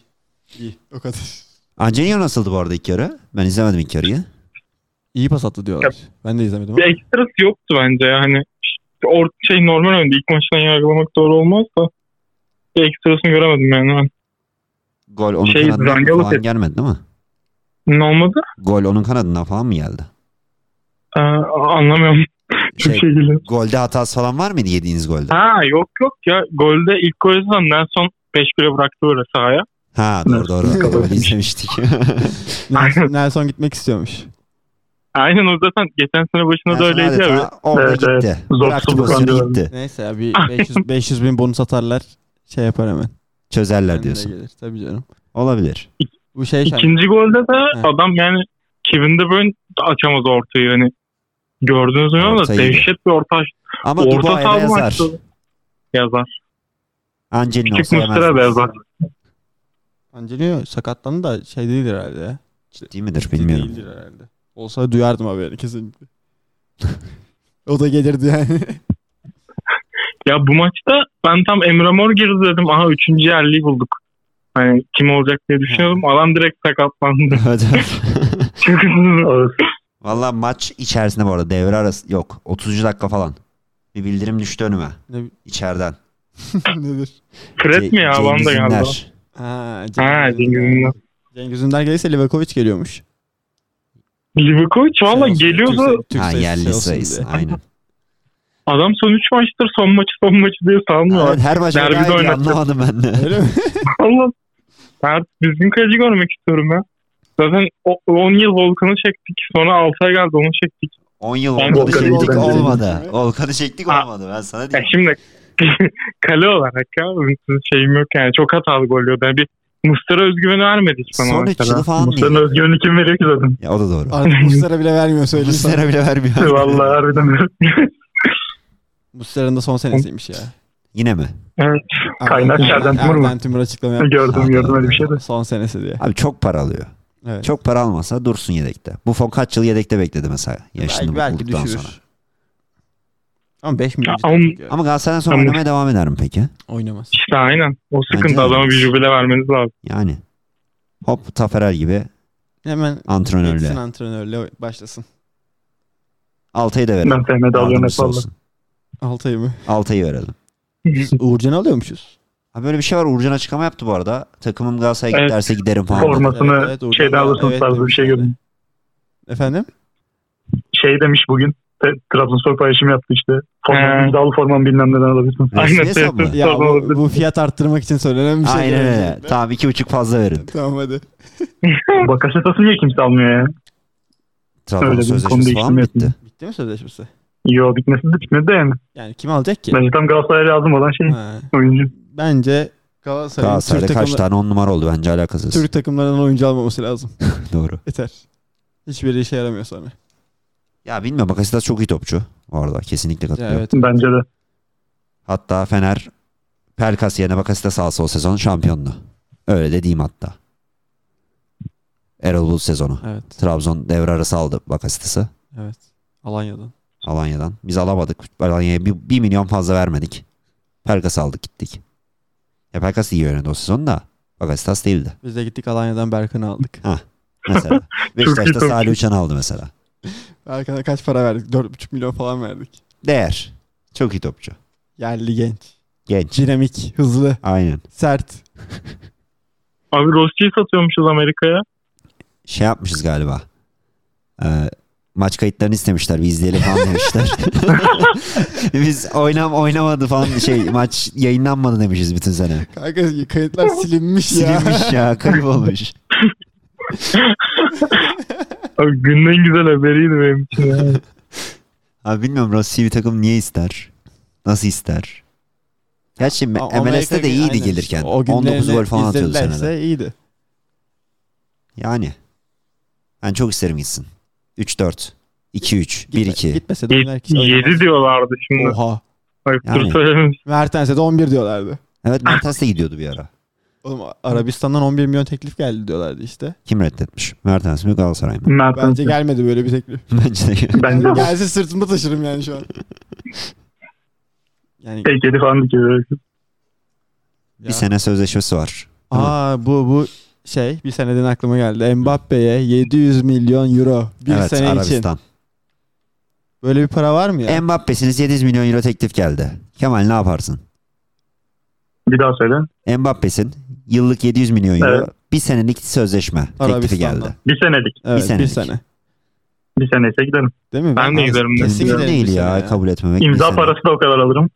Speaker 4: İyi. O kadar.
Speaker 3: Angelino nasıldı bu arada ilk yarı? Ben izlemedim ilk yarıyı.
Speaker 4: İyi pas attı diyorlar. Ben de izlemedim.
Speaker 5: Bir
Speaker 4: ama.
Speaker 5: ekstrası yoktu bence ya. Hani işte or şey normal oynadı. İlk maçtan yargılamak doğru olmaz da. Bir ekstrasını göremedim yani.
Speaker 3: Gol onun
Speaker 5: Şey,
Speaker 3: kanadından
Speaker 5: Zangalı
Speaker 3: falan
Speaker 5: tepki.
Speaker 3: gelmedi değil mi?
Speaker 5: Ne olmadı?
Speaker 3: Gol onun kanadından falan mı geldi?
Speaker 5: Ee, anlamıyorum. [LAUGHS] Çok
Speaker 3: Şey,
Speaker 5: şey geliyor.
Speaker 3: golde hatası falan var mıydı yediğiniz golde?
Speaker 5: Ha yok yok ya. Golde ilk golü zaten son 5 kilo bıraktı böyle sahaya.
Speaker 3: Ha doğru doğru.
Speaker 4: Evet.
Speaker 3: Öyle
Speaker 5: [LAUGHS]
Speaker 3: izlemiştik.
Speaker 4: Nelson, Nelson gitmek istiyormuş.
Speaker 5: Aynen o zaten geçen sene başında da
Speaker 3: Nelson
Speaker 5: öyleydi
Speaker 3: adeta
Speaker 5: ya.
Speaker 3: Orada
Speaker 5: Evet, evet.
Speaker 3: gitti.
Speaker 5: Zor
Speaker 3: Bıraktı
Speaker 5: tutuldu
Speaker 3: pozisyonu
Speaker 5: bence.
Speaker 3: gitti.
Speaker 4: Neyse ya
Speaker 5: Ah.
Speaker 4: bir 500, 500 bin bonus atarlar. Şey yapar hemen.
Speaker 3: Çözerler
Speaker 4: Kendine
Speaker 3: diyorsun.
Speaker 4: Gelir. Tabii canım.
Speaker 3: Olabilir.
Speaker 4: Bu şey şarkı.
Speaker 5: İkinci golde de
Speaker 4: Evet.
Speaker 5: adam yani Kevin De Bruyne açamaz ortayı hani. Gördünüz mü ama
Speaker 3: Orta iyiydi.
Speaker 5: dehşet bir orta
Speaker 3: Ama
Speaker 5: orta
Speaker 3: Dubai'de
Speaker 5: saha
Speaker 3: yazar.
Speaker 5: maçtı. Yazar.
Speaker 3: Angelino
Speaker 5: Küçük
Speaker 3: olsa
Speaker 5: Mustera da
Speaker 3: yemez.
Speaker 5: yazar.
Speaker 4: Angelino sakatlandı da şey değildir herhalde ya.
Speaker 3: Değil midir bilmiyorum. [LAUGHS]
Speaker 4: Değildir herhalde. Olsa duyardım haberi kesinlikle. [LAUGHS] o da gelirdi yani. [LAUGHS]
Speaker 5: Ya bu maçta ben tam Emre Mor girdi dedim. Aha üçüncü yerliyi bulduk. Hani kim olacak diye düşünüyordum. Adam direkt
Speaker 3: [LAUGHS]
Speaker 5: sakatlandı.
Speaker 3: Evet, evet.
Speaker 5: Çok hızlı.
Speaker 3: Valla maç içerisinde bu arada devre arası yok. 30. dakika falan. Bir bildirim düştü önüme.
Speaker 4: Ne-
Speaker 3: İçeriden.
Speaker 4: Nedir?
Speaker 5: Fred mi ya?
Speaker 3: Ce-
Speaker 5: Bana da
Speaker 3: Cengiz
Speaker 5: geldi.
Speaker 3: Ünder.
Speaker 4: Ha,
Speaker 5: Ha Cengiz Ünder.
Speaker 4: Cengiz Ünder gelirse Livakovic geliyormuş.
Speaker 5: Livakovic valla
Speaker 4: Şey olsun,
Speaker 5: geliyordu.
Speaker 4: Türk- Türk
Speaker 3: Ha
Speaker 4: sayısı şey
Speaker 3: yerli
Speaker 4: olsun
Speaker 3: sayısı.
Speaker 4: diye.
Speaker 3: Aynen.
Speaker 5: Adam son 3 maçtır son maçı son maçı diye salmıyor.
Speaker 3: Evet,
Speaker 5: [LAUGHS]
Speaker 3: her maç
Speaker 5: Derbide
Speaker 3: acayip iyi,
Speaker 5: oynatacak.
Speaker 3: anlamadım ben
Speaker 5: [LAUGHS]
Speaker 3: de.
Speaker 4: Öyle mi?
Speaker 5: Allah. Ben düzgün kaleci görmek istiyorum ya. Zaten o- 10 yıl Volkan'ı çektik. Sonra 6'ya geldi onu çektik.
Speaker 3: 10 yıl
Speaker 5: Ben
Speaker 3: Volkan'ı
Speaker 5: Volkan'ı
Speaker 3: çektik
Speaker 5: izlemedim.
Speaker 3: olmadı. Volkan'ı çektik
Speaker 5: Ha.
Speaker 3: olmadı. Ben sana
Speaker 5: Ya
Speaker 3: diyeyim.
Speaker 5: şimdi [LAUGHS] kale olarak ya ünsüz şeyim yok yani. Çok hatalı gol yiyordu. Yani bir Muslera özgüveni vermedi hiç bana
Speaker 3: Son üç
Speaker 5: mesela.
Speaker 3: yılı falan
Speaker 5: Muslera'nın
Speaker 3: mıydı?
Speaker 5: özgüvenini kim veriyor ki zaten?
Speaker 3: Ya o da doğru.
Speaker 4: Artık Musler'a bile vermiyor söylesene.
Speaker 3: Bizlere bile vermiyor.
Speaker 5: Vallahi harbiden
Speaker 4: Muslera'nın da son senesiymiş ya.
Speaker 3: [LAUGHS] Yine mi?
Speaker 5: Kaynak Şerden Timur mu?
Speaker 4: Erden Timur açıklama yapmış.
Speaker 5: gördüm gördüm öyle bir şey de.
Speaker 4: Son senesi diye.
Speaker 3: Abi çok para alıyor.
Speaker 4: Evet.
Speaker 3: Çok para almasa dursun yedekte. Bu kaç yıl yedekte bekledi mesela. Yaşını
Speaker 4: belki, belki
Speaker 3: bulduktan
Speaker 4: düşürür.
Speaker 3: sonra.
Speaker 4: Ama 5 milyon
Speaker 5: Ama-
Speaker 4: izleyecek ya.
Speaker 3: Ama Galatasaray'dan sonra
Speaker 5: Tamam.
Speaker 3: oynamaya devam eder mi peki?
Speaker 4: oynamaz.
Speaker 5: İşte aynen. O
Speaker 3: Bence
Speaker 5: sıkıntı
Speaker 3: de.
Speaker 5: adama bir jubile vermeniz lazım.
Speaker 3: Yani. Hop Taferel gibi
Speaker 4: Hemen gitsin
Speaker 3: antrenörle.
Speaker 4: antrenörle başlasın.
Speaker 3: Altay'ı da verelim.
Speaker 5: Ben Mehmet alıyorum hep
Speaker 3: Yardımcısı
Speaker 5: valla.
Speaker 3: olsun.
Speaker 4: Altay'ı mı?
Speaker 3: Altay'ı verelim.
Speaker 5: [LAUGHS]
Speaker 4: Uğurcan'ı alıyormuşuz.
Speaker 3: Ha böyle bir şey var. Uğurcan açıklama yaptı bu arada. Takımım Galatasaray'a
Speaker 5: Evet.
Speaker 3: giderse giderim falan.
Speaker 5: Forma. Formasını
Speaker 4: Uğurcan
Speaker 5: şeyden
Speaker 4: da-
Speaker 5: alırsınız tarzı bir şey
Speaker 4: demiş.
Speaker 5: gördüm.
Speaker 4: Efendim?
Speaker 5: Şey demiş bugün. Te- Trabzonspor paylaşım yaptı işte. Formam,
Speaker 9: He.
Speaker 5: imzalı formam bilmem neden alabilirsin.
Speaker 3: Resmi hesap mı?
Speaker 4: Ya bu, [LAUGHS] bu fiyat arttırmak için söylenen bir şey.
Speaker 3: Aynen
Speaker 4: yani.
Speaker 3: öyle. Tamam iki buçuk fazla verin.
Speaker 4: Tamam hadi.
Speaker 5: Bakasetas'ı niye kimse almıyor ya? Öyle
Speaker 3: Trabzon
Speaker 5: bir konu
Speaker 3: sözleşmesi falan
Speaker 5: değiştirme
Speaker 3: mı
Speaker 5: yapayım.
Speaker 3: bitti.
Speaker 4: Bitti mi sözleşmesi?
Speaker 5: Yo bitmesi de bitmedi de yani.
Speaker 4: Yani kim alacak ki?
Speaker 5: Bence tam Galatasaray'a lazım olan şey
Speaker 4: Ha.
Speaker 5: oyuncu.
Speaker 4: Bence Galatasaray'ın Türk,
Speaker 3: Galatasaray'da kaç
Speaker 4: takımla-
Speaker 3: tane on numara oldu bence alakasız.
Speaker 4: Türk takımlarından oyuncu almaması lazım.
Speaker 3: Doğru.
Speaker 4: Yeter. Hiçbiri işe yaramıyor sonra.
Speaker 3: Ya bilmiyorum Bakasitas çok iyi topçu. Bu arada kesinlikle
Speaker 4: Ya
Speaker 3: katılıyorum.
Speaker 4: evet.
Speaker 5: Bence de.
Speaker 3: Hatta Fener Pelkas yerine Bakasitas alsa o sezon şampiyondu. Öyle de diyeyim hatta. Erol Bulut sezonu.
Speaker 4: Evet.
Speaker 3: Trabzon devre arası aldı Bakasitas'ı
Speaker 4: Evet. Alanya'dan.
Speaker 3: Alanya'dan. Biz alamadık. Alanya'ya bir, bir milyon fazla vermedik. Pelkas aldık gittik. Ya Pelkas iyi oynadı o sezon da. Bakasitas değildi.
Speaker 4: Biz de gittik Alanya'dan Berkan'ı aldık.
Speaker 5: [LAUGHS]
Speaker 3: Mesela.
Speaker 5: iyi
Speaker 3: Beşiktaş'ta
Speaker 5: topçu.
Speaker 3: Salih Uçan'ı aldı mesela.
Speaker 4: Berkan'a kaç para verdik? 4,5 milyon falan verdik.
Speaker 3: Değer. Çok iyi topçu.
Speaker 4: Yerli genç.
Speaker 3: Genç.
Speaker 4: Dinamik, hızlı,
Speaker 3: Aynen.
Speaker 4: sert.
Speaker 5: Abi Rossi'yi satıyormuşuz Amerika'ya.
Speaker 3: Şey yapmışız galiba. Ee, maç kayıtlarını istemişler. Bir izleyelim falan demişler. Biz oynam oynamadı falan şey maç yayınlanmadı demişiz bütün sene.
Speaker 4: Kanka kayıtlar silinmiş ya.
Speaker 3: Silinmiş ya kayıp olmuş.
Speaker 5: Abi günün en güzel haberiydi benim için. ya.
Speaker 3: Abi bilmiyorum Rossi bir takım niye ister? Nasıl ister? Gerçi M-
Speaker 4: [LAUGHS] Ama
Speaker 3: MLS'de de
Speaker 4: Amerika-
Speaker 3: iyiydi
Speaker 4: aynen.
Speaker 3: gelirken.
Speaker 4: O günlerini
Speaker 3: 19 gol falan atıyordu
Speaker 4: izledilerse
Speaker 3: senede.
Speaker 4: iyiydi.
Speaker 3: Yani. Ben çok isterim gitsin. 3-4. 2-3.
Speaker 4: Gitme-
Speaker 3: 1-2.
Speaker 4: Gitmese de oynar ki.
Speaker 5: 7 diyorlardı şimdi.
Speaker 4: Oha.
Speaker 5: Bak
Speaker 3: Yani.
Speaker 5: dur söylememiş.
Speaker 4: Mertens'e de 11 diyorlardı.
Speaker 3: Evet Mertens de gidiyordu bir ara.
Speaker 4: Oğlum Arabistan'dan 11 milyon teklif geldi diyorlardı işte.
Speaker 3: Kim reddetmiş? Mertens mi Galatasaray mı? [LAUGHS]
Speaker 5: Mertens.
Speaker 4: Bence gelmedi böyle bir teklif.
Speaker 3: Bence de.
Speaker 5: Bence de.
Speaker 4: Gelse sırtımda taşırım yani
Speaker 5: [LAUGHS]
Speaker 4: şu an. Yani
Speaker 5: Heykeli falan dikiyor.
Speaker 3: Bir sene sözleşmesi var. Değil mi?
Speaker 4: Aa bu bu şey bir seneden aklıma geldi. Mbappe'ye 700 milyon euro bir
Speaker 3: evet,
Speaker 4: sene için.
Speaker 3: Arabistan.
Speaker 4: Böyle bir para var mı ya?
Speaker 3: Mbappe'siniz 700 milyon euro teklif geldi. Kemal ne yaparsın?
Speaker 5: Bir daha söyle.
Speaker 3: Mbappe'sin yıllık 700 milyon euro
Speaker 5: Evet.
Speaker 3: bir senelik sözleşme teklifi
Speaker 4: Arabistan'dan.
Speaker 3: geldi.
Speaker 5: Bir senelik.
Speaker 4: evet, bir,
Speaker 3: senelik.
Speaker 4: sene.
Speaker 5: Bir seneyse giderim.
Speaker 4: Değil mi?
Speaker 5: Ben de giderim.
Speaker 4: Kesin
Speaker 3: Mümkün
Speaker 4: giderim
Speaker 3: değil
Speaker 4: bir
Speaker 3: ya,
Speaker 4: sene ya.
Speaker 3: kabul etmemek. bir
Speaker 5: İmza
Speaker 3: sene.
Speaker 5: parası da o kadar alırım.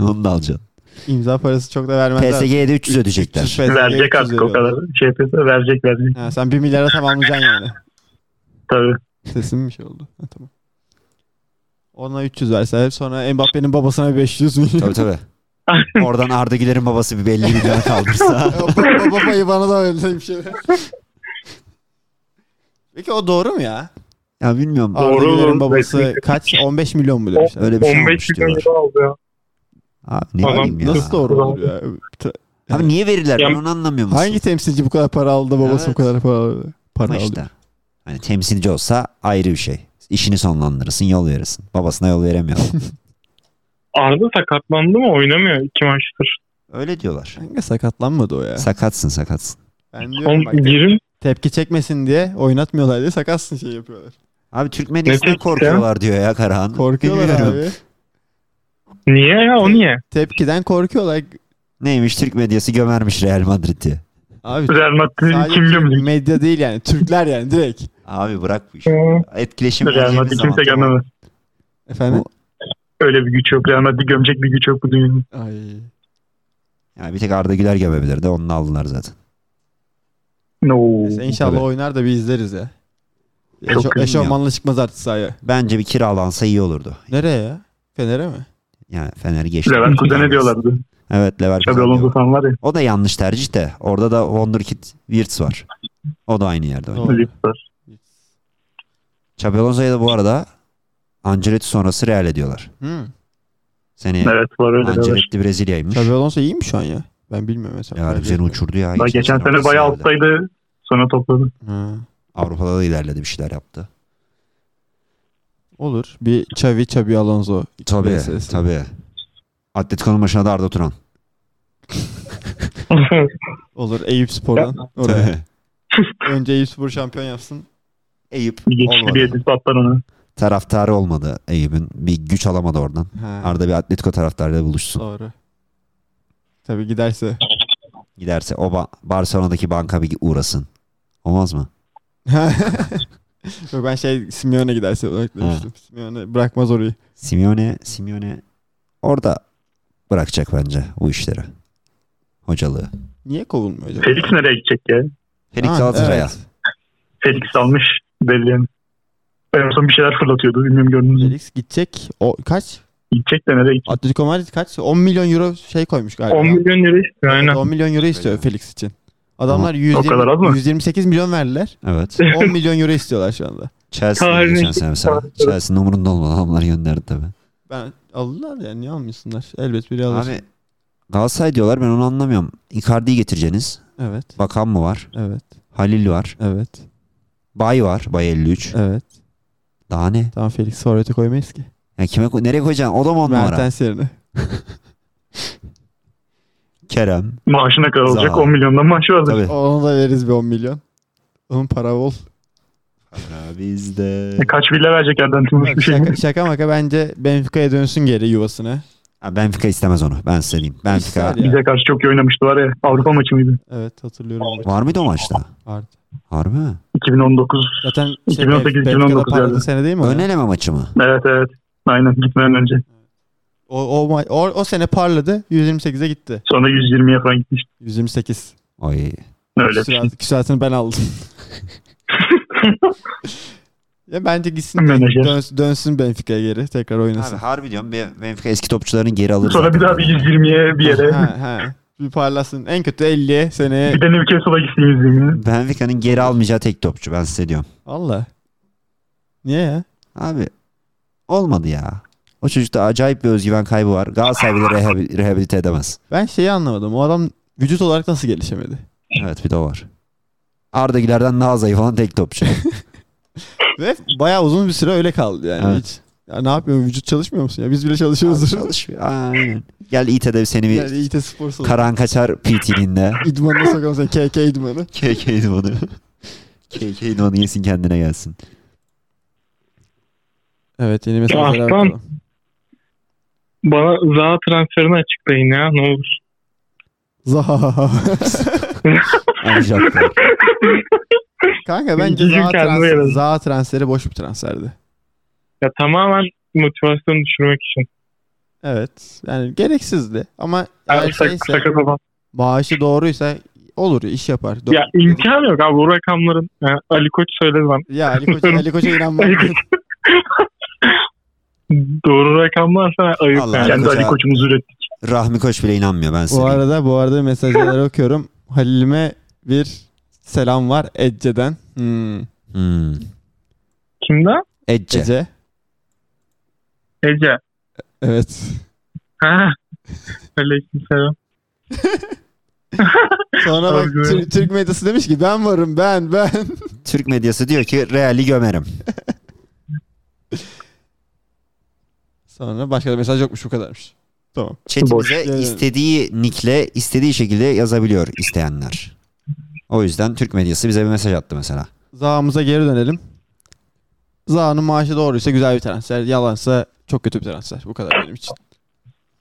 Speaker 3: Onu da alacaksın.
Speaker 4: İmza parası çok da vermezler.
Speaker 3: PSG'ye de 300
Speaker 4: 300 [LAUGHS]
Speaker 3: ödeyecekler.
Speaker 4: PSG'ye
Speaker 5: Verecek
Speaker 4: 300
Speaker 5: artık o
Speaker 4: veriyorlar.
Speaker 5: kadar. Şey yapıyorsa verecek verecek.
Speaker 4: Ha, sen 1 milyara tamamlayacaksın yani. [LAUGHS]
Speaker 5: Tabii.
Speaker 4: Sesim bir şey oldu. Ha, tamam. Ona 300 verseler sonra Mbappe'nin babasına 500 milyon.
Speaker 3: tabii
Speaker 5: [LAUGHS]
Speaker 3: tabii. Oradan Arda Güler'in babası bir belli milyon
Speaker 4: [LAUGHS]
Speaker 3: kaldırsa.
Speaker 4: [LAUGHS] baba babayı bana da öyle bir şeyler. [LAUGHS] Peki o doğru mu ya?
Speaker 3: ya bilmiyorum.
Speaker 4: Arda
Speaker 5: Doğru,
Speaker 4: Güler'in
Speaker 5: doğru.
Speaker 4: babası kaç? 15 milyon mu demişler?
Speaker 3: Öyle bir şey
Speaker 5: 15
Speaker 3: olmuş
Speaker 5: milyon
Speaker 3: diyorlar.
Speaker 5: euro aldı ya.
Speaker 3: Abi ne
Speaker 5: Adam
Speaker 3: bileyim ya.
Speaker 4: Nasıl doğru olur ya? Ta-
Speaker 3: Abi niye verirler? Ben
Speaker 5: Ya-
Speaker 3: onu anlamıyorum.
Speaker 4: Hangi temsilci bu kadar para aldı babası
Speaker 3: Evet.
Speaker 4: bu kadar para aldı? Para
Speaker 3: Ama
Speaker 4: aldı.
Speaker 3: işte. Hani temsilci olsa ayrı bir şey. İşini sonlandırırsın, yol verirsin. Babasına yol veremiyor.
Speaker 5: Arda sakatlandı mı oynamıyor iki maçtır.
Speaker 3: Öyle diyorlar.
Speaker 4: Kanka sakatlanmadı o ya.
Speaker 3: Sakatsın sakatsın.
Speaker 4: ben
Speaker 5: Oğlum
Speaker 4: diyorum bak
Speaker 5: girin.
Speaker 4: tepki çekmesin diye oynatmıyorlar diye sakatsın şey yapıyorlar.
Speaker 3: Abi Türk medyasından
Speaker 5: tepki
Speaker 3: korkuyorlar diyor ya Karahan.
Speaker 4: Korkuyorlar
Speaker 3: Bilmiyorum.
Speaker 4: abi.
Speaker 5: Niye ya o niye?
Speaker 4: Tepkiden korkuyorlar.
Speaker 3: Neymiş Türk medyası gömermiş Real Madrid'i.
Speaker 4: Abi
Speaker 5: Real Madrid'i kim
Speaker 4: sadece
Speaker 5: gömecek?
Speaker 4: medya değil yani. Türkler yani direkt.
Speaker 3: Abi bırak bu işi. Etkileşim.
Speaker 5: Real
Speaker 3: dediğimiz
Speaker 5: Madrid
Speaker 3: zaman
Speaker 5: kimse
Speaker 3: tamam.
Speaker 5: gömemez.
Speaker 4: Efendim?
Speaker 5: Öyle bir güç yok. Real Madrid gömecek bir güç yok bu dünyada.
Speaker 4: Ay.
Speaker 3: Yani bir tek Arda Güler gömebilir de onu aldılar zaten.
Speaker 5: No.
Speaker 4: Neyse, inşallah
Speaker 3: Tabii.
Speaker 4: oynar da bir izleriz ya.
Speaker 3: üzgünüm
Speaker 4: Eşo,
Speaker 3: ya.
Speaker 4: eşofmanla çıkmaz artık sahaya.
Speaker 3: Bence bir kiralansa iyi olurdu.
Speaker 4: Nereye ya? Fener'e mi?
Speaker 3: Yani Fener geçti.
Speaker 5: Levent Kuzen'e diyorlardı.
Speaker 3: Evet
Speaker 5: Şabi
Speaker 3: Leverkusen.
Speaker 5: Alonso
Speaker 3: diyor.
Speaker 5: falan var ya.
Speaker 3: O da yanlış tercih de. Orada da Wonderkid Wirtz var. O da aynı yerde. oynuyor.
Speaker 4: Doğru.
Speaker 5: Lipstar.
Speaker 3: Xabi Alonso'ya da bu arada Ancelotti sonrası Real ediyorlar.
Speaker 4: Hı.
Speaker 3: Seneye
Speaker 5: Evet var öyle de var.
Speaker 3: Ancelotti Brezilya'ymış.
Speaker 4: Xabi Alonso iyi mi şu an ya? Ben bilmiyorum mesela.
Speaker 3: Ya
Speaker 4: Bence-
Speaker 3: Harbiden uçurdu ya.
Speaker 5: Daha geçen sene
Speaker 3: orası
Speaker 5: bayağı
Speaker 3: herhalde.
Speaker 5: alttaydı. Sonra [LAUGHS] topladı.
Speaker 4: Ha.
Speaker 3: Avrupa'da da ilerledi bir şeyler yaptı.
Speaker 4: Olur. Bir Xavi, Xabi Alonso.
Speaker 3: Tabii
Speaker 4: meselesi.
Speaker 3: tabii. Atletico'nun başına da Arda Turan.
Speaker 4: Olur. Eyüp Spor'dan. Oraya.
Speaker 3: [LAUGHS] Tabii.
Speaker 4: Önce Eyüp Spor şampiyon yapsın.
Speaker 3: Eyüp
Speaker 5: Bir geçişli bir
Speaker 3: olmadı.
Speaker 5: yetisi atlar ona.
Speaker 3: Taraftarı olmadı Eyüp'ün. Bir güç alamadı oradan.
Speaker 4: Ha.
Speaker 3: Arda bir Atletico taraftarıyla buluşsun.
Speaker 4: Doğru. Tabii giderse. [LAUGHS]
Speaker 3: Giderse o ba- Barcelona'daki banka bir uğrasın. Olmaz mı?
Speaker 4: Yok ben şey Simeone giderse olarak demiştim. Simeone bırakmaz orayı.
Speaker 3: Simeone, Simeone orada bırakacak bence bu işleri. Hocalığı.
Speaker 4: Niye kovulmuyor acaba?
Speaker 5: Felix nereye gidecek ya?
Speaker 3: Felix
Speaker 4: Ha,
Speaker 3: Galatasaray'a.
Speaker 4: evet.
Speaker 5: Felix almış belli yani. En son bir şeyler fırlatıyordu. Bilmiyorum gördünüz mü?
Speaker 4: Felix gidecek. O kaç?
Speaker 5: Gidecek de nereye gidecek?
Speaker 4: Atletico Madrid kaç? 10 milyon euro şey koymuş galiba.
Speaker 5: 10 milyon lira istiyor aynen.
Speaker 4: 10 milyon euro istiyor Felix için. Adamlar 120,
Speaker 5: kadar az mı?
Speaker 4: 128 milyon
Speaker 5: [LAUGHS]
Speaker 4: verdiler.
Speaker 3: Evet.
Speaker 4: 10 milyon euro istiyorlar şu anda.
Speaker 3: Chelsea'ye
Speaker 5: Tarihine
Speaker 3: geçen
Speaker 5: iki
Speaker 3: sene mesela.
Speaker 5: taraftarı.
Speaker 3: Chelsea'nin umurunda olmadan adamlar gönderdi tabii.
Speaker 4: Ben alırlar yani niye almıyorsunlar? Elbet biri alır.
Speaker 3: Abi Galatasaray diyorlar ben onu anlamıyorum. Icardi'yi getireceğiniz.
Speaker 4: Evet.
Speaker 3: Bakan mı var?
Speaker 4: Evet.
Speaker 3: Halil var.
Speaker 4: Evet.
Speaker 3: Bay var. Bay 53.
Speaker 4: Evet.
Speaker 3: Daha ne?
Speaker 4: Tamam Felix Sorret'i koymayız ki.
Speaker 3: Ya kime koy- nereye koyacaksın? O da mı on numara?
Speaker 4: Mertens yerine.
Speaker 3: Kerem.
Speaker 5: Maaşına kadar olacak.
Speaker 3: Zaha.
Speaker 5: 10 milyondan maaşı vardır.
Speaker 3: Tabii.
Speaker 4: Ona da veririz bir 10 milyon. Onun para bol.
Speaker 3: Para bizde.
Speaker 5: E, Kaç bile verecek yerden tutmuş
Speaker 4: Bak,
Speaker 5: bir şey mi?
Speaker 4: şaka, şaka maka bence Benfica'ya dönsün geri yuvasına.
Speaker 3: Ha, Benfica istemez onu. Ben size diyeyim. Benfica.
Speaker 4: İster ya.
Speaker 5: Bize karşı çok iyi oynamıştı var ya. Avrupa maçı mıydı?
Speaker 4: Evet hatırlıyorum. onu.
Speaker 3: Var mıydı o maçta?
Speaker 4: Vardı.
Speaker 3: Harbi mi?
Speaker 5: 2019.
Speaker 4: Zaten şey,
Speaker 5: 2018,
Speaker 4: Benfica'da
Speaker 5: 2019
Speaker 4: parladığı
Speaker 5: yerde.
Speaker 4: sene değil mi? o
Speaker 3: Ön
Speaker 4: ya?
Speaker 3: eleme maçı mı?
Speaker 5: Evet evet. Aynen gitmeden önce.
Speaker 4: O, o, ma- o, o sene parladı. 128'e gitti.
Speaker 5: Sonra 120'ye falan gitmişti.
Speaker 4: 128.
Speaker 3: Ay.
Speaker 5: Öyle bir şey.
Speaker 4: Küsurat- Küsuratını ben
Speaker 5: [LAUGHS]
Speaker 4: aldım. ya bence gitsin.
Speaker 5: Menajer.
Speaker 4: Dönsün, dönsün Benfica'ya geri. Tekrar oynasın.
Speaker 3: Abi harbi diyorum. Be- Benfica eski topçularını geri alır.
Speaker 5: Sonra
Speaker 3: zaten.
Speaker 5: bir daha bir 120'ye bir yere.
Speaker 4: Ha, ha. Bir parlasın. En kötü 50 seneye.
Speaker 5: Bir de Newcastle'a gitsin 120'ye.
Speaker 3: Benfica'nın geri almayacağı tek topçu ben size diyorum.
Speaker 4: Allah. Niye ya?
Speaker 3: Abi olmadı ya. O çocukta acayip bir özgüven kaybı var. Galatasaray bile rehabil- rehabilite edemez.
Speaker 4: Ben şeyi anlamadım. O adam vücut olarak nasıl gelişemedi?
Speaker 3: Evet bir de o var. Arda Güler'den daha zayıf olan tek topçu.
Speaker 4: Ve bayağı uzun bir süre öyle kaldı yani.
Speaker 3: Evet.
Speaker 4: Hiç. Ya ne yapıyorsun? Vücut çalışmıyor musun ya? Biz bile
Speaker 3: Abi
Speaker 4: [LAUGHS] çalışıyoruz.
Speaker 3: Çalışmıyor. Aynen. Gel İT'de seni bir
Speaker 4: yani İT Spor salonu.
Speaker 3: Karan kaçar PT'liğinde.
Speaker 4: [LAUGHS] İdmanına sokalım seni. KK idmanı.
Speaker 3: KK idmanı. KK idmanı yesin kendine gelsin.
Speaker 4: Evet yeni
Speaker 9: mesajlara Aslan. bakalım. Bana Zaha transferini açıklayın ya ne olur.
Speaker 4: Zaha. [LAUGHS]
Speaker 3: Alacaklar.
Speaker 4: Kanka bence
Speaker 9: Gücüm
Speaker 4: Zaha,
Speaker 9: kendime
Speaker 4: transfer-
Speaker 9: yaradı.
Speaker 4: Zaha transferi boş bir transferdi.
Speaker 9: Ya tamamen motivasyonu düşürmek için.
Speaker 4: Evet. Yani gereksizdi. Ama
Speaker 9: Yani
Speaker 4: eğer şeyse,
Speaker 9: sakat adam.
Speaker 4: maaşı doğruysa olur iş yapar. Doğru.
Speaker 9: Ya imkan yok abi bu rakamların. Ya, Ali Koç söyledi ben.
Speaker 4: Ya Ali Koç'a, Ali Koç'a inanmak.
Speaker 9: Ali Koç- Doğru rakamlarsa ayıp
Speaker 3: Allah
Speaker 9: yani.
Speaker 3: Allah.
Speaker 5: Kendi
Speaker 3: Koç
Speaker 5: Ali
Speaker 3: abi.
Speaker 5: Koç'umuzu üretti.
Speaker 3: Rahmi Koç bile inanmıyor ben size.
Speaker 4: bu
Speaker 3: diyeyim.
Speaker 4: arada bu arada mesajları [LAUGHS] okuyorum. Halil'ime bir selam var Ece'den. Hmm.
Speaker 3: Hmm.
Speaker 9: Kimden?
Speaker 3: Ece.
Speaker 4: Ece.
Speaker 9: Ece.
Speaker 4: Evet. [LAUGHS]
Speaker 9: Ha. Aleykümselam.
Speaker 4: Sonra bak
Speaker 9: Abi.
Speaker 4: Tür- Türk medyası demiş ki ben varım ben ben. [LAUGHS]
Speaker 3: Türk medyası diyor ki Real'i gömerim.
Speaker 4: Sonra başka da mesaj yokmuş bu kadarmış. Tamam.
Speaker 5: Boş.
Speaker 3: Chatimize
Speaker 4: Yani.
Speaker 3: istediği nickle istediği şekilde yazabiliyor isteyenler. O yüzden Türk medyası bize bir mesaj attı mesela.
Speaker 4: Zaha'mıza geri dönelim. Zaha'nın maaşı doğruysa güzel bir transfer. Yalansa çok kötü bir transfer. Bu kadar benim için.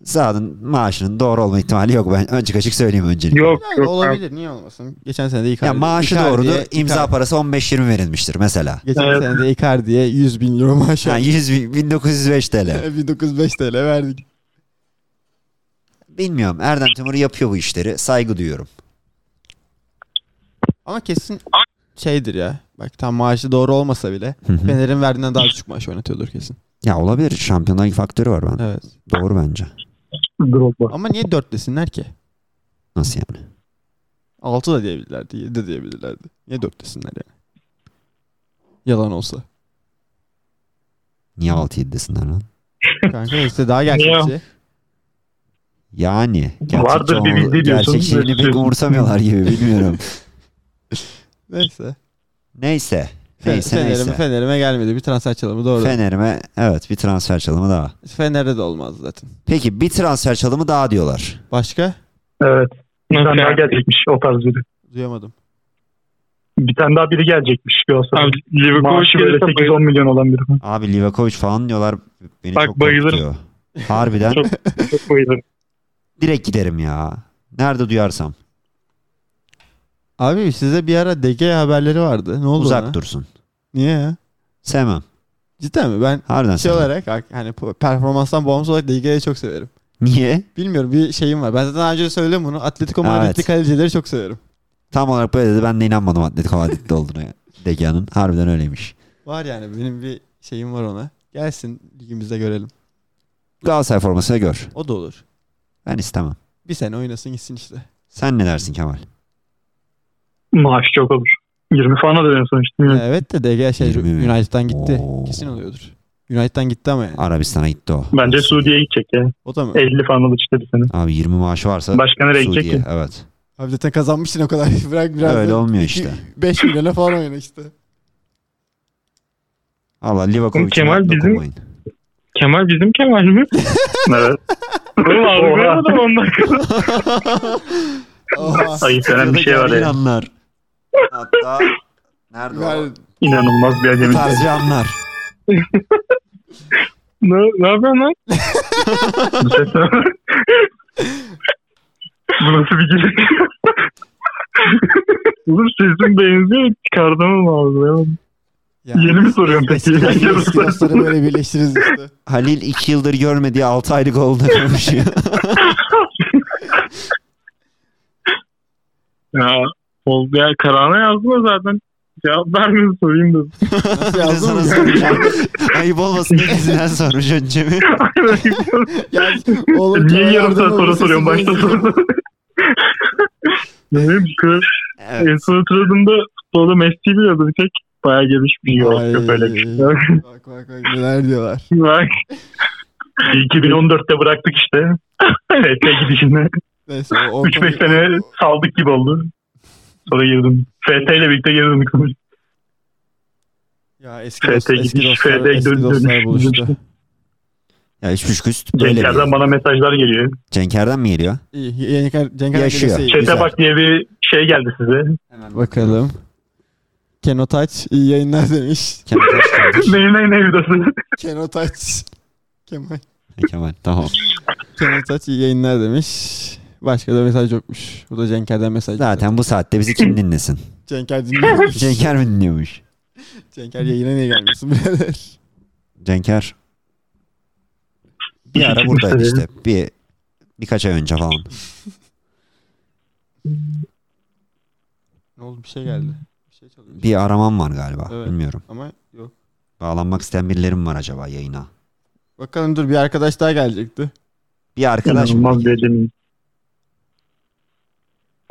Speaker 3: Zaten maaşının doğru olma ihtimali yok. Ben açık açık söyleyeyim öncelikle.
Speaker 9: Yok
Speaker 4: Yani
Speaker 9: yok. abi.
Speaker 4: olabilir niye olmasın? Geçen sene de Icardi.
Speaker 3: Ya maaşı
Speaker 4: Icardi'ye-
Speaker 3: doğrudur. İmza
Speaker 4: Icardi-
Speaker 3: parası 15-20 verilmiştir mesela.
Speaker 4: Geçen
Speaker 9: Evet.
Speaker 4: sene de Icardi'ye 100 bin euro E, maaş
Speaker 3: Yani
Speaker 4: aldık.
Speaker 3: 100 bin- 1905
Speaker 4: [LAUGHS]
Speaker 3: TL.
Speaker 4: 1905 TL verdik.
Speaker 3: Bilmiyorum. Erdem Timur yapıyor bu işleri. Saygı duyuyorum.
Speaker 4: Ama kesin şeydir ya. Bak tam maaşı doğru olmasa bile Fener'in verdiğinden daha düşük maaş oynatıyordur kesin.
Speaker 3: Ya olabilir. Şampiyonlar Ligi faktörü var bende.
Speaker 4: Evet.
Speaker 3: Doğru bence.
Speaker 5: Drogba.
Speaker 4: Ama niye dört desinler ki?
Speaker 3: Nasıl yani?
Speaker 4: Altı da diyebilirlerdi. Yedi de diyebilirlerdi. Niye dört desinler yani? Yalan olsa.
Speaker 3: Niye 6-7 desinler lan?
Speaker 4: Kanka işte daha şey. gerçekçi.
Speaker 3: Yani.
Speaker 5: Vardır bir bildiği
Speaker 3: ol-
Speaker 5: diyorsun.
Speaker 3: Gerçek şeyini
Speaker 5: [LAUGHS]
Speaker 3: pek umursamıyorlar gibi bilmiyorum.
Speaker 4: Neyse.
Speaker 3: neyse.
Speaker 4: Fe-
Speaker 3: Neyse
Speaker 4: Fener'ime,
Speaker 3: neyse.
Speaker 4: Fener'ime gelmedi. Bir transfer çalımı doğru.
Speaker 3: Fener'ime evet bir transfer çalımı daha.
Speaker 4: Fener'de de olmaz zaten.
Speaker 3: Peki bir transfer çalımı daha diyorlar.
Speaker 4: Başka?
Speaker 5: Evet. Bir
Speaker 9: Nasıl
Speaker 5: tane daha
Speaker 9: yani?
Speaker 5: gelecekmiş o tarz biri.
Speaker 4: Duyamadım.
Speaker 5: Bir tane daha biri gelecekmiş Galatasaray.
Speaker 9: Abi Livakovic
Speaker 5: Maaşı böyle
Speaker 9: gelirse
Speaker 5: 8-10
Speaker 9: bayılırım.
Speaker 5: milyon olan biri.
Speaker 3: Abi Livakovic falan diyorlar. Beni
Speaker 9: Bak,
Speaker 3: çok
Speaker 9: bayılırım.
Speaker 3: korkutuyor. Harbiden
Speaker 9: Çok- Çok bayılırım.
Speaker 3: direkt giderim ya. Nerede duyarsam.
Speaker 4: Abi size bir ara DG haberleri vardı. Ne oldu
Speaker 3: Uzak
Speaker 4: ona?
Speaker 3: dursun.
Speaker 4: Niye ya?
Speaker 3: Sevmem.
Speaker 4: Cidden mi? Ben
Speaker 3: Harbiden
Speaker 4: şey
Speaker 3: sevmem.
Speaker 4: olarak hani performanstan bağımsız olarak DG'yi çok severim.
Speaker 3: Niye?
Speaker 4: Bilmiyorum bir şeyim var. Ben zaten daha önce de söyledim bunu. Atletico
Speaker 3: Evet.
Speaker 4: Madrid'li kalecileri çok severim.
Speaker 3: Tam olarak böyle dedi. Ben de inanmadım Atletico Madrid'de olduğunu. [LAUGHS] Degia'nın. Harbiden öyleymiş.
Speaker 4: Var yani benim bir şeyim var ona. Gelsin ligimizde görelim.
Speaker 3: Galatasaray formasını gör.
Speaker 4: O da olur.
Speaker 3: Ben istemem.
Speaker 4: Bir sene oynasın gitsin işte.
Speaker 3: Sen ne dersin Kemal?
Speaker 5: Maaş çok olur. 20 falan ödeniyor sonuçta.
Speaker 4: Ya evet de DG şey
Speaker 3: 20 mi?
Speaker 4: United'dan gitti.
Speaker 3: Oo.
Speaker 4: Kesin oluyordur. United'dan gitti ama yani.
Speaker 3: Arabistan'a gitti o.
Speaker 5: Bence
Speaker 3: Nasıl?
Speaker 5: Suudi'ye gidecek ya.
Speaker 4: O da mı?
Speaker 5: 50 falan olur işte bir sene.
Speaker 3: Abi 20 maaşı varsa
Speaker 5: Başka nereye
Speaker 3: Suudi'ye.
Speaker 5: gidecek ki?
Speaker 3: Evet.
Speaker 4: Abi zaten kazanmışsın o kadar. [LAUGHS] Bırak biraz.
Speaker 3: Öyle olmuyor işte.
Speaker 4: 5 milyona falan oyna işte.
Speaker 3: Allah Livakovic'e
Speaker 9: Kemal
Speaker 3: dokunmayın.
Speaker 9: bizim- Kemal bizim Kemal mi?
Speaker 5: [LAUGHS] Evet.
Speaker 9: Oğlum algılayamadım
Speaker 4: [LAUGHS]
Speaker 9: ondan kadar.
Speaker 4: Oha.
Speaker 5: Ayıp denen bir şey var ya.
Speaker 3: İnanlar.
Speaker 4: [LAUGHS]
Speaker 3: Hatta nerede o?
Speaker 4: Ver-
Speaker 5: İnanılmaz bir acemi.
Speaker 3: Tarzı anlar.
Speaker 9: Ne, ne yapıyorsun
Speaker 4: [LAUGHS]
Speaker 9: lan?
Speaker 5: Bu ses ne? şey Bu nasıl bir giriş? Oğlum sesim benziyor. Çıkardım ama algılayamadım.
Speaker 4: Ya.
Speaker 5: Yeni mi soruyorum peki?
Speaker 4: Eski- eski dostları böyle birleştiririz işte.
Speaker 3: Halil 2 yıldır görmediği 6 aylık oğluna konuşuyor.
Speaker 9: Ya oldu ya Karan'a yazdım da zaten. Cevap vermiyor sorayım
Speaker 5: [LAUGHS]
Speaker 9: da.
Speaker 3: [LAUGHS]
Speaker 4: Nasıl
Speaker 3: Ben
Speaker 4: yazdın
Speaker 3: sana
Speaker 4: mı?
Speaker 3: soracağım. Ayıp olmasın diye yüzünden sormuş önce mi?
Speaker 4: Ya, [LAUGHS] oğlum,
Speaker 5: şey Niye
Speaker 4: Kemal
Speaker 5: yarım saat
Speaker 4: Erdoğan'ın
Speaker 5: sonra
Speaker 4: sesi
Speaker 5: soruyorum başta
Speaker 4: benziyor.
Speaker 5: sonra? [LAUGHS] Benim kız
Speaker 3: Evet.
Speaker 5: en son hatırladığımda futbolda Messi biliyordu bir tek. Bayağı gelişmiş.
Speaker 4: Ay.
Speaker 5: Yok yok öyle bir
Speaker 4: [LAUGHS]
Speaker 5: şey.
Speaker 4: Bak bak bak neler diyorlar.
Speaker 5: Bak. 2014'te bıraktık işte. [LAUGHS] Evet gidişinde.
Speaker 4: Neyse o, o
Speaker 5: 3-5
Speaker 4: konuyu-
Speaker 5: sene saldık gibi oldu. Sonra girdim. FT ile birlikte girdim.
Speaker 4: Ya eski,
Speaker 5: FT
Speaker 4: dost, eski
Speaker 5: gidiş,
Speaker 4: dostlar,
Speaker 5: FT
Speaker 4: eski
Speaker 5: dönüş,
Speaker 4: dostlar
Speaker 5: dönüş,
Speaker 4: buluştu.
Speaker 5: dönüş.
Speaker 3: Ya üç buçuk üst böyle
Speaker 5: Cenk Erden
Speaker 3: geliyor.
Speaker 5: bana mesajlar geliyor.
Speaker 3: Cenk Erden mi geliyor?
Speaker 4: İyi, Yengar, Cengar
Speaker 3: Yaşıyor.
Speaker 4: Yaşıyor.
Speaker 5: Çete
Speaker 3: Güzel.
Speaker 5: bak diye bir şey geldi size. [LAUGHS]
Speaker 4: Bakalım. Kenotaç iyi yayınlar [LAUGHS] demiş.
Speaker 3: Kemal
Speaker 5: [LAUGHS]
Speaker 3: hoş geldin.
Speaker 5: Neyin neyin evdası?
Speaker 4: Kenotaç. Kemal.
Speaker 3: Kemal tamam.
Speaker 4: Kenotaç iyi yayınlar demiş. Başka da mesaj yokmuş. Bu da Cenker'den mesaj.
Speaker 3: Zaten bu saatte bizi kim dinlesin?
Speaker 4: [LAUGHS] Cenker dinliyormuş.
Speaker 3: Cenker mi dinliyormuş?
Speaker 4: Cenker yayına niye gelmiyorsun birader?
Speaker 3: Cenker bir ara buradaydı işte. Bir birkaç ay önce falan.
Speaker 4: [LAUGHS] Ne oldu bir şey geldi. Bir şey çalıyor.
Speaker 3: Bir aramam var galiba.
Speaker 4: Evet.
Speaker 3: Bilmiyorum.
Speaker 4: Ama yok.
Speaker 3: Bağlanmak isteyen birileri mi var acaba yayına?
Speaker 4: Bakalım dur bir arkadaş daha gelecekti.
Speaker 3: Bir arkadaş mı?
Speaker 5: İnanılmaz bir acemi.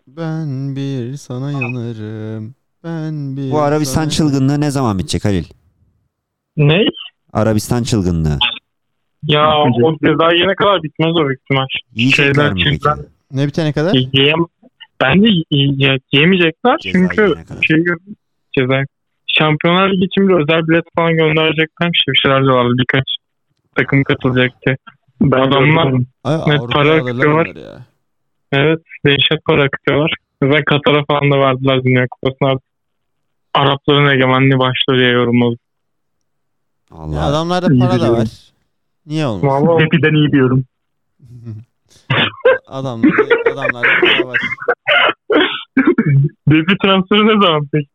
Speaker 4: Ben bir sana yanarım. Ben bir
Speaker 3: Bu Arabistan çılgınlığı ne zaman bitecek Halil?
Speaker 9: Ne?
Speaker 3: Arabistan çılgınlığı.
Speaker 9: Ya o ceza yene kadar bitmez o büyük ihtimal.
Speaker 3: Yiyecekler
Speaker 9: Şeyler,
Speaker 3: mi peki?
Speaker 9: çiftler.
Speaker 4: Ne bitene kadar?
Speaker 9: Yiyem, bence ye- yemeyecekler
Speaker 3: Ceza
Speaker 9: çünkü
Speaker 3: yiyene kadar.
Speaker 9: şey ceza. Şampiyonlar Ligi için bir özel bilet falan gönderecekler işte bir şeyler diyorlardı birkaç takım katılacaktı.
Speaker 5: Ben
Speaker 9: Adamlar-
Speaker 5: gördüm.
Speaker 4: Ay,
Speaker 9: Evet,
Speaker 4: Avrupa'ya
Speaker 9: para
Speaker 4: alırlar
Speaker 9: akıtıyorlar.
Speaker 4: onları ya.
Speaker 9: Evet dehşet para akıtıyorlar. Özel Katar'a falan da verdiler Dünya Kupası'na artık. Arapların egemenliği başlıyor diye yorumladım.
Speaker 4: Ya
Speaker 3: Allah.
Speaker 4: adamlarda
Speaker 5: İyi
Speaker 4: para da
Speaker 5: biliyorum.
Speaker 4: var. Niye olmaz?
Speaker 9: [LAUGHS] Vallahi
Speaker 5: Hepiden iyi diyorum.
Speaker 4: [LAUGHS] adamlarda, adamlarda para var.
Speaker 9: Depi transferi ne zaman peki?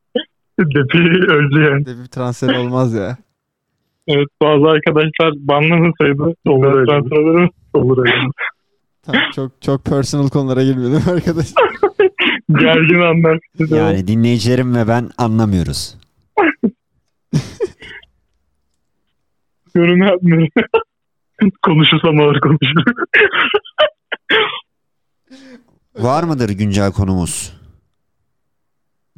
Speaker 5: Depi öldü yani.
Speaker 4: De bir transfer olmaz ya.
Speaker 9: Evet bazı arkadaşlar banlamasaydı
Speaker 5: Olur öyle.
Speaker 9: transferleri
Speaker 5: Olur öyle.
Speaker 4: Tamam, çok çok personal konulara girmedim arkadaş.
Speaker 9: [LAUGHS] gergin anlar.
Speaker 3: Yani dinleyicilerim ve ben anlamıyoruz.
Speaker 9: Yorum yapmıyorum.
Speaker 5: [LAUGHS] Konuşursam ağır konuşurum.
Speaker 3: Var mıdır güncel konumuz?
Speaker 4: Hmm.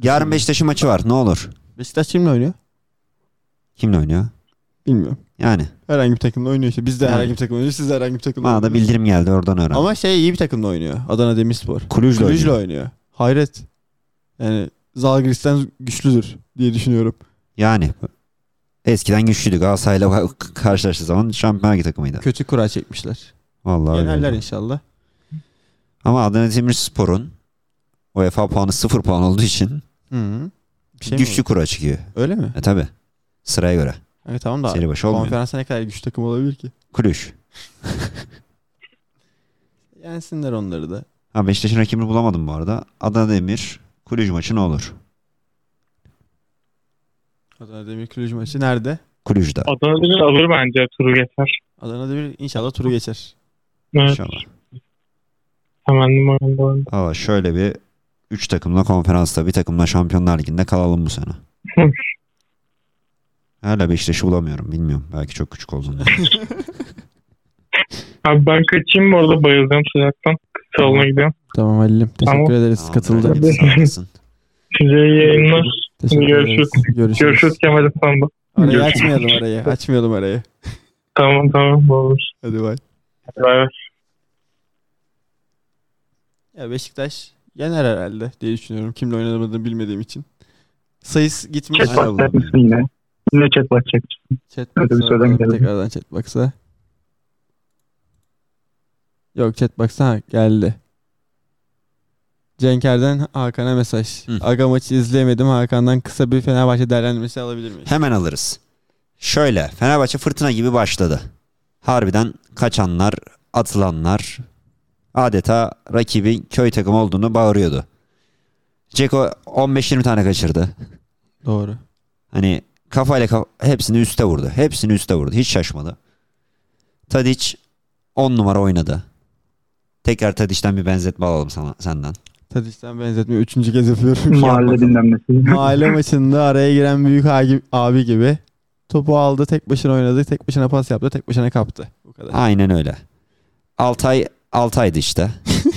Speaker 3: Yarın Beşiktaş'ın maçı var. Ne olur?
Speaker 4: Beşiktaş kimle oynuyor?
Speaker 3: Kimle oynuyor?
Speaker 4: Bilmiyorum.
Speaker 3: Yani
Speaker 4: Herhangi bir takımla oynuyor işte. Biz de
Speaker 3: Yani.
Speaker 4: herhangi bir takımla oynuyoruz. Siz de herhangi bir takımla
Speaker 3: bana da
Speaker 4: oynuyorsunuz.
Speaker 3: bildirim geldi oradan öğrendim.
Speaker 4: Ama şey iyi bir takımla oynuyor. Adana Demirspor.
Speaker 3: Kulüj'le
Speaker 4: Kulüj'le
Speaker 3: oynuyor.
Speaker 4: oynuyor. Hayret. Yani Zalgiris'ten güçlüdür diye düşünüyorum.
Speaker 3: Yani eskiden güçlüydü. Galatasaray'la ka- karşılaştığı zaman şampiyon ligi takımıydı.
Speaker 4: Kötü kura çekmişler.
Speaker 3: Vallahi öyle
Speaker 4: Yenerler
Speaker 3: oldu.
Speaker 4: inşallah.
Speaker 3: Ama Adana Demirspor'un UEFA puanı 0 puan olduğu için
Speaker 4: Hı. Bir şey mi
Speaker 3: güçlü
Speaker 4: oldu?
Speaker 3: kura çıkıyor.
Speaker 4: Öyle mi?
Speaker 3: E tabi. Sıraya göre.
Speaker 4: Evet tamam da
Speaker 3: Seri başı olmuyor.
Speaker 4: konferansa ne kadar güçlü takım olabilir ki?
Speaker 3: Kulüş.
Speaker 4: Yensinler onları da.
Speaker 3: Ha Beşiktaş'ın rakibini bulamadım bu arada. Adana Demir Kulüş maçı ne olur?
Speaker 4: Adana Demir Kulüj maçı nerede?
Speaker 3: Kulüj'de.
Speaker 9: Adana Demir alır bence turu geçer.
Speaker 4: Adana Demir inşallah turu geçer.
Speaker 9: Evet.
Speaker 3: İnşallah.
Speaker 9: Temennim oyunda oynadı.
Speaker 3: Valla şöyle bir 3 takımla konferansta bir takımla Şampiyonlar Ligi'nde kalalım bu sene.
Speaker 9: Hı.
Speaker 3: Hala Beşiktaş'ı bulamıyorum. Bilmiyorum. Belki çok küçük olduğunu.
Speaker 9: Abi ben kaçayım bu arada bayılacağım sıcaktan. Salona gidiyorum.
Speaker 4: Tamam Halil'im. Teşekkür
Speaker 9: Tamam.
Speaker 4: ederiz. Katıldığın için.
Speaker 3: Sağ olasın.
Speaker 9: Size iyi yayınlar.
Speaker 4: Teşekkür
Speaker 9: Görüşürüz.
Speaker 4: ederiz. Görüşürüz.
Speaker 9: Görüşürüz Kemal İstanbul.
Speaker 4: Arayı
Speaker 9: Görüşürüz.
Speaker 4: açmayalım arayı. Açmayalım arayı.
Speaker 9: Tamam tamam olur.
Speaker 4: Hadi bay.
Speaker 9: Bay bay.
Speaker 4: Ya Beşiktaş yener herhalde diye düşünüyorum. Kimle oynamadığını bilmediğim için. Sayıs gitmiş.
Speaker 5: Chat
Speaker 4: Chat
Speaker 5: bakacak mısın yine? Yine chat bakacak mısın? Hadi bir
Speaker 4: box'a
Speaker 5: söylen
Speaker 4: bakalım.
Speaker 5: gelelim.
Speaker 4: Tekrardan chat box'a. Yok chat box'a ha, geldi. Cenker'den Hakan'a mesaj.
Speaker 3: Hı.
Speaker 4: Aga maçı izleyemedim. Hakan'dan kısa bir Fenerbahçe değerlendirmesi alabilir miyiz?
Speaker 3: Hemen alırız. Şöyle Fenerbahçe fırtına gibi başladı. Harbiden kaçanlar, atılanlar adeta rakibin köy takımı olduğunu bağırıyordu. Ceko 15-20 tane kaçırdı.
Speaker 4: Doğru.
Speaker 3: Hani kafayla kaf- hepsini üste vurdu. Hepsini üste vurdu. Hiç şaşmadı. Tadic 10 numara oynadı. Tekrar Tadic'ten bir benzetme alalım sana, senden.
Speaker 4: Tadiş'ten benzetme. Üçüncü kez yapıyorum.
Speaker 5: Mahalle dinlenmesi.
Speaker 4: Mahalle maçında araya giren büyük abi, abi gibi. Topu aldı, tek başına oynadı, tek başına pas yaptı, tek başına kaptı. Bu kadar.
Speaker 3: Aynen öyle. Altay Altay'dı işte.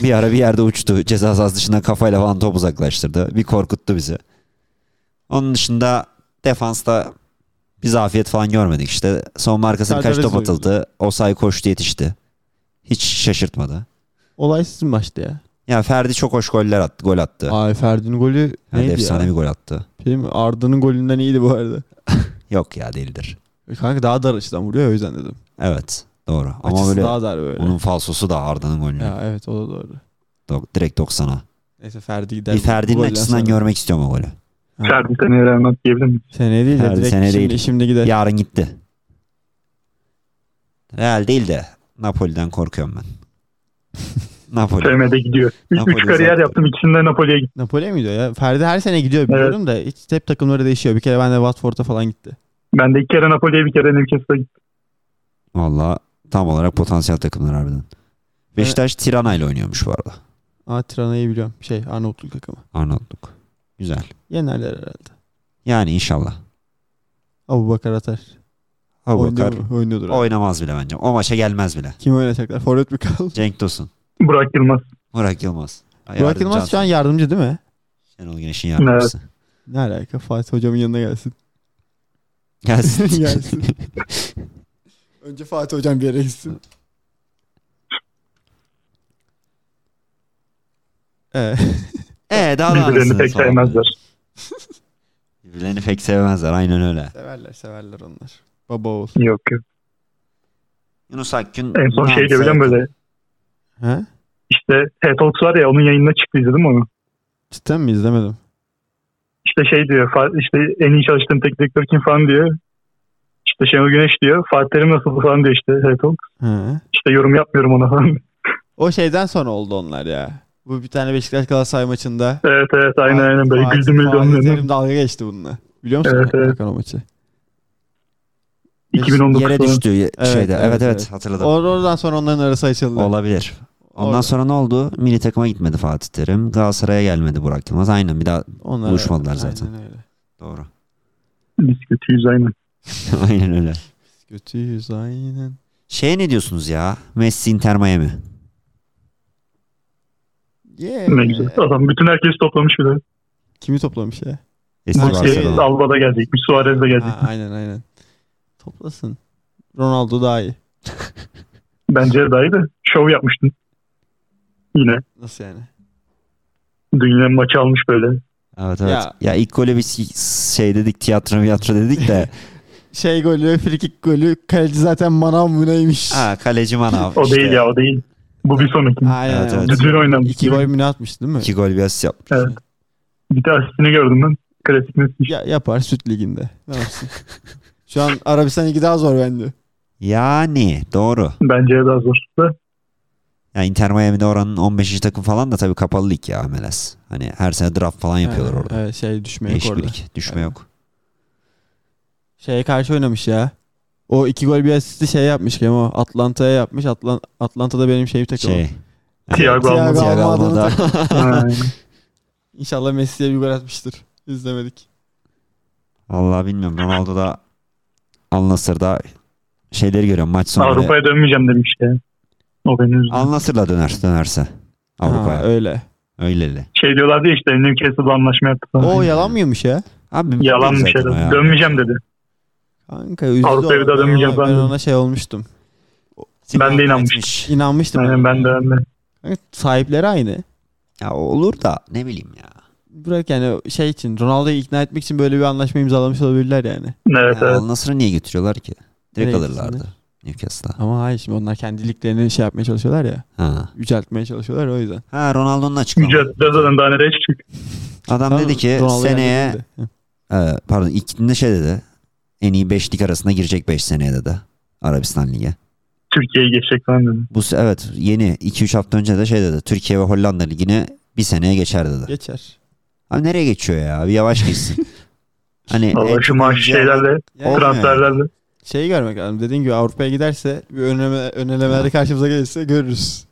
Speaker 3: bir ara bir yerde uçtu. Ceza sahası dışında kafayla falan top uzaklaştırdı. Bir korkuttu bizi. Onun dışında defansta bir zafiyet falan görmedik işte. Son markasına kaç
Speaker 4: Serdar
Speaker 3: top
Speaker 4: Aziz
Speaker 3: atıldı. Osay koştu yetişti. Hiç şaşırtmadı.
Speaker 4: Olaysız mı başta ya?
Speaker 3: Ya Ferdi çok hoş goller attı. Gol attı.
Speaker 4: Ay Ferdi'nin golü
Speaker 3: Ferdi
Speaker 4: neydi
Speaker 3: efsane
Speaker 4: ya?
Speaker 3: bir gol attı.
Speaker 4: Değil mi? Arda'nın golünden iyiydi bu arada.
Speaker 3: Yok ya değildir.
Speaker 4: Kanka daha dar açıdan vuruyor ya, o yüzden dedim.
Speaker 3: Evet. Doğru. Ama
Speaker 4: Açısı
Speaker 3: böyle
Speaker 4: daha dar böyle.
Speaker 3: onun falsosu da Arda'nın golünü.
Speaker 4: Ya evet o da doğru.
Speaker 3: Do- direkt 90'a.
Speaker 4: Neyse Ferdi gider.
Speaker 3: Bir Ferdi'nin
Speaker 4: Bu golden
Speaker 3: açısından
Speaker 4: sonra.
Speaker 3: görmek istiyorum o golü.
Speaker 4: Ha.
Speaker 5: Ferdi seneye Real Madrid diyebilir miyim?
Speaker 4: Sene değil de
Speaker 3: Ferdi
Speaker 4: Şey, direkt
Speaker 3: sene
Speaker 4: şimdi,
Speaker 3: değil.
Speaker 4: şimdi gider.
Speaker 3: Yarın gitti. Real değil de Napoli'den korkuyorum
Speaker 4: [LAUGHS]
Speaker 3: ben. Napoli.
Speaker 5: FM'de gidiyor. Üç,
Speaker 3: Napoli
Speaker 5: üç kariyer
Speaker 3: zaten.
Speaker 5: yaptım. İkisinde Napoli'ye gittim.
Speaker 4: Napoli'ye mi gidiyor ya? Ferdi her sene gidiyor biliyorum da hiç hep takımları değişiyor. Bir kere ben de Watford'a falan gitti.
Speaker 5: Ben de iki kere Napoli'ye bir kere Newcastle'a gittim.
Speaker 3: Valla tam olarak potansiyel takımlar harbiden. Beşiktaş Tirana ile oynuyormuş bu arada.
Speaker 4: Aa Tirana'yı biliyorum. Şey Arnavutluk takımı.
Speaker 3: Arnavutluk. Güzel.
Speaker 4: Yenerler herhalde.
Speaker 3: Yani inşallah.
Speaker 4: Abu Bakar atar.
Speaker 3: Abu
Speaker 4: Oynuyor
Speaker 3: Bakar
Speaker 4: mu? Oynuyordur. herhalde.
Speaker 3: oynamaz bile bence. O maça gelmez bile.
Speaker 4: Kim oynayacaklar? Forvet mi kaldı?
Speaker 3: Cenk Tosun.
Speaker 5: Burak Yılmaz.
Speaker 3: Burak Yılmaz.
Speaker 4: Burak Yılmaz şu an yardımcı değil mi?
Speaker 3: Şenol Güneş'in yardımcısı.
Speaker 4: Ne alaka? Fatih hocamın yanına gelsin.
Speaker 5: [LAUGHS]
Speaker 3: Gelsin.
Speaker 4: Gelsin. Önce Fatih hocam bir yere gitsin. Ee,
Speaker 3: [LAUGHS] Ee daha da
Speaker 5: Birbirlerini
Speaker 3: anasını
Speaker 5: pek
Speaker 3: falan.
Speaker 5: sevmezler.
Speaker 3: Birbirlerini pek sevmezler. Aynen öyle.
Speaker 4: [LAUGHS] severler severler onlar. Baba oğul.
Speaker 5: Yok yok.
Speaker 3: Yunus Akgün.
Speaker 5: En son şey
Speaker 3: Yunus
Speaker 5: diye bilen
Speaker 3: Akgün.
Speaker 5: böyle
Speaker 4: He?
Speaker 5: işte TED Talks var ya onun yayınına çıktı izledim onu.
Speaker 4: Cidden mi izlemedim?
Speaker 5: İşte şey diyor Fa- işte en iyi çalıştığım tek direktör kim falan diyor. İşte Şenol Güneş diyor. Fatih Terim nasıl falan diyor işte TED Talks.
Speaker 4: He.
Speaker 5: İşte yorum yapmıyorum ona falan. [LAUGHS]
Speaker 4: O şeyden sonra oldu onlar ya. Bu bir tane Beşiktaş Galatasaray maçında.
Speaker 5: evet evet aynen aynen böyle
Speaker 4: Fatih-
Speaker 5: güldüm
Speaker 4: Fatih
Speaker 5: güldüm.
Speaker 4: Terim dalga geçti bununla. Biliyor musun?
Speaker 5: Evet, evet.
Speaker 4: Hakan o maçı.
Speaker 5: 2019
Speaker 3: Yere
Speaker 5: sonu.
Speaker 3: düştü ye-
Speaker 4: Evet,
Speaker 3: şeyde.
Speaker 4: evet,
Speaker 3: Evet evet,
Speaker 4: evet.
Speaker 3: hatırladım.
Speaker 4: Or- Oradan sonra onların arası açıldı.
Speaker 3: Olabilir. Ondan
Speaker 4: Orada.
Speaker 3: sonra ne oldu? Milli takıma gitmedi Fatih Terim. Galatasaray'a gelmedi Burak Yılmaz. Aynen bir daha
Speaker 4: Onlar
Speaker 3: buluşmadılar zaten.
Speaker 4: Aynen öyle.
Speaker 3: doğru.
Speaker 5: Biz kötüyüz aynen.
Speaker 3: [LAUGHS] Aynen öyle.
Speaker 4: Kötüyüz aynen.
Speaker 3: Şeye ne diyorsunuz ya? Messi Inter Miami.
Speaker 4: Yeah.
Speaker 5: Ne güzel. Adam bütün herkes toplamış bir de.
Speaker 4: Kimi toplamış ya?
Speaker 3: Eski
Speaker 4: Messi.
Speaker 5: Şey,
Speaker 3: Barcelona.
Speaker 5: Alba da gelecekmiş. Suarez de gelecek.
Speaker 4: Ha, aynen aynen. Toplasın. Ronaldo daha iyi.
Speaker 5: Bence daha iyi de. Şov yapmıştın. Yine.
Speaker 4: Nasıl yani?
Speaker 5: Dünya maçı almış böyle.
Speaker 3: Evet evet. Ya.
Speaker 4: Ya.
Speaker 3: ilk golü biz şey dedik tiyatro tiyatro dedik
Speaker 4: [LAUGHS]
Speaker 3: de.
Speaker 4: Şey golü, frikik golü. Kaleci zaten manav mı neymiş?
Speaker 3: ha kaleci manav.
Speaker 5: O
Speaker 3: işte.
Speaker 5: değil ya o değil. Bu bir sonraki.
Speaker 4: Aynen.
Speaker 3: Evet, evet.
Speaker 5: Düzgün oynanmış.
Speaker 4: İki gol mü ne atmış değil mi?
Speaker 3: İki gol bir asist yapmış.
Speaker 5: Evet. Bir de asistini gördüm ben. Klasik Messi.
Speaker 4: Ya, yapar Süt Ligi'nde. Ne yapsın? [LAUGHS] Şu an Arabistan ligi daha zor bende.
Speaker 3: Yani doğru.
Speaker 5: Bence
Speaker 3: [LAUGHS]
Speaker 5: daha zor. Da
Speaker 3: Yani Inter Miami'de oranın 15. takım falan da tabii kapalı lig ya MLS. Hani her sene draft falan yapıyorlar
Speaker 4: Evet,
Speaker 3: orada.
Speaker 4: Evet, şey düşme yok
Speaker 3: Değişik bir
Speaker 4: orada.
Speaker 3: lig. Düşme
Speaker 4: Evet.
Speaker 3: yok.
Speaker 4: Şeye karşı oynamış ya. O iki gol bir asisti şey yapmış Kemo. Atlanta'ya yapmış. Atlan Atlanta'da benim şeyim takımım.
Speaker 3: Şey.
Speaker 5: Thiago
Speaker 4: Thiago
Speaker 5: Almaz.
Speaker 3: Thiago
Speaker 4: Almada'nın
Speaker 3: Almada. [LAUGHS]
Speaker 4: takımı.
Speaker 5: Ha,
Speaker 4: [LAUGHS] İnşallah Messi'ye bir gol atmıştır. İzlemedik.
Speaker 3: Vallahi bilmiyorum. Ronaldo'da Al Nassr'da şeyleri görüyorum maç sonunda.
Speaker 5: Avrupa'ya dönmeyeceğim demiş ya. O beni üzdü.
Speaker 3: Al Nassr'la döner dönerse. Avrupa'ya.
Speaker 4: Ha, öyle.
Speaker 3: Öyleli.
Speaker 5: Şey diyorlardı ya işte Newcastle'la anlaşma yaptı falan.
Speaker 4: O yalan mıymış ya?
Speaker 3: Abi
Speaker 5: Yalanmış
Speaker 3: zaten o
Speaker 5: herhalde.
Speaker 3: ya.
Speaker 5: şey. Dönmeyeceğim dedi.
Speaker 4: Kanka üzdü.
Speaker 5: Avrupa'ya
Speaker 4: o.
Speaker 5: bir daha
Speaker 4: Ben
Speaker 5: dönmeyeceğim
Speaker 4: ona- Ben
Speaker 5: sandım.
Speaker 4: ona şey olmuştum.
Speaker 5: Ben de inanmıştım.
Speaker 3: Etmiş.
Speaker 4: İnanmıştım.
Speaker 5: Yani ben de ben de.
Speaker 4: Kanka Sahipleri aynı.
Speaker 3: Ya olur da ne bileyim ya.
Speaker 4: Bırak yani şey için Ronaldo'yu ikna etmek için böyle bir anlaşma imzalamış olabilirler yani.
Speaker 5: Evet
Speaker 3: ya
Speaker 5: evet.
Speaker 3: Al Nassr'ı niye götürüyorlar ki? Direkt
Speaker 4: Nereye
Speaker 3: alırlardı. Newcastle'a.
Speaker 4: Ama hayır şimdi onlar kendi liglerini şey yapmaya çalışıyorlar ya.
Speaker 3: Ha.
Speaker 4: Yüceltmeye çalışıyorlar o yüzden.
Speaker 3: Ha Ronaldo'nun açıklaması.
Speaker 5: Mücadele zaten daha nereye çıkacak?
Speaker 3: Adam
Speaker 4: Tamam,
Speaker 3: dedi ki
Speaker 4: Ronaldo
Speaker 3: seneye
Speaker 4: geldi dedi.
Speaker 3: Ee, pardon ilkinde şey dedi. En iyi beşlik arasına girecek 5 seneye dedi. Arabistan Ligi.
Speaker 5: Türkiye'ye geçecek falan dedi.
Speaker 3: Bu se- evet yeni 2-3 hafta önce de şey dedi. Türkiye ve Hollanda Ligi'ne bir seneye geçer dedi.
Speaker 4: Geçer.
Speaker 3: Abi nereye geçiyor ya? Bir yavaş
Speaker 4: [LAUGHS]
Speaker 3: geçsin. hani
Speaker 5: Allah şu maaş şeylerle,
Speaker 4: Yani
Speaker 3: Olmuyor.
Speaker 5: transferlerle.
Speaker 4: şeyi görmek lazım. Dediğin gibi Avrupa'ya giderse bir önleme, önlemelerde karşımıza gelirse görürüz.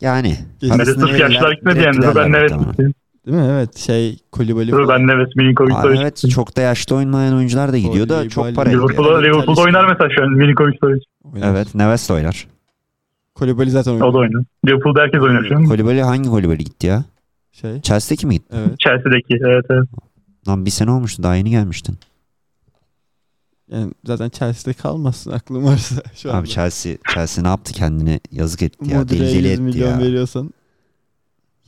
Speaker 3: yani.
Speaker 4: Geçmedi,
Speaker 5: Nerede
Speaker 3: parasını
Speaker 5: sırf
Speaker 3: verirler,
Speaker 5: yaşlar gitmedi
Speaker 3: direkt
Speaker 5: yani. Ruben
Speaker 3: giderler
Speaker 5: Neves
Speaker 3: muhtemelen.
Speaker 5: gitti.
Speaker 4: Değil mi? Evet. Şey Kolibali
Speaker 5: Ruben Neves, Milinkovic
Speaker 3: Aa,
Speaker 5: Savic.
Speaker 3: evet çok da yaşlı oynayan oyuncular da gidiyor da
Speaker 4: Kolibali,
Speaker 3: çok para
Speaker 4: Bale.
Speaker 3: ediyor.
Speaker 5: Liverpool'da, Liverpool'da oynar mesela şu an Milinkovic Savic.
Speaker 3: Evet Neves de oynar.
Speaker 4: Kolibali zaten
Speaker 5: O
Speaker 4: oynuyor.
Speaker 5: da oynar. Liverpool'da herkes oynar şu an.
Speaker 3: Kolibali hangi Kolibali gitti ya?
Speaker 4: Şey.
Speaker 3: Chelsea'deki mi gitti?
Speaker 4: Evet.
Speaker 5: Chelsea'deki. Evet evet.
Speaker 3: Lan bir sene olmuştu daha yeni gelmiştin.
Speaker 4: Yani zaten Chelsea'de kalmasın aklım varsa [LAUGHS] şu anda.
Speaker 3: Abi Chelsea, Chelsea ne yaptı kendine yazık etti ya.
Speaker 4: Modri'ye
Speaker 3: Deli
Speaker 4: 100
Speaker 3: etti
Speaker 4: milyon
Speaker 3: ya.
Speaker 4: veriyorsan.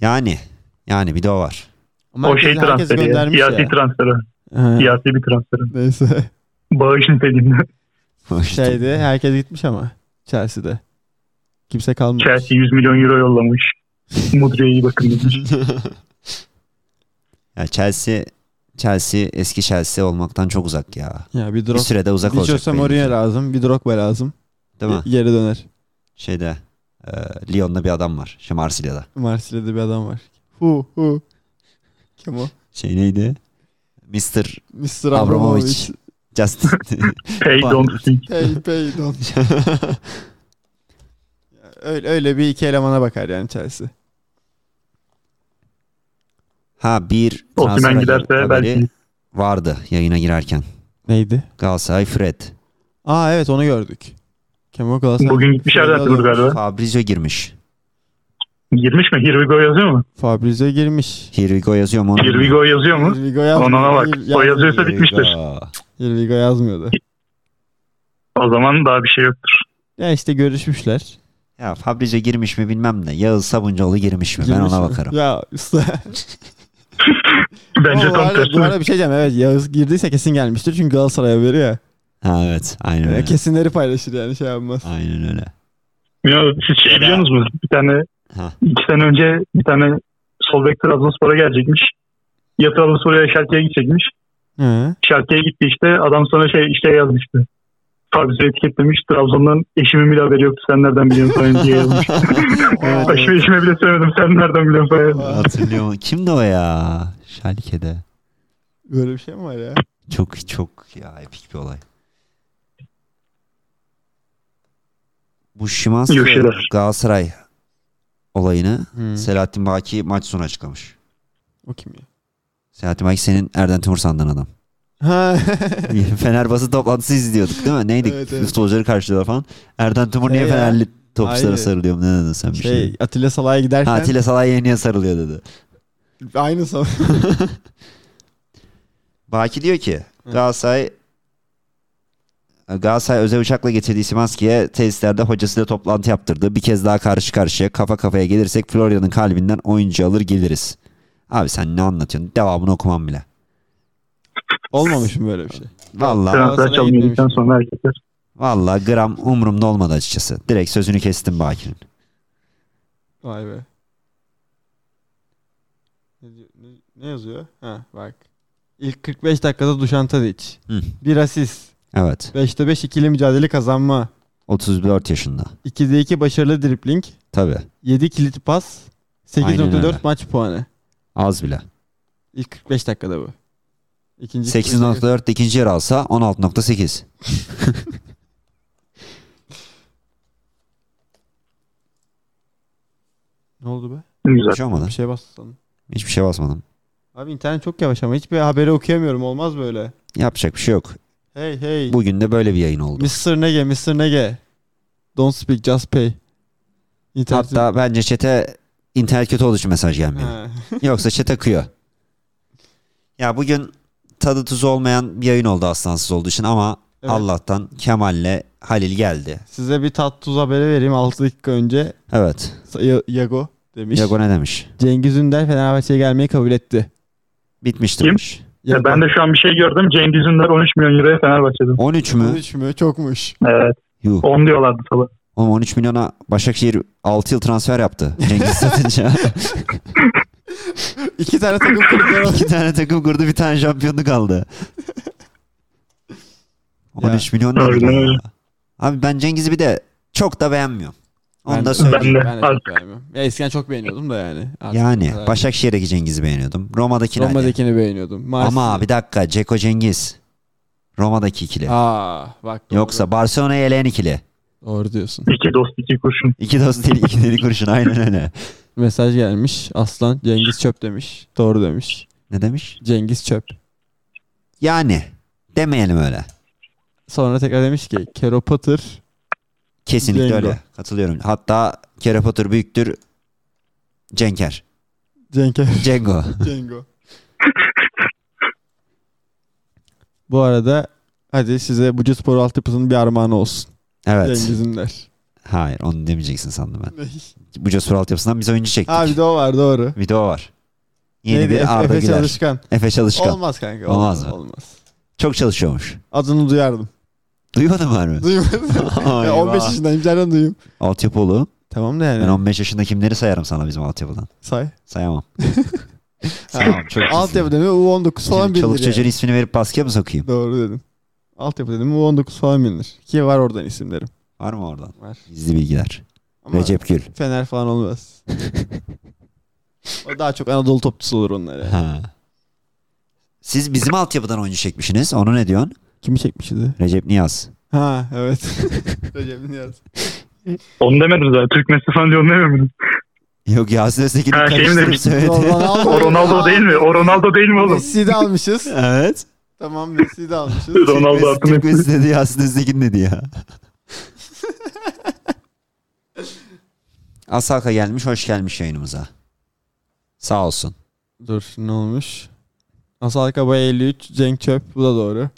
Speaker 3: Yani. Yani bir de o var. [LAUGHS]
Speaker 4: Ama
Speaker 5: o şey
Speaker 4: herkes- herkes
Speaker 5: transferi. ya,
Speaker 4: göndermiş
Speaker 5: Siyasi transferi.
Speaker 4: Ha,
Speaker 5: Siyasi bir transferi.
Speaker 4: Neyse.
Speaker 3: [LAUGHS]
Speaker 5: Bağış niteliğinde.
Speaker 4: [LAUGHS] Şeydi herkes gitmiş ama Chelsea'de. Kimse kalmamış.
Speaker 5: Chelsea 100 milyon euro yollamış. Mudri'ye iyi bakın demiş.
Speaker 3: Ya Chelsea Chelsea eski Chelsea olmaktan çok uzak ya.
Speaker 4: Ya bir
Speaker 3: Bir
Speaker 4: Drogba.
Speaker 3: sürede uzak
Speaker 4: Bir
Speaker 3: olacak.
Speaker 4: Jose
Speaker 3: benim
Speaker 4: Mourinho
Speaker 3: için.
Speaker 4: lazım. Bir Drogba lazım.
Speaker 3: Değil mi?
Speaker 4: Geri döner.
Speaker 3: Şeyde e, Lyon'da bir adam var. Şey Marsilya'da.
Speaker 4: Marsilya'da bir adam var. Hu hu. Kim o?
Speaker 3: Şey neydi? Mr.
Speaker 4: Mr.
Speaker 3: Abramovich.
Speaker 4: Abramovich.
Speaker 3: Justin.
Speaker 5: [LAUGHS]
Speaker 4: [LAUGHS]
Speaker 5: Pay don't think.
Speaker 4: Hey pay don.
Speaker 3: [LAUGHS]
Speaker 4: öyle, öyle bir iki elemana bakar yani Chelsea.
Speaker 3: ha bir
Speaker 5: Osimhen
Speaker 3: transfer
Speaker 5: giderse
Speaker 3: haberi
Speaker 5: belki.
Speaker 3: vardı yayına girerken.
Speaker 4: Neydi?
Speaker 3: Galatasaray Fred.
Speaker 4: Aa evet onu gördük. Kemal Galatasaray.
Speaker 5: Bugün gitmiş
Speaker 4: Fred
Speaker 5: herhalde bu
Speaker 4: alıyormuş.
Speaker 5: galiba.
Speaker 3: Fabrizio girmiş.
Speaker 5: Girmiş mi? Here we go yazıyor mu?
Speaker 4: Fabrizio girmiş.
Speaker 3: Here we go yazıyor mu? onu
Speaker 5: Here we
Speaker 3: bilmiyorum.
Speaker 5: go yazıyor mu?
Speaker 4: Irvigo
Speaker 5: Onana bak. O yazıyorsa
Speaker 3: Here we
Speaker 5: bitmiştir.
Speaker 3: go.
Speaker 4: Irvigo yazmıyordu.
Speaker 5: O zaman daha bir şey yoktur.
Speaker 4: Ya işte görüşmüşler.
Speaker 3: Ya Fabrizio girmiş mi bilmem ne. Yağız Sabuncuoğlu girmiş mi? ben
Speaker 4: Girmiş
Speaker 3: ona
Speaker 4: mi?
Speaker 3: bakarım.
Speaker 4: Ya usta.
Speaker 5: Bence
Speaker 4: Ama bu
Speaker 5: tam
Speaker 4: arada-
Speaker 5: tersi.
Speaker 4: Bu arada bir şey diyeceğim. Evet Yağız girdiyse kesin gelmiştir. Çünkü Galatasaray'a veriyor ya.
Speaker 3: Ha evet. Aynen
Speaker 4: Yani
Speaker 3: öyle.
Speaker 4: kesinleri paylaşır yani şey yapmaz.
Speaker 3: Aynen öyle.
Speaker 5: Ya siz şey biliyor musunuz? Bir tane
Speaker 3: Ha.
Speaker 5: iki sene önce bir tane sol bek Trabzonspor'a gelecekmiş. Ya Trabzonspor'a ya Şalke'ye gidecekmiş.
Speaker 4: Hı.
Speaker 5: Şalke'ye gitti işte. Adam sonra şey işte yazmıştı. Fabrizio etiketlemiş. Trabzon'dan eşimin bile haberi yoktu. Sen nereden biliyorsun falan diye yazmış.
Speaker 4: Evet, evet.
Speaker 5: Eşime, eşime bile söylemedim. Sen nereden biliyorsun falan yazmış.
Speaker 3: Hatırlıyor musun? Kimdi o ya? Şalke'de.
Speaker 4: Böyle bir şey mi var ya?
Speaker 3: Çok çok ya epik bir olay. Bu Şimanski
Speaker 5: Yoşida.
Speaker 3: Galatasaray olayını
Speaker 4: Hı.
Speaker 3: Selahattin Baki maç sonu açıklamış.
Speaker 4: O kim ya?
Speaker 3: Selahattin Baki senin Erden Timur sandığın adam.
Speaker 4: Ha.
Speaker 3: [LAUGHS] Fenerbahçe toplantısı izliyorduk değil mi? Neydi?
Speaker 4: Evet, evet.
Speaker 3: Futbolcuları karşılıyorlar falan. Erden Timur niye
Speaker 4: Şey ya,
Speaker 3: Fenerli topçulara
Speaker 4: aynı-
Speaker 3: sarılıyor? Ne dedin sen bir şey?
Speaker 4: şey Atilla Salah'a giderken
Speaker 3: Ha Atilla Salay yeniye sarılıyor dedi.
Speaker 4: aynı Salah.
Speaker 3: [LAUGHS] Baki diyor ki Galatasaray Galatasaray özel uçakla getirdiği Simanski'ye tesislerde hocasıyla toplantı yaptırdı. Bir kez daha karşı karşıya kafa kafaya gelirsek Florya'nın kalbinden oyuncu alır geliriz. Abi sen ne anlatıyorsun? Devamını okumam bile.
Speaker 4: Olmamış mı böyle bir şey?
Speaker 3: Vallahi,
Speaker 4: Tamam.
Speaker 5: Transfer çalmadıktan sonra hareketler.
Speaker 3: vallahi gram umurumda olmadı açıkçası. Direkt sözünü kestim Baki'nin.
Speaker 4: Vay be. Ne, diyor- ne- ne yazıyor? Ha bak. İlk 45 dakikada Dušan Tadić.
Speaker 3: Hı.
Speaker 4: Bir asist.
Speaker 3: Evet.
Speaker 4: 5'te 5 ikili mücadele kazanma.
Speaker 3: 34 yaşında.
Speaker 4: 2'de 2 başarılı dripling.
Speaker 3: Tabii.
Speaker 4: 7 kilit pas.
Speaker 3: Aynen öyle.
Speaker 4: 8.4 maç puanı.
Speaker 3: Az bile.
Speaker 4: İlk 45 dakikada bu. İkinci 45 dakika-
Speaker 3: 8.4 de ikinci yer alsa 16.8.
Speaker 4: Ne oldu be?
Speaker 3: Bir
Speaker 5: Güzel.
Speaker 3: şey olmadı.
Speaker 4: Bir şey bastı sandım.
Speaker 3: Hiçbir şey basmadım.
Speaker 4: Abi internet çok yavaş ama hiçbir haberi okuyamıyorum. Olmaz böyle.
Speaker 3: Yapacak bir şey yok.
Speaker 4: Hey hey.
Speaker 3: Bugün de böyle bir yayın oldu.
Speaker 4: Mr. Nege, Mr. Nege. Don't speak, just pay. İnternetin-
Speaker 3: Hatta bence çete internet kötü olduğu için mesaj gelmiyor.
Speaker 4: Ha.
Speaker 3: [LAUGHS] Yoksa çete kıyor. Ya bugün tadı tuzu olmayan bir yayın oldu aslansız olduğu için ama
Speaker 4: Evet.
Speaker 3: Allah'tan Kemal'le Halil geldi.
Speaker 4: Size bir tat tuz haberi vereyim. 6 dakika önce
Speaker 3: Evet.
Speaker 4: Sa- Yago demiş.
Speaker 3: Yago ne demiş?
Speaker 4: Cengiz Ünder Fenerbahçe'ye gelmeyi kabul etti.
Speaker 3: Bitmiştir.
Speaker 5: Kim?
Speaker 3: demiş.
Speaker 5: Ya ben de şu an bir şey gördüm. Cengiz Ünder 13 milyon euroya Fenerbahçe'den.
Speaker 3: 13 mü?
Speaker 4: 13 mü? Çokmuş.
Speaker 5: Evet.
Speaker 3: Yuh.
Speaker 5: 10 diyorlardı falan.
Speaker 3: Oğlum 13 milyona Başakşehir 6 yıl transfer yaptı. Cengiz
Speaker 4: [LAUGHS]
Speaker 3: satınca.
Speaker 4: İki tane
Speaker 5: [LAUGHS]
Speaker 4: takım kulüpleri var.
Speaker 3: İki tane takım kurdu bir tane şampiyonluk aldı. 13 milyon ne
Speaker 5: Harbiden
Speaker 3: demek
Speaker 5: öyle.
Speaker 3: ya? Abi ben Cengiz'i bir de çok da beğenmiyorum. Onu
Speaker 4: Ben
Speaker 3: da
Speaker 4: de-
Speaker 3: söyleyeyim.
Speaker 5: Ben de.
Speaker 4: Ben de çok
Speaker 5: Artık.
Speaker 4: beğenmiyorum. Ya eskiden çok beğeniyordum da yani. Artık o
Speaker 3: Yani
Speaker 4: kadar değil.
Speaker 3: Başakşehir'deki Cengiz'i beğeniyordum. Roma'dakini Roma'daki
Speaker 4: Roma'dakini beğeniyordum. Mars-
Speaker 3: Ama bir dakika Ceko Cengiz. Roma'daki ikili.
Speaker 4: Aa bak doğru.
Speaker 3: Yoksa Barcelona'yı eleyen ikili.
Speaker 4: Doğru diyorsun.
Speaker 5: İki dost iki kurşun.
Speaker 3: İki dost değil iki deli kurşun aynen öyle.
Speaker 4: Mesaj gelmiş. Aslan Cengiz Çöp demiş. Doğru demiş.
Speaker 3: Ne demiş?
Speaker 4: Cengiz Çöp.
Speaker 3: Yani demeyelim öyle.
Speaker 4: Sonra tekrar demiş ki Kero Potter
Speaker 3: Kesinlikle
Speaker 4: Cengo.
Speaker 3: öyle. Katılıyorum. Hatta Kerepatur büyüktür. Cenker.
Speaker 4: Cenke [LAUGHS]
Speaker 3: Cengo.
Speaker 4: Cengo. Bu arada hadi size Bucu Spor altyapısının bir armağanı olsun.
Speaker 3: Evet.
Speaker 4: Cengiz'inler.
Speaker 3: Hayır onu demeyeceksin sandım ben. Bu cesur altyapısından biz oyuncu çektik.
Speaker 4: Abi de o var doğru.
Speaker 3: Video var. Yeni
Speaker 4: Neydi? Efe-
Speaker 3: bir Arda
Speaker 4: Efe
Speaker 3: Güler.
Speaker 4: Çalışkan.
Speaker 3: Efe Çalışkan.
Speaker 4: Olmaz kanka.
Speaker 3: Olmaz
Speaker 4: Olmaz.
Speaker 3: mı?
Speaker 4: Olmaz.
Speaker 3: Çok çalışıyormuş.
Speaker 4: Adını duyardım.
Speaker 3: Duymadın mı harbi? [LAUGHS]
Speaker 4: Duymadım.
Speaker 3: Ay
Speaker 4: Ya 15
Speaker 3: vah.
Speaker 4: yaşındayım. Nereden duyayım?
Speaker 3: Altyapı oğlu.
Speaker 4: Tamam da yani.
Speaker 3: Ben 15 yaşında kimleri sayarım sana bizim altyapıdan?
Speaker 4: Say. [LAUGHS]
Speaker 3: Sayamam. Sayamam. Çok
Speaker 4: Altyapı dedim U19 falan
Speaker 3: Şimdi
Speaker 4: bilinir.
Speaker 3: Çoluk
Speaker 4: yani.
Speaker 3: çocuğun ismini verip baskıya mı sokayım?
Speaker 4: Doğru dedin. Altyapı dedim U19 falan bilinir. Ki var oradan isimlerim.
Speaker 3: Var mı oradan?
Speaker 4: Var.
Speaker 3: Gizli bilgiler.
Speaker 4: Ama
Speaker 3: Recep Gül.
Speaker 4: Fener falan olmaz. o daha çok Anadolu topçusu olur onlar yani.
Speaker 3: Ha. Siz bizim altyapıdan oyuncu çekmişsiniz. Onu ne diyorsun?
Speaker 4: Kimi çekmişti?
Speaker 3: Recep Niyaz.
Speaker 4: Ha [LAUGHS] evet. Recep Niyaz. [LAUGHS]
Speaker 5: Onu demedim zaten. Türk Messi falan diye onu demedim.
Speaker 3: Yok Yasin Öztekin'i
Speaker 5: Ha, şey mi
Speaker 3: karıştırıp
Speaker 5: demiştin?
Speaker 3: söyledi.
Speaker 5: O Ronaldo değil mi? O Ronaldo değil mi oğlum?
Speaker 4: Messi'yi de almışız.
Speaker 3: evet.
Speaker 4: tamam Messi'yi de almışız.
Speaker 5: Ronaldo
Speaker 3: Mesut
Speaker 5: attı Messi.
Speaker 3: Türkmesi dedi Yasin Öztekin dedi
Speaker 5: [LAUGHS]
Speaker 3: ya. Asaka gelmiş hoş gelmiş yayınımıza. Sağ olsun.
Speaker 4: Dur ne olmuş? Asal Kabay 53, Cenk Çöp bu da doğru.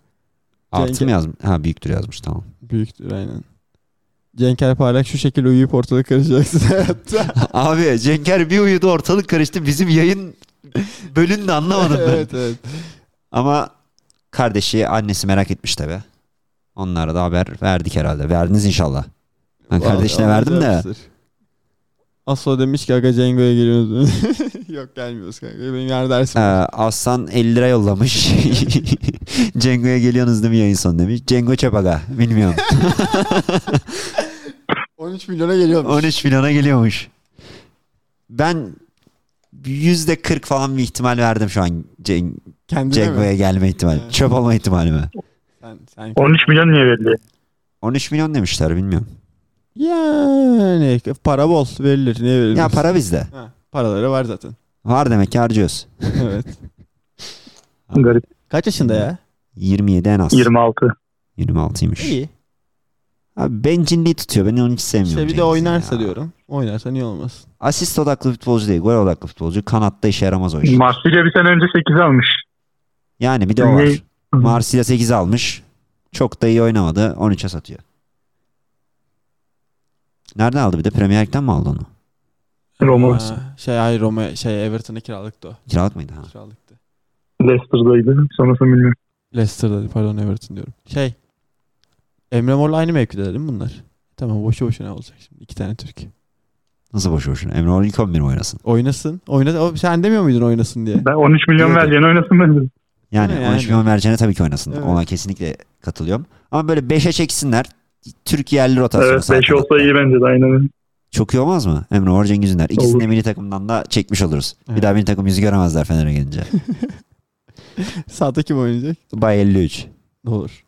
Speaker 3: Artı
Speaker 4: Cenk-
Speaker 3: mı yazmış? Ha büyüktür yazmış tamam. [LAUGHS]
Speaker 4: Büyüktür aynen. Cenk Erparlak şu şekilde uyuyup ortalık karışacaksın [LAUGHS] hayatta.
Speaker 3: Abi Cenker bir uyudu ortalık karıştı. Bizim yayın bölünde anlamadım ben.
Speaker 4: evet evet.
Speaker 3: Ama kardeşi annesi merak etmiş tabi. Onlara da haber verdik herhalde. Verdiniz inşallah. Ben kardeşine
Speaker 4: Vallahi
Speaker 3: verdim de.
Speaker 4: alacaksın. Aso demiş ki aga Cengo'ya geliyoruz. [LAUGHS] Yok gelmiyoruz kanka. Benim yer dersim.
Speaker 3: Ee,
Speaker 4: var.
Speaker 3: Aslan 50 lira yollamış. [LAUGHS] Cengo'ya geliyorsunuz değil mi yayın sonu demiş. Cengo Çapaga.
Speaker 4: [LAUGHS]
Speaker 3: Bilmiyorum.
Speaker 4: 13 milyona geliyormuş.
Speaker 3: 13 milyona geliyormuş. Ben yüzde 40 falan bir ihtimal verdim şu an Ceng-
Speaker 4: Kendine mi?
Speaker 3: Cengo'ya gelme ihtimali.
Speaker 4: Evet.
Speaker 3: Çöp olma ihtimali mi?
Speaker 4: Sen, sen
Speaker 5: 13 milyon niye veriliyor?
Speaker 3: 13 milyon demişler bilmiyorum.
Speaker 4: Yani para bol verilir. Niye verilir?
Speaker 3: Ya para bizde.
Speaker 4: Ha, paraları
Speaker 3: [LAUGHS]
Speaker 4: var zaten.
Speaker 3: Var demek ki harcıyoruz.
Speaker 4: evet.
Speaker 5: Garip.
Speaker 4: Kaç yaşında ya?
Speaker 3: 27 en az.
Speaker 5: 26.
Speaker 3: 26'ymış.
Speaker 4: İyi.
Speaker 3: Abi bencilliği tutuyor. Ben onu hiç sevmiyorum.
Speaker 4: İşte bir de
Speaker 3: Cengiz'in
Speaker 4: oynarsa
Speaker 3: ya.
Speaker 4: diyorum. Oynarsa niye olmasın?
Speaker 3: Asist odaklı futbolcu değil. Gol odaklı futbolcu. Kanatta işe yaramaz o iş.
Speaker 5: Marsilya bir sene önce 8 almış.
Speaker 3: yani bir de o
Speaker 5: Ne-
Speaker 3: var. Marsilya 8 almış. Çok da iyi oynamadı. 13'e satıyor. Nereden aldı bir de? Premier Lig'den mi aldı onu?
Speaker 5: Roma
Speaker 4: Ha, şey hayır Roma şey Everton'a kiralıktı o.
Speaker 3: Kiralık mıydı? Ha.
Speaker 4: Kiralıktı.
Speaker 5: Leicester'daydı. Sonrasını bilmiyorum.
Speaker 4: Leicester'da pardon Everton diyorum. Şey Emre Mor'la aynı mevkide değil mi bunlar? Tamam boşu boşuna olacak şimdi. iki tane Türk.
Speaker 3: Nasıl boşu boşuna? Emre Oğur ilk 11 mi oynasın?
Speaker 4: Oynasın. Oynasın. O, sen demiyor muydun oynasın diye?
Speaker 5: Ben 13 milyon
Speaker 4: Yok.
Speaker 5: vereceğine oynasın ben dedim.
Speaker 3: Yani
Speaker 4: Ha,
Speaker 3: 13
Speaker 4: yani.
Speaker 3: milyon vereceğine tabii ki oynasın.
Speaker 4: Evet.
Speaker 3: Ona kesinlikle katılıyorum. Ama böyle 5'e çeksinler. Türk yerli rotasyonu.
Speaker 5: Evet 5
Speaker 3: zaten.
Speaker 5: olsa iyi bence de aynen öyle.
Speaker 3: Çok iyi olmaz mı? Emre Mor, Cengiz Ünder. İkisini
Speaker 5: Olur.
Speaker 3: de milli takımdan da çekmiş oluruz. Bir
Speaker 4: Evet.
Speaker 3: daha milli takım yüzü göremezler Fener'e
Speaker 4: [LAUGHS]
Speaker 3: gelince.
Speaker 4: Sağda kim oynayacak?
Speaker 3: Bay 53.
Speaker 4: Olur.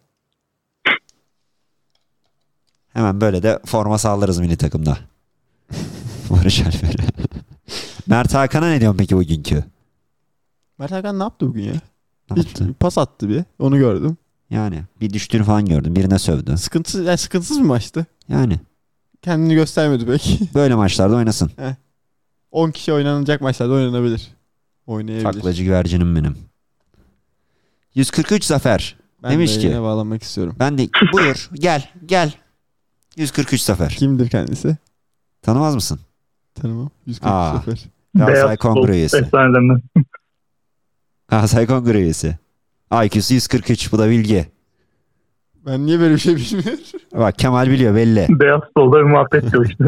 Speaker 3: Hemen böyle de forma sağlarız milli
Speaker 4: [LAUGHS]
Speaker 3: takımda. Barış Alper'e. Mert Hakan'a ne diyorsun peki bugünkü?
Speaker 4: Mert Hakan ne yaptı bugün ya?
Speaker 3: Ne
Speaker 4: Hiç
Speaker 3: yaptı?
Speaker 4: pas attı bir. Onu gördüm.
Speaker 3: Yani bir düştüğünü falan gördüm. Birine sövdü.
Speaker 4: Sıkıntısız, yani sıkıntısız bir maçtı.
Speaker 3: Yani
Speaker 4: Kendini göstermedi [LAUGHS] belki.
Speaker 3: böyle maçlarda oynasın.
Speaker 4: 10 kişi oynanacak maçlarda oynanabilir. Oynayabilir.
Speaker 3: Taklacı güvercinim benim. 143 zafer.
Speaker 4: Ben
Speaker 3: Demiş
Speaker 4: de
Speaker 3: ki-
Speaker 4: yine bağlanmak istiyorum.
Speaker 3: Ben de buyur gel gel. 143 zafer.
Speaker 4: Kimdir kendisi?
Speaker 3: Tanımaz mısın?
Speaker 4: Tanımam. 140
Speaker 3: Aa.
Speaker 4: sefer.
Speaker 3: Galatasaray
Speaker 5: futbol
Speaker 3: Kongre üyesi. [LAUGHS]
Speaker 5: Efsaneden ben.
Speaker 3: Galatasaray Kongre üyesi. IQ'su 143 bu da bilgi.
Speaker 4: Ben niye böyle bir şey bilmiyorum? [LAUGHS]
Speaker 3: Bak Kemal biliyor
Speaker 5: [LAUGHS]
Speaker 3: belli.
Speaker 5: Beyaz solda bir muhabbet diyor işte.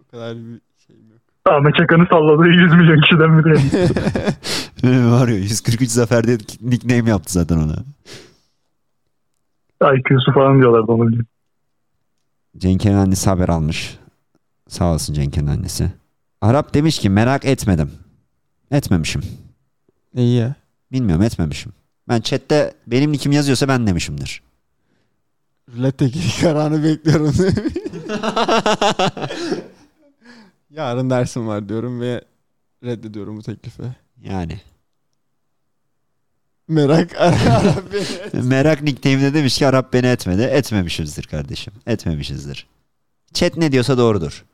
Speaker 4: o kadar bir şeyim yok.
Speaker 5: Ahmet Çakan'ı salladığı 100 milyon kişiden biri.
Speaker 3: [LAUGHS] Var ya 143 zafer diye nickname yaptı zaten ona.
Speaker 5: IQ'su falan diyorlardı onu.
Speaker 3: Cenk'in annesi haber almış. Sağ olsun Cenk'in annesi. Arap demiş ki merak etmedim. Etmemişim.
Speaker 4: İyi ya.
Speaker 3: Bilmiyorum etmemişim. Ben chatte benim nikim yazıyorsa ben demişimdir.
Speaker 4: Ruletteki kararını bekliyorum. [LAUGHS] Yarın dersim var diyorum ve reddediyorum bu teklifi.
Speaker 3: Yani.
Speaker 4: Merak [LAUGHS] ara beni.
Speaker 3: Merak nickname'de demiş ki Arap beni etmedi. Etmemişizdir kardeşim. Etmemişizdir. Chat ne diyorsa doğrudur.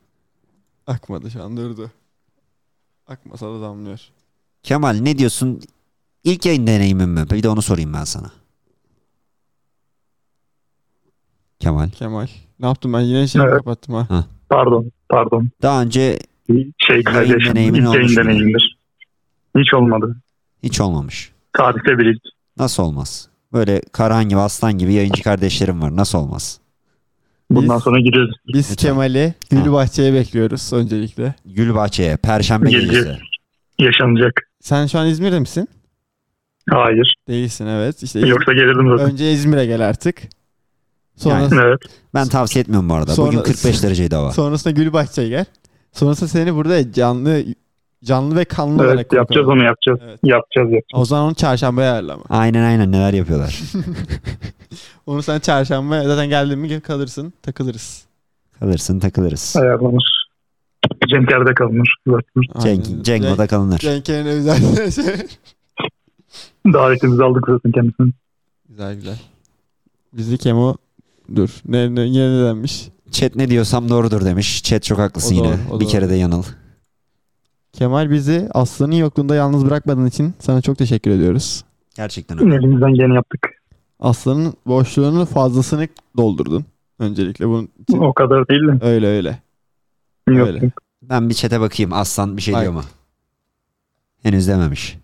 Speaker 4: Akmadı şu an durdu. Akmasa da damlıyor.
Speaker 3: Kemal ne diyorsun? İlk yayın deneyimin mi? Bir de onu sorayım ben sana. Kemal.
Speaker 4: Kemal. Ne yaptım ben yine şey
Speaker 5: Evet.
Speaker 4: kapattım ha.
Speaker 5: Pardon, pardon.
Speaker 3: Daha önce
Speaker 5: Şey kardeşim,
Speaker 3: deneyimin
Speaker 5: ilk yayın
Speaker 3: olmuş mu?
Speaker 5: deneyimdir. Hiç olmadı.
Speaker 3: hiç olmamış.
Speaker 5: Tarihte bir ilk.
Speaker 3: Nasıl olmaz? Böyle Karahan gibi aslan gibi yayıncı kardeşlerim var. Nasıl olmaz?
Speaker 5: Bundan
Speaker 4: Biz-
Speaker 5: sonra giriyoruz.
Speaker 4: Biz
Speaker 3: Lütfen.
Speaker 4: Kemal'i Gülbahçe'ye bekliyoruz öncelikle.
Speaker 3: Gülbahçe'ye Perşembe
Speaker 5: Gece.
Speaker 3: gecesi.
Speaker 5: Yaşanacak.
Speaker 4: Sen şu an İzmir'de misin?
Speaker 5: Hayır.
Speaker 4: Değilsin evet. İşte İzmir-
Speaker 5: Yoksa gelirdim zaten.
Speaker 4: önce İzmir'e gel artık. Sonra
Speaker 3: Yani-
Speaker 5: [LAUGHS] Evet.
Speaker 3: Ben tavsiye etmiyorum bu arada.
Speaker 4: Sonra-
Speaker 3: Bugün 45 dereceydi hava.
Speaker 4: sonrasında Gülbahçe'ye gel. Sonrasında seni burada canlı canlı ve kanlı olarak
Speaker 5: Evet
Speaker 4: konuk
Speaker 5: yapacağız
Speaker 4: alalım.
Speaker 5: onu yapacağız.
Speaker 4: Evet.
Speaker 5: Yapacağız yapacağız.
Speaker 4: O zaman onu çarşambaya ayarlama. [LAUGHS]
Speaker 3: Aynen aynen neler yapıyorlar.
Speaker 4: Onu sen çarşamba zaten geldin mi kalırsın takılırız.
Speaker 3: Kalırsın takılırız.
Speaker 5: Ayarlanır. Cenker'de kalınır. Zaten
Speaker 4: Aynen.
Speaker 3: Cenk, Cengo'da kalınır.
Speaker 4: Cenk Cenk'in özel [LAUGHS] şey.
Speaker 5: Davetimizi aldık zaten kendisini.
Speaker 4: Güzel güzel. Bizi Kemo dur. Ne, ne, yine ne denmiş?
Speaker 3: Chat ne diyorsam doğrudur demiş. Chat çok haklısın
Speaker 4: O doğru,
Speaker 3: yine.
Speaker 4: o
Speaker 3: bir
Speaker 4: doğru.
Speaker 3: kere de yanıl.
Speaker 4: Kemal bizi Aslan'ın yokluğunda yalnız bırakmadığın için sana çok teşekkür ediyoruz.
Speaker 3: Gerçekten öyle.
Speaker 5: Elimizden geleni yaptık.
Speaker 4: Aslan'ın boşluğunu fazlasını doldurdun. Öncelikle bunun için.
Speaker 5: O kadar değil de.
Speaker 4: Öyle öyle.
Speaker 5: Yok.
Speaker 4: Öyle.
Speaker 3: Ben bir chat'e bakayım. Aslan bir şey
Speaker 4: Bak.
Speaker 3: diyor mu? Henüz dememiş.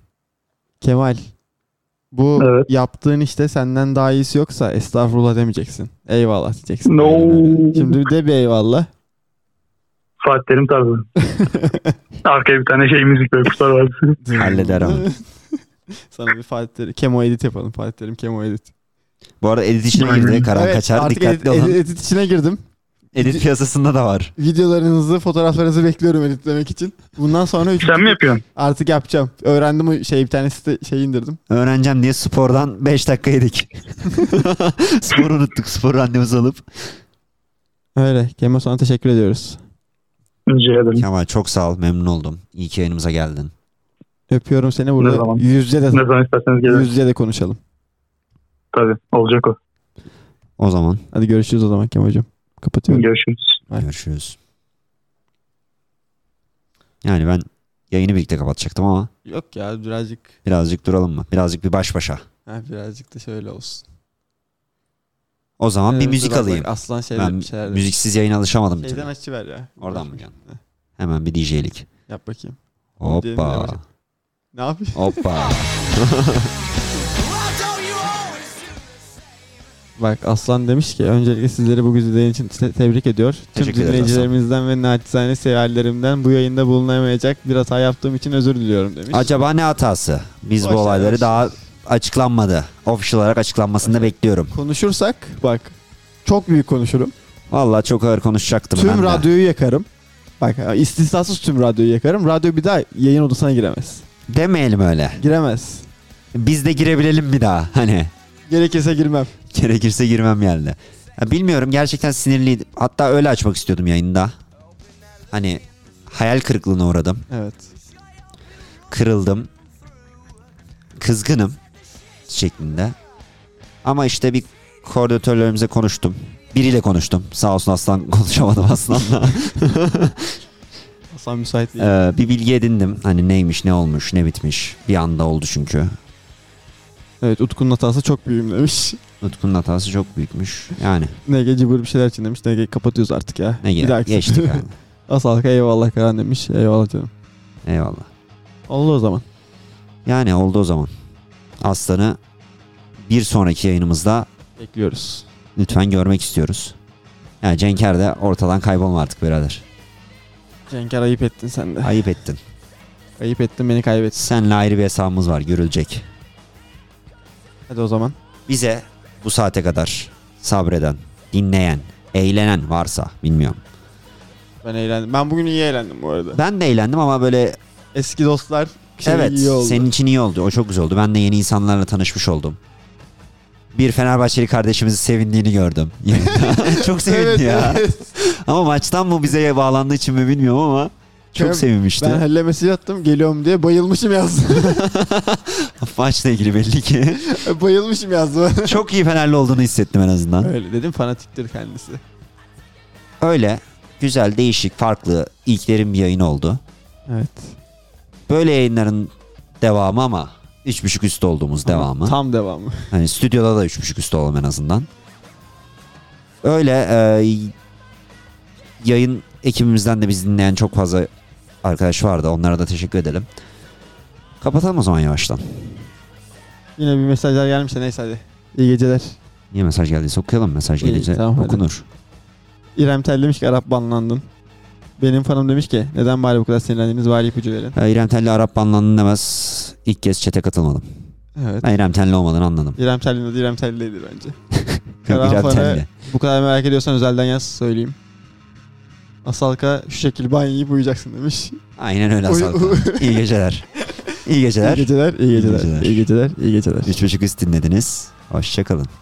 Speaker 4: Kemal bu
Speaker 5: Evet.
Speaker 4: yaptığın işte senden daha iyisi yoksa estağfurullah demeyeceksin. Eyvallah diyeceksin.
Speaker 5: No.
Speaker 4: Şimdi de bir eyvallah.
Speaker 5: Fatih
Speaker 4: [LAUGHS]
Speaker 5: Terim tarzı. Arkaya bir tane şey müzik böyle kusar var.
Speaker 3: [LAUGHS] Halleder ama.
Speaker 4: [LAUGHS] Sana bir Fatih Terim. Kemo edit yapalım. Fatih Terim kemo edit.
Speaker 3: Bu arada edit işine girdi. Karan kaçar.
Speaker 4: artık
Speaker 3: Dikkatli
Speaker 4: edit,
Speaker 3: olun.
Speaker 4: edit- edit içine girdim.
Speaker 3: Edit piyasasında da var.
Speaker 4: Videolarınızı, fotoğraflarınızı bekliyorum editlemek için. Bundan sonra üç-
Speaker 5: Sen mi yapıyorsun?
Speaker 4: artık yapacağım. Öğrendim o şey bir tane site, şey indirdim.
Speaker 3: Öğreneceğim diye spordan 5 dakika
Speaker 4: [LAUGHS]
Speaker 3: yedik. spor unuttuk. Spor randevusu alıp.
Speaker 4: Öyle. Kemo sana teşekkür ediyoruz.
Speaker 5: Rica ederim.
Speaker 3: Kemal çok sağ ol. Memnun oldum. İyi ki yayınımıza geldin.
Speaker 4: Öpüyorum seni
Speaker 5: Ne zaman?
Speaker 4: burada. Yüzde
Speaker 5: Ne
Speaker 4: de
Speaker 5: zaman isterseniz gelirim.
Speaker 4: yüzde de konuşalım.
Speaker 5: Tabii olacak o.
Speaker 3: O zaman
Speaker 10: Hadi görüşürüz o zaman Kemal Hocam. Kapatıyorum.
Speaker 5: Görüşürüz.
Speaker 10: Evet.
Speaker 3: görüşürüz. Yani ben yayını birlikte kapatacaktım ama
Speaker 4: Yok ya birazcık
Speaker 3: birazcık duralım mı? Birazcık bir baş başa.
Speaker 4: ha, birazcık da şöyle olsun.
Speaker 3: O zaman bir
Speaker 4: Evet,
Speaker 3: müzik
Speaker 4: dur bak,
Speaker 3: alayım.
Speaker 4: bak, Aslan şeyler,
Speaker 3: Ben
Speaker 4: bir şeyler de-
Speaker 3: müziksiz yayına alışamadım bir
Speaker 4: Şeyden
Speaker 3: türlü.
Speaker 4: açıver ya.
Speaker 3: Oradan mı canım?
Speaker 4: Heh,
Speaker 3: Hemen bir DJ'lik.
Speaker 4: Yap bakayım. Diyelim de
Speaker 3: Hoppa.
Speaker 4: yapacak. Ne yapayım?
Speaker 3: Hoppa.
Speaker 4: Bak Aslan demiş ki öncelikle sizleri bu güzelliğin için te- tebrik ediyor. Tüm
Speaker 3: Teşekkür ederiz
Speaker 4: dinleyicilerimizden ve naçizane severlerimden bu yayında bulunamayacak bir hata yaptığım için özür diliyorum demiş.
Speaker 3: Acaba ne hatası? Biz
Speaker 4: Boş
Speaker 3: bu
Speaker 4: ver,
Speaker 3: olayları
Speaker 4: boş
Speaker 3: daha açıklanmadı. Official olarak açıklanmasını da bekliyorum.
Speaker 10: Konuşursak bak çok büyük konuşurum.
Speaker 3: Vallahi çok ağır konuşacaktım ben
Speaker 10: Tüm
Speaker 3: de.
Speaker 10: radyoyu yakarım. Bak istisnasız tüm radyoyu yakarım. Radyo bir daha yayın odasına giremez.
Speaker 3: Demeyelim öyle.
Speaker 10: Giremez.
Speaker 3: Biz de girebilelim bir daha. Hani [LAUGHS]
Speaker 10: Gerekirse girmem.
Speaker 3: gerekirse girmem geldi. Ya bilmiyorum gerçekten sinirliydim. Hatta öyle açmak istiyordum yayında. Hani hayal kırıklığına uğradım.
Speaker 10: Evet.
Speaker 3: Kırıldım. Kızgınım şeklinde. Ama işte bir koordinatörlerimize konuştum. Biriyle konuştum. Sağ olsun aslan [LAUGHS] konuşamadım aslanla.
Speaker 4: Aslan müsait değil.
Speaker 3: Ee, bir bilgi edindim. Hani neymiş, ne olmuş, ne bitmiş. Bir anda oldu çünkü.
Speaker 4: Evet Utku'nun hatası çok büyüğüm demiş. [LAUGHS]
Speaker 3: Utku'nun hatası çok büyükmüş. Yani
Speaker 4: NG cıbır bir şeyler için demiş. NG kapatıyoruz artık ya.
Speaker 3: ne
Speaker 4: bir
Speaker 3: gerek
Speaker 4: dahaki. [LAUGHS]
Speaker 3: geçtik yani.
Speaker 4: Asalka eyvallah Karan demiş. Eyvallah canım.
Speaker 3: Eyvallah.
Speaker 4: Oldu o zaman.
Speaker 3: Yani oldu o zaman. Aslan'ı bir sonraki yayınımızda
Speaker 4: Bekliyoruz.
Speaker 3: lütfen görmek istiyoruz. Yani Cenker de ortadan kaybolma artık birader.
Speaker 4: Cenker ayıp ettin sen de.
Speaker 3: Ayıp ettin.
Speaker 4: Ayıp ettin beni kaybetsin.
Speaker 3: Seninle ayrı bir hesabımız var görülecek.
Speaker 4: Hadi o zaman.
Speaker 3: Bize bu saate kadar sabreden, dinleyen, eğlenen varsa bilmiyorum.
Speaker 4: Ben eğlendim. Ben bugün iyi eğlendim bu arada.
Speaker 3: Ben de eğlendim ama böyle
Speaker 4: Eski dostlar şey
Speaker 3: evet
Speaker 4: iyi oldu.
Speaker 3: senin için iyi oldu. O çok güzel oldu. Ben de yeni insanlarla tanışmış oldum. Bir Fenerbahçeli kardeşimizi sevindiğini gördüm. [LAUGHS] çok sevindi
Speaker 4: [LAUGHS] Evet,
Speaker 3: ya.
Speaker 4: [LAUGHS] evet.
Speaker 3: Ama maçtan mı bize bağlandığı için mi bilmiyorum ama çok
Speaker 4: Ben-
Speaker 3: sevinmişti.
Speaker 4: Ben Halil'e mesaj attım geliyorum diye bayılmışım yazdı.
Speaker 3: [LAUGHS] Maçla ilgili belli ki.
Speaker 4: [LAUGHS] bayılmışım yazdı.
Speaker 3: çok iyi Fenerli olduğunu hissettim en azından.
Speaker 4: [LAUGHS] Öyle dedim fanatiktir kendisi.
Speaker 3: Öyle güzel, değişik, farklı ilklerin bir yayın oldu.
Speaker 4: Evet.
Speaker 3: Böyle yayınların devamı ama 3.5 üstü olduğumuz devamı.
Speaker 4: Tam devamı.
Speaker 3: Hani stüdyoda da 3.5 üstü olalım en azından. Öyle e, yayın ekibimizden de bizi dinleyen çok fazla arkadaş vardı. Onlara da teşekkür edelim. Kapatalım o zaman yavaştan.
Speaker 4: Yine bir mesajlar gelmişse neyse hadi. İyi geceler.
Speaker 3: Niye mesaj geldiyse okuyalım. Mesaj
Speaker 4: İyi,
Speaker 3: gelince
Speaker 4: tamam, hadi.
Speaker 3: okunur.
Speaker 4: İrem Tel demiş ki Arap banlandın. Benim fanım demiş ki neden bari bu kadar sinirlendiniz bari ipucu verin.
Speaker 3: E, İrem Telli Arap banlandın demez. İlk kez çete katılmadım.
Speaker 4: Evet.
Speaker 3: Ben İrem Telli olmadan anladım.
Speaker 4: İrem Telli'nin adı İrem Telli'ydi
Speaker 3: [LAUGHS]
Speaker 4: bence.
Speaker 3: Yok,
Speaker 4: Karan
Speaker 3: İrem
Speaker 4: fanı-
Speaker 3: Telli.
Speaker 4: Bu kadar merak ediyorsan özelden yaz söyleyeyim. Asalka şu şekil banyo yiyip uyuyacaksın demiş.
Speaker 3: Aynen öyle
Speaker 4: Uy-
Speaker 3: Hasan. İyi geceler. İyi
Speaker 4: İyi
Speaker 3: geceler.
Speaker 4: geceler, iyi geceler, iyi geceler, iyi geceler.
Speaker 3: Üç buçuk üst dinlediniz. Hoşçakalın.